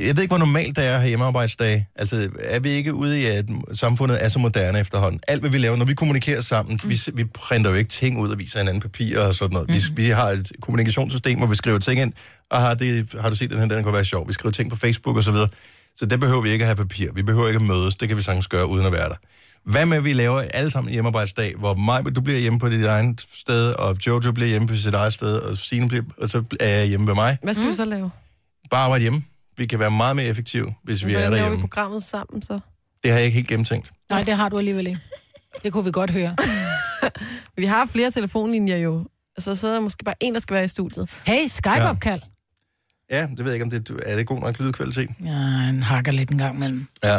[SPEAKER 1] jeg ved ikke, hvor normalt det er at have hjemmearbejdsdag. Altså, er vi ikke ude i, at samfundet er så moderne efterhånden? Alt, hvad vi laver, når vi kommunikerer sammen, mm. vi, vi printer jo ikke ting ud og viser hinanden papir og sådan noget. Mm. Vi, vi har et kommunikationssystem, hvor vi skriver ting ind, og har, det, har du set den her, den kunne være sjov. Vi skriver ting på Facebook og så videre. Så der behøver vi ikke at have papir. Vi behøver ikke at mødes. Det kan vi sagtens gøre uden at være der. Hvad med, at vi laver alle sammen en hjemmearbejdsdag, hvor Maj, du bliver hjemme på dit eget sted, og Jojo bliver hjemme på sit eget sted, og Signe bliver, og så er jeg hjemme ved mig.
[SPEAKER 4] Hvad skal mm. vi så lave?
[SPEAKER 1] Bare arbejde hjemme. Vi kan være meget mere effektive, hvis vi er
[SPEAKER 4] Hvordan laver vi
[SPEAKER 1] derhjemme.
[SPEAKER 4] programmet sammen så?
[SPEAKER 1] Det har jeg ikke helt gennemtænkt.
[SPEAKER 2] Nej, det har du alligevel ikke. Det kunne vi godt høre.
[SPEAKER 4] vi har flere telefonlinjer jo. Altså, så er der måske bare en, der skal være i studiet.
[SPEAKER 2] Hey, Skype-opkald.
[SPEAKER 1] Ja, det ved jeg ikke, om det er det god nok lydkvalitet.
[SPEAKER 2] Ja, han hakker lidt en gang imellem.
[SPEAKER 1] Ja.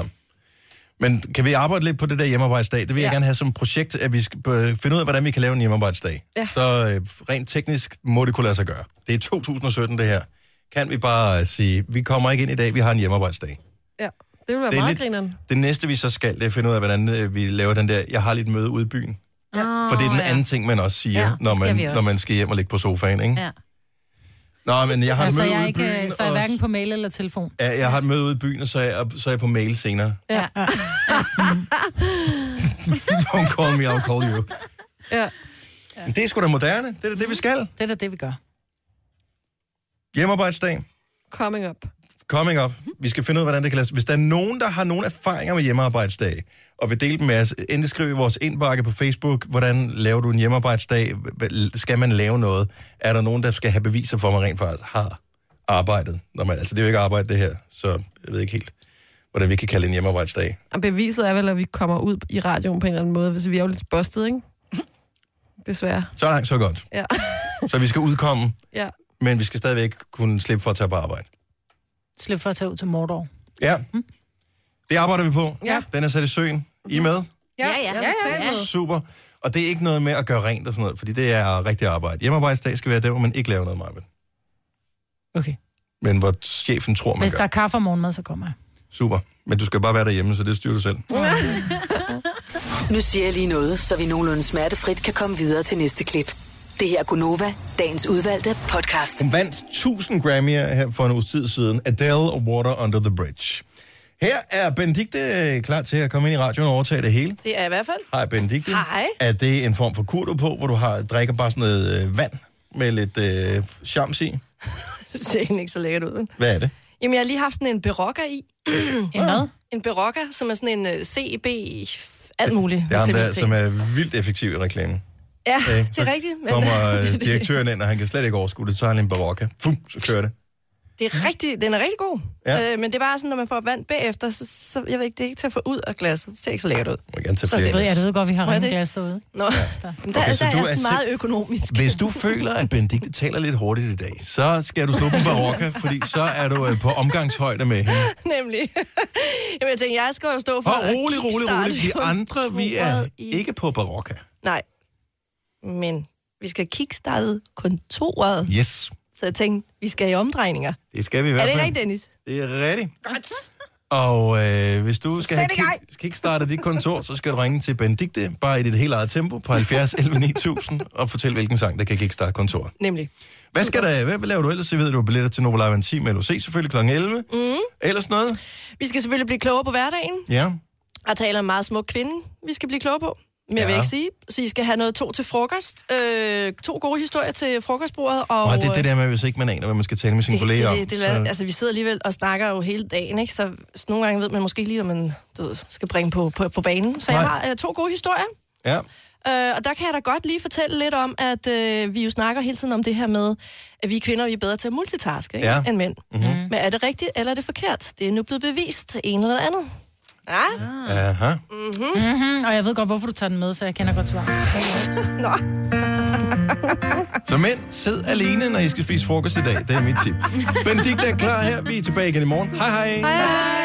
[SPEAKER 1] Men kan vi arbejde lidt på det der hjemmearbejdsdag? Det vil ja. jeg
[SPEAKER 2] Ja.
[SPEAKER 1] gerne have som projekt, at vi skal øh, finde ud af, hvordan vi kan lave en hjemmearbejdsdag.
[SPEAKER 4] Ja.
[SPEAKER 1] Så øh, rent teknisk må det kunne lade sig gøre. Det er 2017, det her. Kan vi bare øh, sige, vi kommer ikke ind i dag, vi har en hjemmearbejdsdag.
[SPEAKER 4] Ja, det ville være
[SPEAKER 1] Det er
[SPEAKER 4] meget
[SPEAKER 1] lidt-
[SPEAKER 4] lidt... grineren.
[SPEAKER 1] Det næste, vi så skal, det er at finde ud af, hvordan øh, vi laver den der, jeg har lidt møde ude i byen.
[SPEAKER 3] Ja. Oh,
[SPEAKER 1] For det er den anden ting, man også siger,
[SPEAKER 3] Ja,
[SPEAKER 1] ja,
[SPEAKER 3] det
[SPEAKER 1] når,
[SPEAKER 3] skal
[SPEAKER 1] man,
[SPEAKER 3] vi også.
[SPEAKER 1] når man skal hjem og ligge på sofaen, ikke?
[SPEAKER 3] Ja.
[SPEAKER 1] Nå, men jeg har
[SPEAKER 2] altså,
[SPEAKER 1] et møde
[SPEAKER 2] jeg er
[SPEAKER 1] ude i
[SPEAKER 2] ikke,
[SPEAKER 1] byen,
[SPEAKER 2] så er jeg
[SPEAKER 1] og,
[SPEAKER 2] hverken på mail eller telefon.
[SPEAKER 1] ja, jeg har et møde ude i byen, og så er jeg, så er jeg på mail senere.
[SPEAKER 4] Ja.
[SPEAKER 2] ja.
[SPEAKER 1] Don't call me, I'll call you.
[SPEAKER 4] Ja.
[SPEAKER 1] Men Det er sgu da moderne. Det er da det, vi skal.
[SPEAKER 2] Det er da det, vi gør.
[SPEAKER 1] Hjemmearbejdsdag.
[SPEAKER 4] Coming up.
[SPEAKER 1] Coming up. Vi skal finde ud af, hvordan det kan lade sig. Hvis der er nogen, der har nogle erfaringer med hjemmearbejdsdag, og vil dele dem med os, endelig skriv i vores indbakke på Facebook, hvordan laver du en hjemmearbejdsdag? Hva- Skal man lave noget? Er der nogen, der skal have beviser for, at man rent faktisk har arbejdet? Når man, altså, det er jo ikke arbejde, det her, så jeg ved ikke helt, hvordan vi kan kalde en hjemmearbejdsdag.
[SPEAKER 4] Og beviset er vel, at vi kommer ud i radioen på en eller anden måde, hvis vi er jo lidt busted, ikke? Desværre.
[SPEAKER 1] Så langt, så godt.
[SPEAKER 4] Ja.
[SPEAKER 1] Så vi skal udkomme,
[SPEAKER 4] ja.
[SPEAKER 1] men vi skal stadigvæk kunne slippe for at tage på arbejde.
[SPEAKER 2] Slip for at tage ud til Mordor.
[SPEAKER 1] Ja. Det arbejder vi på.
[SPEAKER 2] Ja.
[SPEAKER 1] Den er sat i søen. I er med?
[SPEAKER 2] Ja, ja, ja. ja, ja.
[SPEAKER 1] Super. Og det er ikke noget med at gøre rent og sådan noget, fordi det er rigtig arbejde. Hjemmearbejdsdag skal være der, hvor man ikke laver noget meget.
[SPEAKER 2] Okay.
[SPEAKER 1] Men hvor chefen tror, man
[SPEAKER 2] Hvis
[SPEAKER 1] gør.
[SPEAKER 2] der er kaffe og morgenmad, så kommer jeg.
[SPEAKER 1] Super. Men du skal bare være derhjemme, så det styrer du selv.
[SPEAKER 5] Nu siger jeg lige noget, så vi nogenlunde smertefrit kan komme videre til næste klip. Det her er Gunova, dagens udvalgte podcast.
[SPEAKER 1] Hun vandt 1000 Grammy'er her for en uges tid siden. Adele og Water Under the Bridge. Her er Benedikte øh, klar til at komme ind i radioen og overtage det hele.
[SPEAKER 11] Det er i hvert fald.
[SPEAKER 1] Hej, Benedikte.
[SPEAKER 11] Hej.
[SPEAKER 1] Er det en form for kurdo på, hvor du har, drikker bare sådan noget øh, vand med lidt øh, chams i?
[SPEAKER 11] Det ser egentlig ikke så lækkert ud.
[SPEAKER 1] Hvad er det?
[SPEAKER 11] Jamen, jeg har lige haft sådan en berokka i. en
[SPEAKER 2] hvad?
[SPEAKER 11] En berokka, som er sådan en uh, CEB, alt muligt.
[SPEAKER 1] Det er ham der,
[SPEAKER 11] Simpelthen.
[SPEAKER 1] som er vildt effektiv i reklamen.
[SPEAKER 11] Ja,
[SPEAKER 1] Ikke?
[SPEAKER 11] det er rigtigt. Men,
[SPEAKER 1] kommer øh, direktøren ind, og han kan slet ikke overskue det. Så har han en barokka. Fum, så kører det.
[SPEAKER 11] det er rigtig, den er rigtig god.
[SPEAKER 1] Ja.
[SPEAKER 11] Ja. Øh, men det er bare sådan, når man får vand bagefter, så, så jeg ved ikke, det er ikke til at få ud af glasset. Det ser ikke så lækkert ud.
[SPEAKER 1] Jeg vil gerne tage
[SPEAKER 11] Så
[SPEAKER 1] flere
[SPEAKER 11] det ved
[SPEAKER 1] glas.
[SPEAKER 11] jeg,
[SPEAKER 2] Jeg ved godt, vi har
[SPEAKER 11] Må jeg
[SPEAKER 2] rent
[SPEAKER 11] det?
[SPEAKER 2] glas derude.
[SPEAKER 11] Nå, ja. men der,
[SPEAKER 1] Okay,
[SPEAKER 11] okay,
[SPEAKER 1] så
[SPEAKER 11] der
[SPEAKER 1] du
[SPEAKER 11] er,
[SPEAKER 1] er
[SPEAKER 11] sådan
[SPEAKER 1] sim-
[SPEAKER 11] meget økonomisk.
[SPEAKER 1] Hvis du føler, at Benedikte taler lidt hurtigt i dag, så skal du slå på barokka, fordi så er du øh, på omgangshøjde med hende.
[SPEAKER 11] Nemlig. Jamen, jeg tænkte, jeg skal jo stå for
[SPEAKER 1] Og
[SPEAKER 11] at
[SPEAKER 1] rolig, rolig,
[SPEAKER 11] kickstarte
[SPEAKER 1] rolig. Vi andre, vi er
[SPEAKER 11] kontoret i-
[SPEAKER 1] ikke på barokka.
[SPEAKER 11] Nej, men vi skal kickstarte kontoret.
[SPEAKER 1] Yes,
[SPEAKER 11] Så jeg tænkte, vi skal i omdrejninger.
[SPEAKER 1] det skal vi i
[SPEAKER 11] Er
[SPEAKER 1] hvert
[SPEAKER 11] det
[SPEAKER 1] fald.
[SPEAKER 11] ikke rigtigt, Dennis?
[SPEAKER 1] Det er rigtigt.
[SPEAKER 11] Godt.
[SPEAKER 1] Og øh, hvis du
[SPEAKER 11] Så
[SPEAKER 1] skal
[SPEAKER 11] sæt
[SPEAKER 1] have
[SPEAKER 11] i gang.
[SPEAKER 1] kick, kickstartet dit kontor, så skal du ringe til Benedikte, bare i dit helt eget tempo, på 70 11 9000, og fortæl, hvilken sang, der kan kickstarte kontoret.
[SPEAKER 11] Nemlig.
[SPEAKER 1] Hvad skal der, hvad laver du ellers? Jeg ved, du har billetter til Novo Live Team, men du ses selvfølgelig kl. 11.
[SPEAKER 11] Mm.
[SPEAKER 1] Ellers noget?
[SPEAKER 11] Vi skal selvfølgelig blive klogere på hverdagen.
[SPEAKER 1] Ja.
[SPEAKER 11] Jeg taler om en meget smuk kvinde, vi skal blive klogere på. Men jeg vil
[SPEAKER 1] Ja.
[SPEAKER 11] ikke sige. Så I skal have noget to til frokost. Øh, to gode historier til frokostbordet. Og,
[SPEAKER 1] Og, det er det der med, hvis ikke man aner, hvad man skal tale med sine
[SPEAKER 11] det,
[SPEAKER 1] kolleger
[SPEAKER 11] det, det, det,
[SPEAKER 1] om.
[SPEAKER 11] lader-
[SPEAKER 1] så-
[SPEAKER 11] Altså, vi sidder alligevel og snakker jo hele dagen, ikke? Så, så nogle gange ved man måske ikke lige, om man du, ved, skal bringe på, på, på banen. Så
[SPEAKER 1] Nej.
[SPEAKER 11] jeg har øh, to gode historier.
[SPEAKER 1] Ja.
[SPEAKER 11] Øh, og der kan jeg da godt lige fortælle lidt om, at øh, vi jo snakker hele tiden om det her med, at vi kvinder vi er bedre til at multitaske ikke?
[SPEAKER 1] Ja.
[SPEAKER 11] end mænd.
[SPEAKER 1] Mhm.
[SPEAKER 11] Men er det rigtigt, eller er det forkert? Det er nu blevet bevist, en eller andet. Ja.
[SPEAKER 1] Aha.
[SPEAKER 11] Mm-hmm.
[SPEAKER 2] Mm-hmm. Og jeg ved godt, hvorfor du tager den med, så jeg kender godt svar.
[SPEAKER 11] Nå.
[SPEAKER 1] Så mænd, sid alene, når I skal spise frokost i dag. Det er mit tip. Benedikte er klar her. Vi er tilbage igen i morgen. Hej hej.
[SPEAKER 11] Hej, hej.